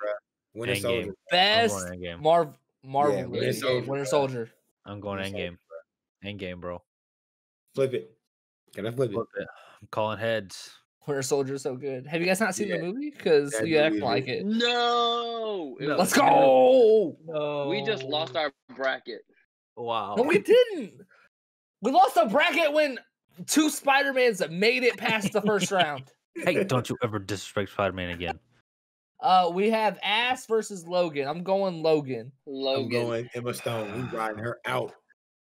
[SPEAKER 2] Winter
[SPEAKER 1] Endgame.
[SPEAKER 2] Soldier.
[SPEAKER 3] best
[SPEAKER 1] I'm going Endgame.
[SPEAKER 3] Marv Marvel
[SPEAKER 2] Yeah,
[SPEAKER 3] movie.
[SPEAKER 2] Winter
[SPEAKER 3] Winter
[SPEAKER 2] Soldier,
[SPEAKER 3] Soldier.
[SPEAKER 2] bro.
[SPEAKER 1] I'm going
[SPEAKER 2] Winter Soldier,
[SPEAKER 1] Endgame. Endgame, bro.
[SPEAKER 2] Flip it. Can I flip it?
[SPEAKER 1] Flip it. I'm calling heads.
[SPEAKER 3] Winter Soldier is so good. Have you guys not seen
[SPEAKER 2] Yeah.
[SPEAKER 3] the movie? Because
[SPEAKER 2] That
[SPEAKER 3] you act
[SPEAKER 2] movie
[SPEAKER 3] like it.
[SPEAKER 4] No. It
[SPEAKER 1] No.
[SPEAKER 4] was
[SPEAKER 3] Let's go.
[SPEAKER 4] terrible. We just lost our bracket.
[SPEAKER 1] Wow.
[SPEAKER 3] No, we didn't. We lost a bracket when two Spider Mans made it past the first round.
[SPEAKER 1] hey, don't you ever disrespect Spider Man again.
[SPEAKER 3] Uh, we have Ass versus Logan. I'm going Logan.
[SPEAKER 2] I'm
[SPEAKER 4] Logan.
[SPEAKER 2] going Emma Stone. We riding her out.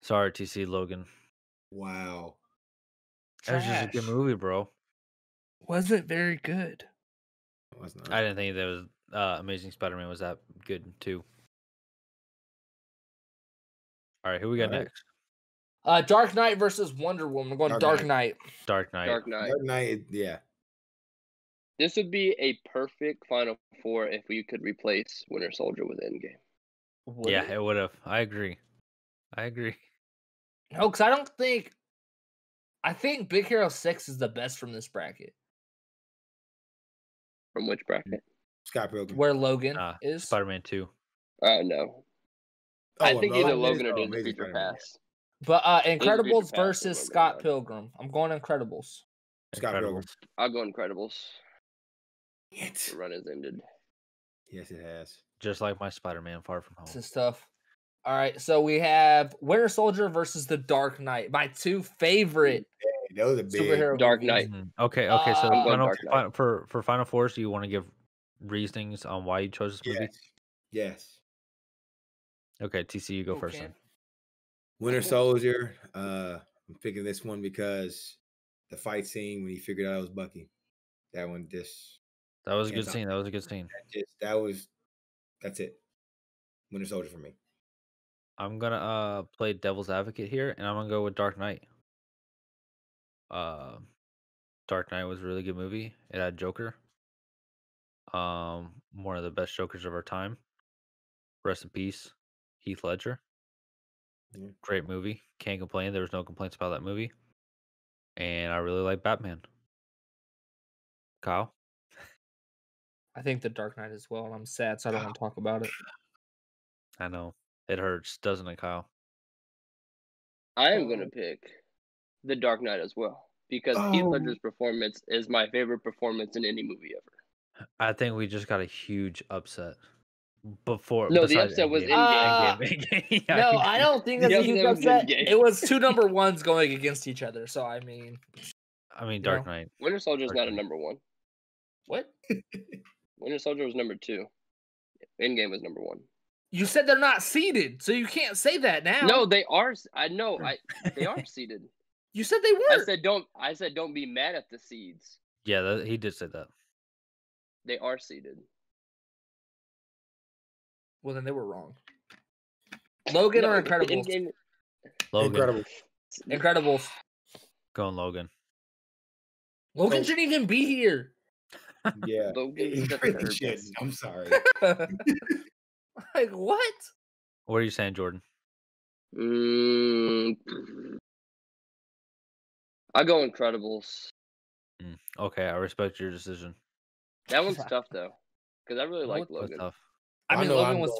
[SPEAKER 1] Sorry, TC Logan.
[SPEAKER 2] Wow.
[SPEAKER 1] That was just a good
[SPEAKER 3] Trash.
[SPEAKER 1] movie, bro.
[SPEAKER 3] Wasn't very good.
[SPEAKER 2] That was not-
[SPEAKER 1] I didn't think that was uh, Amazing Spider Man was that good, too. All right, who we got
[SPEAKER 2] All right.
[SPEAKER 1] next?
[SPEAKER 3] Uh, Dark Knight versus Wonder Woman. I'm going
[SPEAKER 2] Dark
[SPEAKER 3] Dark, Knight.
[SPEAKER 1] Dark Knight.
[SPEAKER 4] Dark Knight.
[SPEAKER 2] Dark Knight. is- Yeah.
[SPEAKER 4] This would be a perfect Final Four if we could replace Winter Soldier with Endgame.
[SPEAKER 3] Would
[SPEAKER 1] yeah,
[SPEAKER 3] it?
[SPEAKER 1] it would have. I agree. I agree.
[SPEAKER 3] No, because I don't think. I think Big Hero Six is the best from this bracket,
[SPEAKER 4] From which bracket?
[SPEAKER 2] Scott Pilgrim.
[SPEAKER 3] where Logan
[SPEAKER 1] Nah,
[SPEAKER 3] is.
[SPEAKER 1] Spider Man 2.
[SPEAKER 4] Oh no.
[SPEAKER 2] Oh,
[SPEAKER 4] I think
[SPEAKER 2] Amazing-
[SPEAKER 4] either Logan or
[SPEAKER 2] oh,
[SPEAKER 4] Days of
[SPEAKER 2] Amazing
[SPEAKER 4] Future
[SPEAKER 2] Spider-Man.
[SPEAKER 4] Past.
[SPEAKER 3] But uh,
[SPEAKER 4] be surpassed
[SPEAKER 3] Incredibles
[SPEAKER 4] by
[SPEAKER 3] versus
[SPEAKER 4] Logan,
[SPEAKER 3] Scott
[SPEAKER 4] though.
[SPEAKER 3] Pilgrim. I'm going Incredibles.
[SPEAKER 2] Scott Pilgrim.
[SPEAKER 1] Incredibles.
[SPEAKER 4] I'll go Incredibles.
[SPEAKER 2] It.
[SPEAKER 4] The run has ended.
[SPEAKER 2] Yes, it has.
[SPEAKER 1] Just like my Spider Man Far From
[SPEAKER 4] Oh.
[SPEAKER 1] Home.
[SPEAKER 3] This is tough. All right, so we have Winter Soldier versus The Dark Knight. My two favorite
[SPEAKER 2] Hey, that was a big
[SPEAKER 3] superhero
[SPEAKER 4] Dark
[SPEAKER 3] movies.
[SPEAKER 4] Knight.
[SPEAKER 1] Mhm. Okay, okay. So
[SPEAKER 3] Uh, I'm going
[SPEAKER 1] final,
[SPEAKER 4] Dark Knight.
[SPEAKER 1] final, for for Final Fours, do you want to give reasonings on why you chose this movie?
[SPEAKER 2] Yes. yes.
[SPEAKER 1] Okay, TC, you go
[SPEAKER 3] Who
[SPEAKER 1] first.
[SPEAKER 3] can?
[SPEAKER 1] Then.
[SPEAKER 2] Winter
[SPEAKER 4] Okay.
[SPEAKER 2] Soldier. Uh, I'm picking this one because the fight scene when he figured out it was Bucky. That one just
[SPEAKER 1] That was a
[SPEAKER 2] Yeah,
[SPEAKER 1] good
[SPEAKER 2] Dark
[SPEAKER 1] scene. That was a good scene.
[SPEAKER 2] that just that was that's it. Winter Soldier for me.
[SPEAKER 1] I'm gonna uh play devil's advocate here, and I'm gonna go with Dark Knight. Uh, Dark Knight was a really good movie. It had Joker, um, one of the best Jokers of our time. Rest in peace, Heath Ledger.
[SPEAKER 2] Yeah.
[SPEAKER 1] Great movie. Can't complain. There was no complaints about that movie, and I really like Batman. Kyle,
[SPEAKER 3] I think The Dark Knight as well, and I'm sad, so I don't want to talk about it.
[SPEAKER 1] I know it hurts, doesn't it, Kyle?
[SPEAKER 4] I am
[SPEAKER 3] Oh.
[SPEAKER 4] gonna pick The Dark Knight as well because Heath
[SPEAKER 2] Oh.
[SPEAKER 4] Ledger's performance is my favorite performance in any movie ever.
[SPEAKER 1] I think we just got a huge upset. Before
[SPEAKER 4] No, the
[SPEAKER 1] besides
[SPEAKER 4] upset was
[SPEAKER 1] Endgame.
[SPEAKER 4] Endgame.
[SPEAKER 3] Uh,
[SPEAKER 1] Endgame,
[SPEAKER 3] No, I don't think that's
[SPEAKER 4] Yeah,
[SPEAKER 3] a huge
[SPEAKER 4] that was
[SPEAKER 3] upset.
[SPEAKER 4] Endgame.
[SPEAKER 3] It was two number ones going against each other. So I mean,
[SPEAKER 1] I mean,
[SPEAKER 3] you
[SPEAKER 1] Dark
[SPEAKER 3] know.
[SPEAKER 1] Knight.
[SPEAKER 4] Winter Soldier's not a
[SPEAKER 1] Okay.
[SPEAKER 4] number one.
[SPEAKER 3] what
[SPEAKER 4] Winter Soldier was number two. Endgame was number one.
[SPEAKER 3] you said they're not seeded, so you can't say that now.
[SPEAKER 4] No, they are. s- I know. I they are seeded.
[SPEAKER 3] you said they
[SPEAKER 4] I
[SPEAKER 3] were.
[SPEAKER 4] said don't. I said don't be mad at the seeds.
[SPEAKER 1] Yeah, that, he did say that.
[SPEAKER 4] They are seeded.
[SPEAKER 3] well, then they were wrong. Logan or Incredibles?
[SPEAKER 4] Endgame,
[SPEAKER 1] Logan,
[SPEAKER 2] Incredible.
[SPEAKER 3] Incredibles.
[SPEAKER 1] going Logan.
[SPEAKER 3] Logan
[SPEAKER 2] So-
[SPEAKER 3] shouldn't even be here.
[SPEAKER 2] Yeah.
[SPEAKER 4] Logan's the
[SPEAKER 2] Really
[SPEAKER 4] third
[SPEAKER 2] shit,
[SPEAKER 4] best.
[SPEAKER 2] I'm sorry.
[SPEAKER 3] like what?
[SPEAKER 1] What are you saying, Jordan?
[SPEAKER 4] Mm, I go Incredibles.
[SPEAKER 1] Mm, okay, I respect your decision.
[SPEAKER 4] That one's tough though, because I really like
[SPEAKER 3] What the
[SPEAKER 1] That's
[SPEAKER 4] Logan.
[SPEAKER 1] tough.
[SPEAKER 3] I mean,
[SPEAKER 2] know
[SPEAKER 3] Logan
[SPEAKER 2] I'm
[SPEAKER 3] was.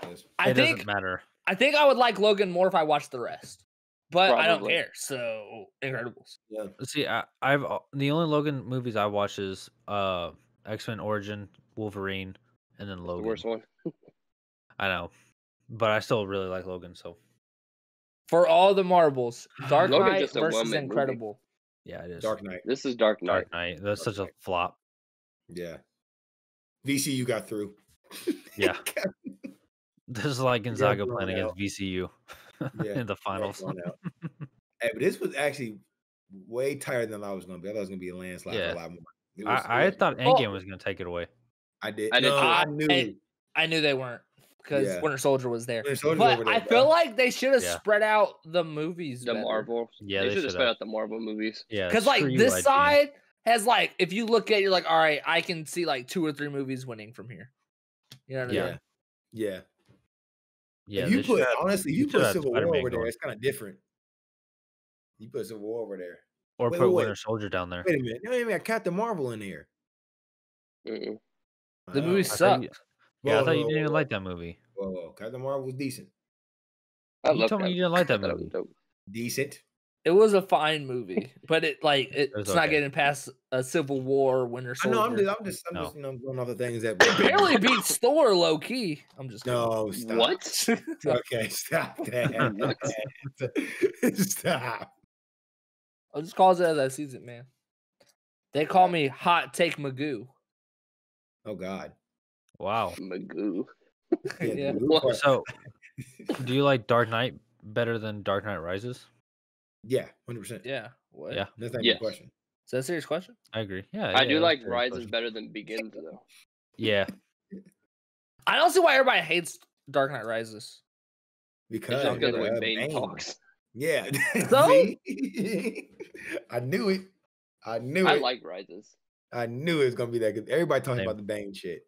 [SPEAKER 2] going with this.
[SPEAKER 3] I
[SPEAKER 1] it
[SPEAKER 3] think
[SPEAKER 1] doesn't matter.
[SPEAKER 3] I think I would like Logan more if I watched the rest, but I don't
[SPEAKER 4] Probably.
[SPEAKER 3] care. So Incredibles.
[SPEAKER 2] Yeah.
[SPEAKER 1] See, I, I've al- the only Logan movies I watch is uh X Men Origin, Wolverine, and then
[SPEAKER 4] The
[SPEAKER 1] Logan.
[SPEAKER 4] worst one.
[SPEAKER 1] I know, but I still really like Logan. So
[SPEAKER 3] For all the marbles, Dark
[SPEAKER 4] Logan
[SPEAKER 3] Knight
[SPEAKER 4] just a
[SPEAKER 3] versus
[SPEAKER 4] well-made movie.
[SPEAKER 3] Incredible.
[SPEAKER 1] yeah, it is
[SPEAKER 2] Dark Knight.
[SPEAKER 4] This is Dark Knight.
[SPEAKER 1] Dark Knight. That's
[SPEAKER 2] Dark
[SPEAKER 1] such a
[SPEAKER 2] Knight.
[SPEAKER 1] flop.
[SPEAKER 2] Yeah. VCU got through.
[SPEAKER 1] Yeah. This is like Gonzaga
[SPEAKER 2] blown
[SPEAKER 1] playing against VCU
[SPEAKER 2] Yeah,
[SPEAKER 1] in the finals.
[SPEAKER 2] Going out. Hey, but this was actually way tighter than I was going to be. I thought it was going to be a landslide.
[SPEAKER 1] Yeah.
[SPEAKER 2] A lot more. It was-
[SPEAKER 1] I, I
[SPEAKER 2] it-
[SPEAKER 1] thought
[SPEAKER 3] Oh.
[SPEAKER 1] Endgame was going to take it away.
[SPEAKER 2] I did.
[SPEAKER 4] I did
[SPEAKER 2] no,
[SPEAKER 4] too.
[SPEAKER 2] I
[SPEAKER 3] I-
[SPEAKER 2] knew.
[SPEAKER 3] hey, I knew they weren't because
[SPEAKER 2] Yeah.
[SPEAKER 3] Winter Soldier was there.
[SPEAKER 2] Winter Soldier's
[SPEAKER 3] but
[SPEAKER 2] over there,
[SPEAKER 3] I
[SPEAKER 2] bro.
[SPEAKER 3] feel like they should have
[SPEAKER 1] Yeah.
[SPEAKER 3] spread out the movies.
[SPEAKER 4] The Marvel.
[SPEAKER 1] Yeah,
[SPEAKER 4] they
[SPEAKER 1] they
[SPEAKER 4] should have
[SPEAKER 1] shoulda.
[SPEAKER 4] sped out the Marvel movies.
[SPEAKER 1] Yeah,
[SPEAKER 3] because like
[SPEAKER 1] screw you,
[SPEAKER 3] this
[SPEAKER 1] IGN.
[SPEAKER 3] side has like if you look at it, you're like all right, I can see like two or three movies winning from here. You know what I
[SPEAKER 1] Yeah.
[SPEAKER 3] mean?
[SPEAKER 2] yeah.
[SPEAKER 1] yeah,
[SPEAKER 2] if you
[SPEAKER 1] they shoulda
[SPEAKER 2] put
[SPEAKER 1] had-
[SPEAKER 2] honestly, if
[SPEAKER 1] you
[SPEAKER 2] you
[SPEAKER 1] shoulda
[SPEAKER 2] put
[SPEAKER 1] had
[SPEAKER 2] Civil War
[SPEAKER 1] Spider-Man
[SPEAKER 2] over there,
[SPEAKER 1] going.
[SPEAKER 2] it's kind of different. You put Civil War over there.
[SPEAKER 1] or
[SPEAKER 2] wait,
[SPEAKER 1] put
[SPEAKER 2] wait, wait.
[SPEAKER 1] Winter Soldier down there.
[SPEAKER 2] Wait a minute. No, wait a minute. Captain Marvel in there.
[SPEAKER 4] Mm-mm.
[SPEAKER 3] The
[SPEAKER 2] Oh,
[SPEAKER 3] movie
[SPEAKER 1] I thought you-
[SPEAKER 3] sucked.
[SPEAKER 1] yeah, I
[SPEAKER 2] Whoa,
[SPEAKER 1] thought
[SPEAKER 2] whoa,
[SPEAKER 1] you didn't even
[SPEAKER 2] whoa,
[SPEAKER 1] like that movie.
[SPEAKER 2] Whoa, whoa. Captain Marvel was decent.
[SPEAKER 4] I
[SPEAKER 1] You
[SPEAKER 4] love
[SPEAKER 1] told me
[SPEAKER 4] that.
[SPEAKER 1] you didn't like
[SPEAKER 4] I
[SPEAKER 1] that
[SPEAKER 4] thought it was
[SPEAKER 1] movie.
[SPEAKER 4] dope.
[SPEAKER 2] Decent.
[SPEAKER 3] It was a fine movie, but it like it,
[SPEAKER 1] was
[SPEAKER 3] it's not
[SPEAKER 1] okay.
[SPEAKER 3] getting past a Civil War Winter
[SPEAKER 2] I
[SPEAKER 3] Soldier.
[SPEAKER 2] know. I'm just. I'm just. I'm
[SPEAKER 1] No.
[SPEAKER 2] just. You know, going off the things that.
[SPEAKER 3] It barely beats Thor low key. I'm just kidding.
[SPEAKER 2] No. Stop.
[SPEAKER 4] What?
[SPEAKER 2] Okay. Stop that. stop.
[SPEAKER 3] I'll just call it as I sees it, man. They call me Hot Take Magoo.
[SPEAKER 2] Oh God.
[SPEAKER 1] Wow.
[SPEAKER 4] Magoo.
[SPEAKER 2] Yeah,
[SPEAKER 3] Yeah.
[SPEAKER 2] the blue
[SPEAKER 4] Well,
[SPEAKER 2] part-
[SPEAKER 1] So, do you like Dark Knight better than Dark Knight Rises?
[SPEAKER 2] yeah, hundred percent.
[SPEAKER 3] Yeah. What?
[SPEAKER 1] Yeah.
[SPEAKER 2] That's not
[SPEAKER 4] Yes.
[SPEAKER 2] a question.
[SPEAKER 3] Is that a serious question?
[SPEAKER 1] I agree. Yeah,
[SPEAKER 4] I
[SPEAKER 1] yeah,
[SPEAKER 4] do
[SPEAKER 1] that's
[SPEAKER 4] like
[SPEAKER 1] a fair
[SPEAKER 4] Rises
[SPEAKER 1] question.
[SPEAKER 4] better than Begins though.
[SPEAKER 1] Yeah,
[SPEAKER 3] I don't see why everybody hates Dark Knight Rises.
[SPEAKER 4] It's
[SPEAKER 2] Because
[SPEAKER 4] just because of the way
[SPEAKER 2] uh,
[SPEAKER 4] Bane
[SPEAKER 2] Bane.
[SPEAKER 4] talks.
[SPEAKER 2] Yeah.
[SPEAKER 3] So?
[SPEAKER 2] See? I knew it. I knew
[SPEAKER 4] I
[SPEAKER 2] it.
[SPEAKER 4] like Rises.
[SPEAKER 2] I knew it was gonna be that good. Everybody talking
[SPEAKER 1] Same.
[SPEAKER 2] about the Bane shit.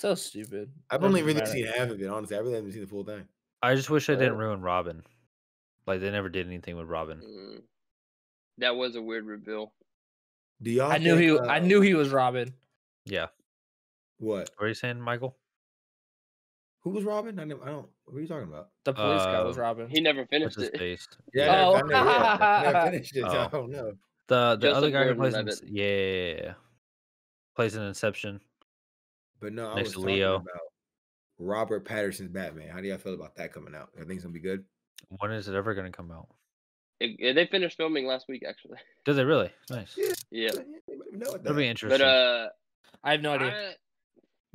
[SPEAKER 3] So stupid.
[SPEAKER 2] I've
[SPEAKER 3] Doesn't
[SPEAKER 2] only really
[SPEAKER 3] matter.
[SPEAKER 2] seen half of it, honestly. I really haven't seen the full thing.
[SPEAKER 1] I just wish they
[SPEAKER 4] Oh.
[SPEAKER 1] didn't ruin Robin. Like they never did anything with Robin.
[SPEAKER 4] Mm. That was a weird reveal.
[SPEAKER 2] Do y'all
[SPEAKER 3] I knew
[SPEAKER 2] think,
[SPEAKER 3] he.
[SPEAKER 2] Uh,
[SPEAKER 3] I knew he was Robin.
[SPEAKER 1] Yeah.
[SPEAKER 2] what?
[SPEAKER 1] What are you saying, Michael?
[SPEAKER 2] Who was Robin? I, never, I don't. What are you talking about?
[SPEAKER 3] The police guy was
[SPEAKER 1] Uh,
[SPEAKER 3] Robin.
[SPEAKER 4] He never
[SPEAKER 1] What's
[SPEAKER 4] finished
[SPEAKER 1] his
[SPEAKER 4] it.
[SPEAKER 1] face?
[SPEAKER 2] Yeah.
[SPEAKER 3] Oh.
[SPEAKER 2] I never, I never finished it. so I
[SPEAKER 1] Oh.
[SPEAKER 2] don't know.
[SPEAKER 1] The the other
[SPEAKER 4] Joseph
[SPEAKER 1] guy who plays in,
[SPEAKER 4] Gordon-Levitt.
[SPEAKER 1] yeah, yeah, yeah, yeah. plays in Inception.
[SPEAKER 2] But no, I
[SPEAKER 1] Next
[SPEAKER 2] was
[SPEAKER 1] to
[SPEAKER 2] talking
[SPEAKER 1] Leo.
[SPEAKER 2] about Robert Patterson's Batman. How do y'all feel about that coming out? I think it's gonna be good.
[SPEAKER 1] When is it ever gonna come out?
[SPEAKER 4] It- it- They finished filming last week actually.
[SPEAKER 1] Does it really? Nice.
[SPEAKER 2] Yeah.
[SPEAKER 4] Yeah.
[SPEAKER 2] No, it
[SPEAKER 1] That'll be
[SPEAKER 4] But
[SPEAKER 1] interesting.
[SPEAKER 4] uh
[SPEAKER 3] I have no idea.
[SPEAKER 4] I-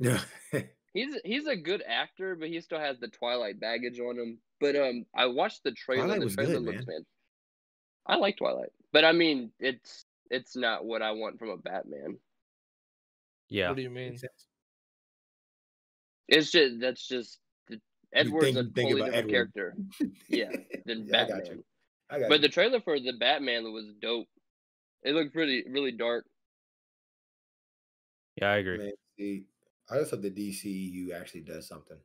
[SPEAKER 2] doesn't.
[SPEAKER 4] he's he's a good actor, but he still has the Twilight baggage on him. But um I watched the trailer.
[SPEAKER 2] Twilight
[SPEAKER 4] the
[SPEAKER 2] was
[SPEAKER 4] trailer
[SPEAKER 2] good,
[SPEAKER 4] looks
[SPEAKER 2] man.
[SPEAKER 4] fan- I like Twilight. But I mean it's it's not what I want from a Batman.
[SPEAKER 1] yeah.
[SPEAKER 3] What do you mean?
[SPEAKER 4] It's just that's just the- Edward's
[SPEAKER 2] think-
[SPEAKER 4] a
[SPEAKER 2] you think
[SPEAKER 4] totally
[SPEAKER 2] about
[SPEAKER 4] different
[SPEAKER 2] Edward.
[SPEAKER 4] character Yeah, than
[SPEAKER 2] Yeah, I got
[SPEAKER 4] Batman.
[SPEAKER 2] you. I got
[SPEAKER 4] But
[SPEAKER 2] you.
[SPEAKER 4] the trailer for the Batman was dope. It looked pretty really dark.
[SPEAKER 1] Yeah, I agree.
[SPEAKER 2] Man, see, I just hope the DCU E actually does something.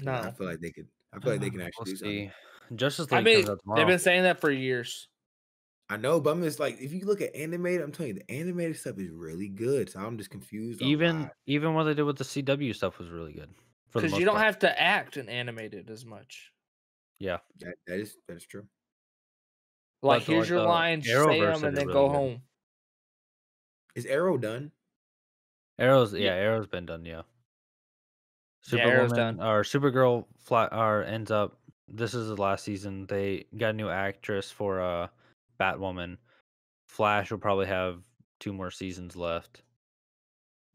[SPEAKER 3] No.
[SPEAKER 2] I feel like they could. I feel like they can
[SPEAKER 1] Uh,
[SPEAKER 2] actually
[SPEAKER 1] we'll
[SPEAKER 2] do something.
[SPEAKER 1] see. Justice League
[SPEAKER 3] I mean,
[SPEAKER 1] comes out tomorrow.
[SPEAKER 3] they've been saying that for years.
[SPEAKER 2] I know, but I'm just like, if you look at animated, I'm telling you, the animated stuff is really good. So I'm just confused. on
[SPEAKER 1] even
[SPEAKER 2] why.
[SPEAKER 1] even what they did with the CW stuff was really good. for the
[SPEAKER 3] Because
[SPEAKER 1] most
[SPEAKER 3] you don't
[SPEAKER 1] part.
[SPEAKER 3] have to act in animated as much.
[SPEAKER 2] that, that is that is true.
[SPEAKER 3] Like,
[SPEAKER 1] But the-
[SPEAKER 3] here's your
[SPEAKER 1] the
[SPEAKER 3] lines, say
[SPEAKER 1] Arrowverse
[SPEAKER 3] them,
[SPEAKER 1] that is
[SPEAKER 3] and
[SPEAKER 1] really
[SPEAKER 3] then go
[SPEAKER 1] good.
[SPEAKER 3] home.
[SPEAKER 2] Is Arrow done?
[SPEAKER 1] Arrow's
[SPEAKER 3] Yeah.
[SPEAKER 1] yeah, Arrow's been done, yeah.
[SPEAKER 3] Yeah, Arrow's
[SPEAKER 1] Superwoman or Supergirl fly or ends up this is the last season. They got a new actress for uh Batwoman. Flash will probably have two more seasons left.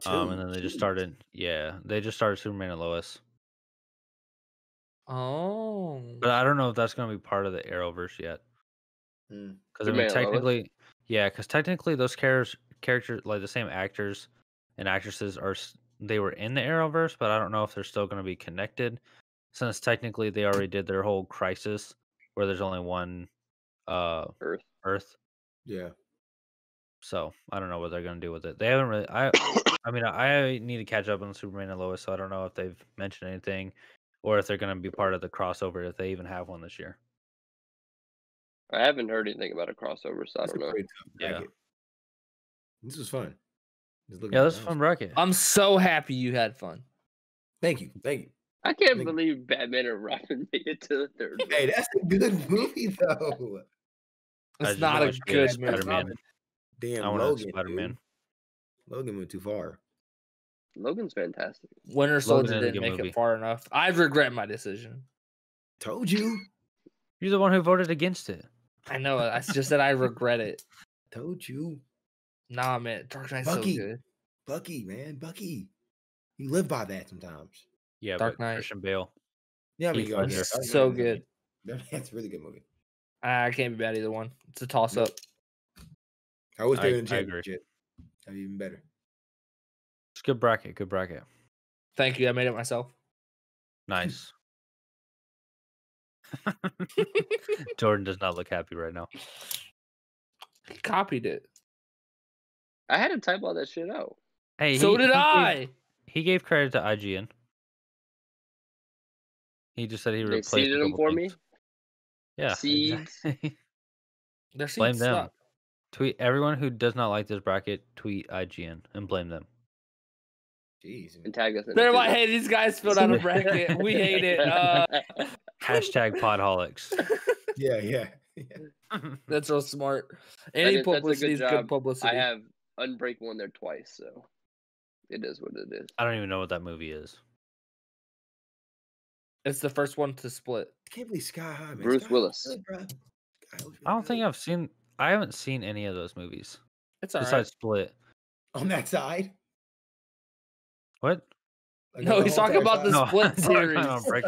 [SPEAKER 1] Um and
[SPEAKER 2] Two.
[SPEAKER 1] then they just
[SPEAKER 2] Jeez.
[SPEAKER 1] started yeah, they just started Superman and Lois.
[SPEAKER 3] Oh,
[SPEAKER 1] But I don't know if that's gonna be part of the Arrowverse yet.
[SPEAKER 2] Mm.
[SPEAKER 1] Because I
[SPEAKER 4] Superman
[SPEAKER 1] mean,
[SPEAKER 4] and Lois?
[SPEAKER 1] technically, yeah, because technically those characters, characters like the same actors and actresses are s- they were in the Arrowverse, but I don't know if they're still going to be connected, since technically they already did their whole crisis where there's only one uh
[SPEAKER 4] Earth.
[SPEAKER 1] Earth.
[SPEAKER 2] Yeah.
[SPEAKER 1] So I don't know what they're going to do with it. They haven't really. I I mean, I need to catch up on Superman and Lois, so I don't know if they've mentioned anything or if they're going to be part of the crossover if they even have one this year.
[SPEAKER 4] I haven't heard anything about a crossover, so I
[SPEAKER 2] That's a
[SPEAKER 4] don't know.
[SPEAKER 2] pretty tough
[SPEAKER 1] Yeah.
[SPEAKER 2] bracket. This was fun. Just looking
[SPEAKER 1] Yeah,
[SPEAKER 2] at
[SPEAKER 1] that's a
[SPEAKER 2] mine.
[SPEAKER 1] fun bracket.
[SPEAKER 3] I'm so happy you had fun.
[SPEAKER 2] Thank you. Thank you.
[SPEAKER 4] I can't
[SPEAKER 2] Like-
[SPEAKER 4] believe Batman and Robin made it to the third.
[SPEAKER 2] Hey, that's a good movie though.
[SPEAKER 1] I
[SPEAKER 3] It's
[SPEAKER 1] just
[SPEAKER 3] not a
[SPEAKER 1] watched
[SPEAKER 3] good
[SPEAKER 1] Batman
[SPEAKER 3] movie.
[SPEAKER 1] Spider-Man.
[SPEAKER 2] Damn,
[SPEAKER 1] I wanted
[SPEAKER 2] Logan.
[SPEAKER 1] Spider Man.
[SPEAKER 2] dude. Logan went too far.
[SPEAKER 4] Logan's fantastic.
[SPEAKER 3] Winter Soldier
[SPEAKER 1] is a
[SPEAKER 3] didn't
[SPEAKER 1] good
[SPEAKER 3] make
[SPEAKER 1] movie.
[SPEAKER 3] it far enough. I regret my decision.
[SPEAKER 2] Told you.
[SPEAKER 1] You're the one who voted against it.
[SPEAKER 3] I know. it. It's just that I regret it.
[SPEAKER 2] Told you.
[SPEAKER 3] Nah, man, Dark Knight's
[SPEAKER 2] Bucky.
[SPEAKER 3] so good.
[SPEAKER 2] Bucky, man, Bucky. You live by that sometimes.
[SPEAKER 1] Yeah,
[SPEAKER 3] Dark
[SPEAKER 1] but
[SPEAKER 3] Knight.
[SPEAKER 1] Christian Bale.
[SPEAKER 2] Yeah,
[SPEAKER 1] Heath
[SPEAKER 2] go,
[SPEAKER 1] Ledger.
[SPEAKER 2] Dark
[SPEAKER 3] So
[SPEAKER 2] Knight is a-
[SPEAKER 3] good.
[SPEAKER 2] Dark Knight's a really good movie.
[SPEAKER 3] I I can't be bad either one. It's a toss up.
[SPEAKER 2] I was
[SPEAKER 1] I-
[SPEAKER 2] there in
[SPEAKER 1] I agree.
[SPEAKER 2] championship. That'd be even better.
[SPEAKER 1] It's good bracket. Good bracket.
[SPEAKER 3] Thank you. I made it myself.
[SPEAKER 1] Nice. Jordan does not look happy right now.
[SPEAKER 3] He copied it.
[SPEAKER 4] I had to type all that shit out.
[SPEAKER 1] Hey,
[SPEAKER 3] so
[SPEAKER 1] he-
[SPEAKER 3] did
[SPEAKER 1] he gave-
[SPEAKER 3] I.
[SPEAKER 1] he gave credit to IGN. He just said he
[SPEAKER 4] They
[SPEAKER 1] replaced a
[SPEAKER 4] seeded them
[SPEAKER 1] couple
[SPEAKER 4] for
[SPEAKER 1] things.
[SPEAKER 4] me.
[SPEAKER 1] Yeah.
[SPEAKER 4] Seeds.
[SPEAKER 1] exactly.
[SPEAKER 3] Their seats
[SPEAKER 1] blame them.
[SPEAKER 3] suck.
[SPEAKER 1] tweet everyone who does not like this bracket. Tweet IGN and blame them.
[SPEAKER 2] Jeez.
[SPEAKER 4] And tag us. in it
[SPEAKER 3] They're
[SPEAKER 4] too.
[SPEAKER 3] like, hey, these guys filled out a bracket. We hate it. Uh,
[SPEAKER 1] Hashtag Podholics.
[SPEAKER 2] Yeah, yeah.
[SPEAKER 3] that's real smart. Any
[SPEAKER 4] is- that's a good
[SPEAKER 3] publicity is good
[SPEAKER 4] job.
[SPEAKER 3] publicity.
[SPEAKER 4] I have Unbreakable in there twice, so it is what it is.
[SPEAKER 1] I don't even know what that movie is.
[SPEAKER 3] It's the first one to split.
[SPEAKER 2] can't believe Sky High, man.
[SPEAKER 4] Bruce
[SPEAKER 2] Sky High was
[SPEAKER 4] Willis.
[SPEAKER 2] good, bro. Sky High
[SPEAKER 1] I
[SPEAKER 2] was really
[SPEAKER 1] don't think
[SPEAKER 2] good.
[SPEAKER 1] I've seen. I haven't seen any of those movies
[SPEAKER 3] It's all right.
[SPEAKER 1] besides Split.
[SPEAKER 2] on that side.
[SPEAKER 1] What?
[SPEAKER 2] Like,
[SPEAKER 3] No,
[SPEAKER 2] on the
[SPEAKER 3] he's
[SPEAKER 2] whole
[SPEAKER 3] talking
[SPEAKER 2] entire
[SPEAKER 3] about the
[SPEAKER 2] side.
[SPEAKER 1] No,
[SPEAKER 3] Split
[SPEAKER 1] I'm talking about
[SPEAKER 3] series.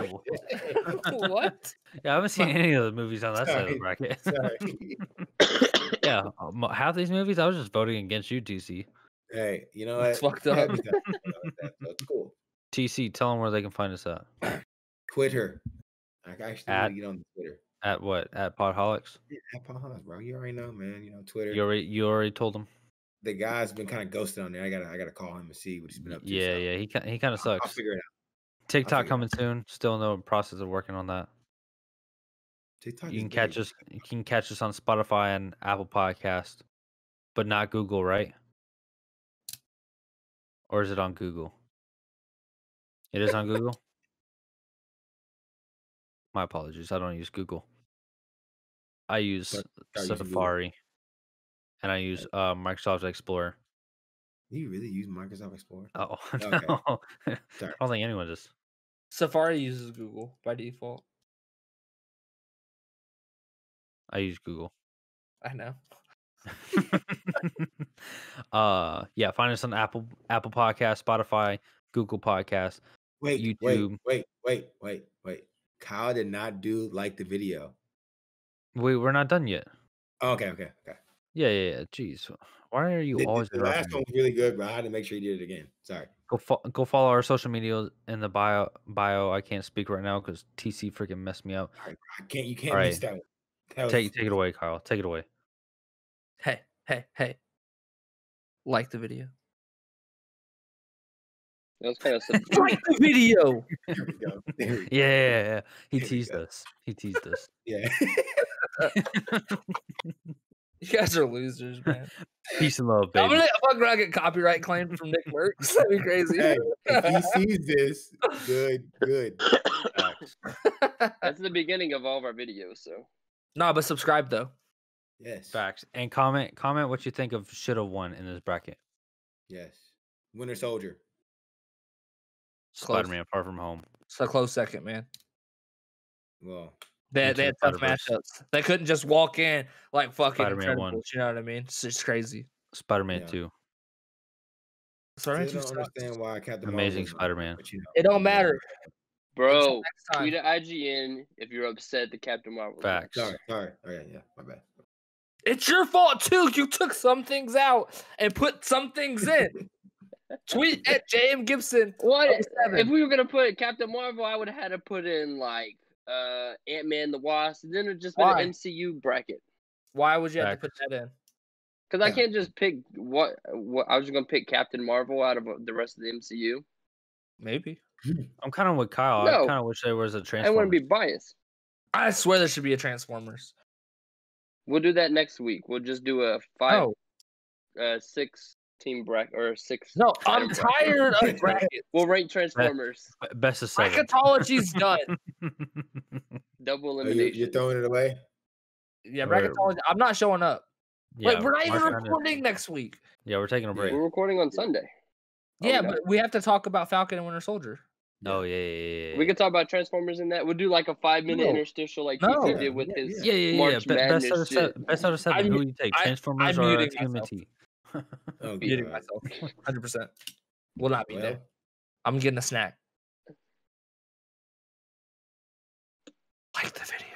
[SPEAKER 1] Unbreakable.
[SPEAKER 3] what?
[SPEAKER 1] Yeah, I haven't seen
[SPEAKER 2] My-
[SPEAKER 1] any of the movies on that side of the
[SPEAKER 2] Sorry,
[SPEAKER 1] bracket.
[SPEAKER 2] Sorry.
[SPEAKER 1] yeah, uh, mo- half these movies I was just voting against you, TC.
[SPEAKER 2] hey, you know
[SPEAKER 3] It's
[SPEAKER 2] what?
[SPEAKER 3] fucked
[SPEAKER 2] It
[SPEAKER 3] up.
[SPEAKER 2] happens now, you know, it happens. That's cool.
[SPEAKER 1] TC, tell them where they can find us at.
[SPEAKER 2] Twitter. I actually
[SPEAKER 1] At-
[SPEAKER 2] need to get on Twitter.
[SPEAKER 1] At what? At Podholics.
[SPEAKER 2] At Pahans, bro. You already know, man. You know, Twitter.
[SPEAKER 1] You already you already told them.
[SPEAKER 2] the guy's been kind of ghosted on there. I gotta I gotta call him and see what he's been up to.
[SPEAKER 1] Yeah,
[SPEAKER 2] so
[SPEAKER 1] yeah. He ki- he kind of
[SPEAKER 2] I'll- I'll
[SPEAKER 1] sucks.
[SPEAKER 2] figure it out. figure it
[SPEAKER 1] TikTok
[SPEAKER 2] out.
[SPEAKER 1] coming soon. Still in the process of working on that.
[SPEAKER 2] TikTok
[SPEAKER 1] You
[SPEAKER 2] is
[SPEAKER 1] can catch
[SPEAKER 2] big.
[SPEAKER 1] us. You can catch us on Spotify and Apple Podcast, but not Google, right? Or is it on Google? It is on Google. My apologies. I don't use Google. I use
[SPEAKER 2] Start- start using Google.
[SPEAKER 1] Safari, and I use uh, Microsoft Explorer.
[SPEAKER 2] You really use Microsoft Explorer?
[SPEAKER 1] Oh,
[SPEAKER 2] Okay.
[SPEAKER 1] no. I
[SPEAKER 2] Sorry.
[SPEAKER 1] don't think anyone does.
[SPEAKER 3] Safari uses Google by default.
[SPEAKER 1] I use Google.
[SPEAKER 3] I know.
[SPEAKER 1] uh, yeah. Find us on Apple, Apple Podcast, Spotify, Google Podcast.
[SPEAKER 2] Wait,
[SPEAKER 1] YouTube.
[SPEAKER 2] wait, wait, wait, wait, wait. Kyle did not do like the video.
[SPEAKER 1] We we're not done yet.
[SPEAKER 2] Oh, okay, okay, okay.
[SPEAKER 1] Yeah, yeah, yeah. Jeez, why are you
[SPEAKER 2] The- the-
[SPEAKER 1] always
[SPEAKER 2] the last
[SPEAKER 1] interrupting
[SPEAKER 2] one
[SPEAKER 1] me?
[SPEAKER 2] was really good, but I had to make sure you did it again. Sorry.
[SPEAKER 1] Go fo- go follow our social media in the bio. Bio. I can't speak right now because TC freaking messed me up.
[SPEAKER 2] I can't you can't
[SPEAKER 1] Alright.
[SPEAKER 2] miss that one. That was,
[SPEAKER 1] Take take it away, Kyle. Take it away.
[SPEAKER 3] Hey, hey, hey. Like the video.
[SPEAKER 4] That was kind of sub-
[SPEAKER 3] Like the video.
[SPEAKER 2] There we go. There we go.
[SPEAKER 1] Yeah, yeah, yeah. he
[SPEAKER 2] There we
[SPEAKER 1] teased
[SPEAKER 2] go.
[SPEAKER 1] us. He teased us.
[SPEAKER 2] Yeah.
[SPEAKER 3] You guys are losers, man.
[SPEAKER 1] Peace and love, baby.
[SPEAKER 3] I'm gonna I'm gonna get copyright claim from Nick Merckx. That'd be crazy.
[SPEAKER 2] Hey, if he sees this, good, good.
[SPEAKER 1] Facts.
[SPEAKER 4] That's the beginning of all of our videos, so.
[SPEAKER 3] nah, but subscribe though.
[SPEAKER 2] Yes.
[SPEAKER 1] Facts. And comment comment what you think of should have won in this bracket.
[SPEAKER 2] Yes. Winter Soldier.
[SPEAKER 3] Close.
[SPEAKER 1] Spider Man Far From Home.
[SPEAKER 3] It's a close second, man.
[SPEAKER 2] Well,
[SPEAKER 3] They,
[SPEAKER 1] Into
[SPEAKER 3] they had
[SPEAKER 1] the
[SPEAKER 3] tough
[SPEAKER 1] Spider-Verse.
[SPEAKER 3] matchups. They couldn't just walk in like fucking
[SPEAKER 1] Spider-Man won.
[SPEAKER 3] Incredibles, You know what I mean? It's just crazy.
[SPEAKER 1] Spider Man
[SPEAKER 2] Yeah.
[SPEAKER 1] Two.
[SPEAKER 3] Sorry,
[SPEAKER 2] still don't understand why Captain
[SPEAKER 1] Amazing
[SPEAKER 2] Marvel's not,
[SPEAKER 1] Spider Man.
[SPEAKER 2] but you know,
[SPEAKER 3] It don't
[SPEAKER 2] yeah.
[SPEAKER 3] matter.
[SPEAKER 4] Bro,
[SPEAKER 3] Next
[SPEAKER 4] tweet
[SPEAKER 3] time.
[SPEAKER 4] at IGN if you're upset that Captain Marvel.
[SPEAKER 1] Facts.
[SPEAKER 2] Sorry, sorry. Okay, yeah, my bad.
[SPEAKER 3] It's your fault too. You took some things out and put some things in. Tweet at JM Gibson.
[SPEAKER 4] What?
[SPEAKER 3] 07.
[SPEAKER 4] If we were gonna put Captain Marvel, I would have had to put in like uh Ant Man the Wasp, and then it just been
[SPEAKER 3] Why?
[SPEAKER 4] an MCU bracket.
[SPEAKER 3] Why would you have to
[SPEAKER 1] Facts.
[SPEAKER 3] put that in?
[SPEAKER 4] Because I
[SPEAKER 2] Yeah.
[SPEAKER 4] can't just pick what what I was just gonna pick Captain Marvel out of uh, the rest of the MCU.
[SPEAKER 3] Maybe.
[SPEAKER 1] I'm kind of with Kyle. I
[SPEAKER 4] No.
[SPEAKER 1] kind of wish there was a
[SPEAKER 4] I
[SPEAKER 1] transformer.
[SPEAKER 4] wouldn't be biased.
[SPEAKER 3] I swear there should be a Transformers.
[SPEAKER 4] We'll do that next week. We'll just do a five,
[SPEAKER 3] No,
[SPEAKER 4] uh, six team bracket or six.
[SPEAKER 3] no, I'm
[SPEAKER 4] item bracket.
[SPEAKER 3] tired of brackets.
[SPEAKER 4] We'll rank Transformers
[SPEAKER 1] Be- Best of seven.
[SPEAKER 3] Bracketology's done.
[SPEAKER 4] double
[SPEAKER 2] Oh, you,
[SPEAKER 4] elimination.
[SPEAKER 2] you're throwing it away?
[SPEAKER 3] Yeah,
[SPEAKER 1] We're-
[SPEAKER 3] bracketology. I'm not showing up.
[SPEAKER 1] Yeah,
[SPEAKER 3] like we're not even
[SPEAKER 1] trying to-
[SPEAKER 3] recording next week.
[SPEAKER 1] Yeah, we're taking a break.
[SPEAKER 4] We're recording on Sunday. Oh,
[SPEAKER 3] Yeah,
[SPEAKER 4] we got-
[SPEAKER 3] but we have to talk about Falcon and Winter Soldier.
[SPEAKER 1] Oh yeah, yeah, yeah.
[SPEAKER 4] we could talk about Transformers in that. We'll do like a five minute
[SPEAKER 3] No.
[SPEAKER 4] interstitial, like
[SPEAKER 3] No.
[SPEAKER 4] Keith did with
[SPEAKER 2] Yeah,
[SPEAKER 4] his
[SPEAKER 1] yeah, yeah, yeah. yeah.
[SPEAKER 4] March
[SPEAKER 1] Be- best, out of
[SPEAKER 4] Madness
[SPEAKER 1] se-
[SPEAKER 4] shit.
[SPEAKER 1] best out of 7
[SPEAKER 3] I'm
[SPEAKER 1] Who
[SPEAKER 3] mu-
[SPEAKER 1] do you take?
[SPEAKER 3] I-
[SPEAKER 1] Transformers
[SPEAKER 3] I'm
[SPEAKER 1] or
[SPEAKER 3] muting myself.
[SPEAKER 1] TMNT?
[SPEAKER 2] Oh,
[SPEAKER 3] Muting
[SPEAKER 2] God.
[SPEAKER 3] myself, 100. percent Will not be there.
[SPEAKER 2] Well,
[SPEAKER 3] I'm getting a snack. Like the video.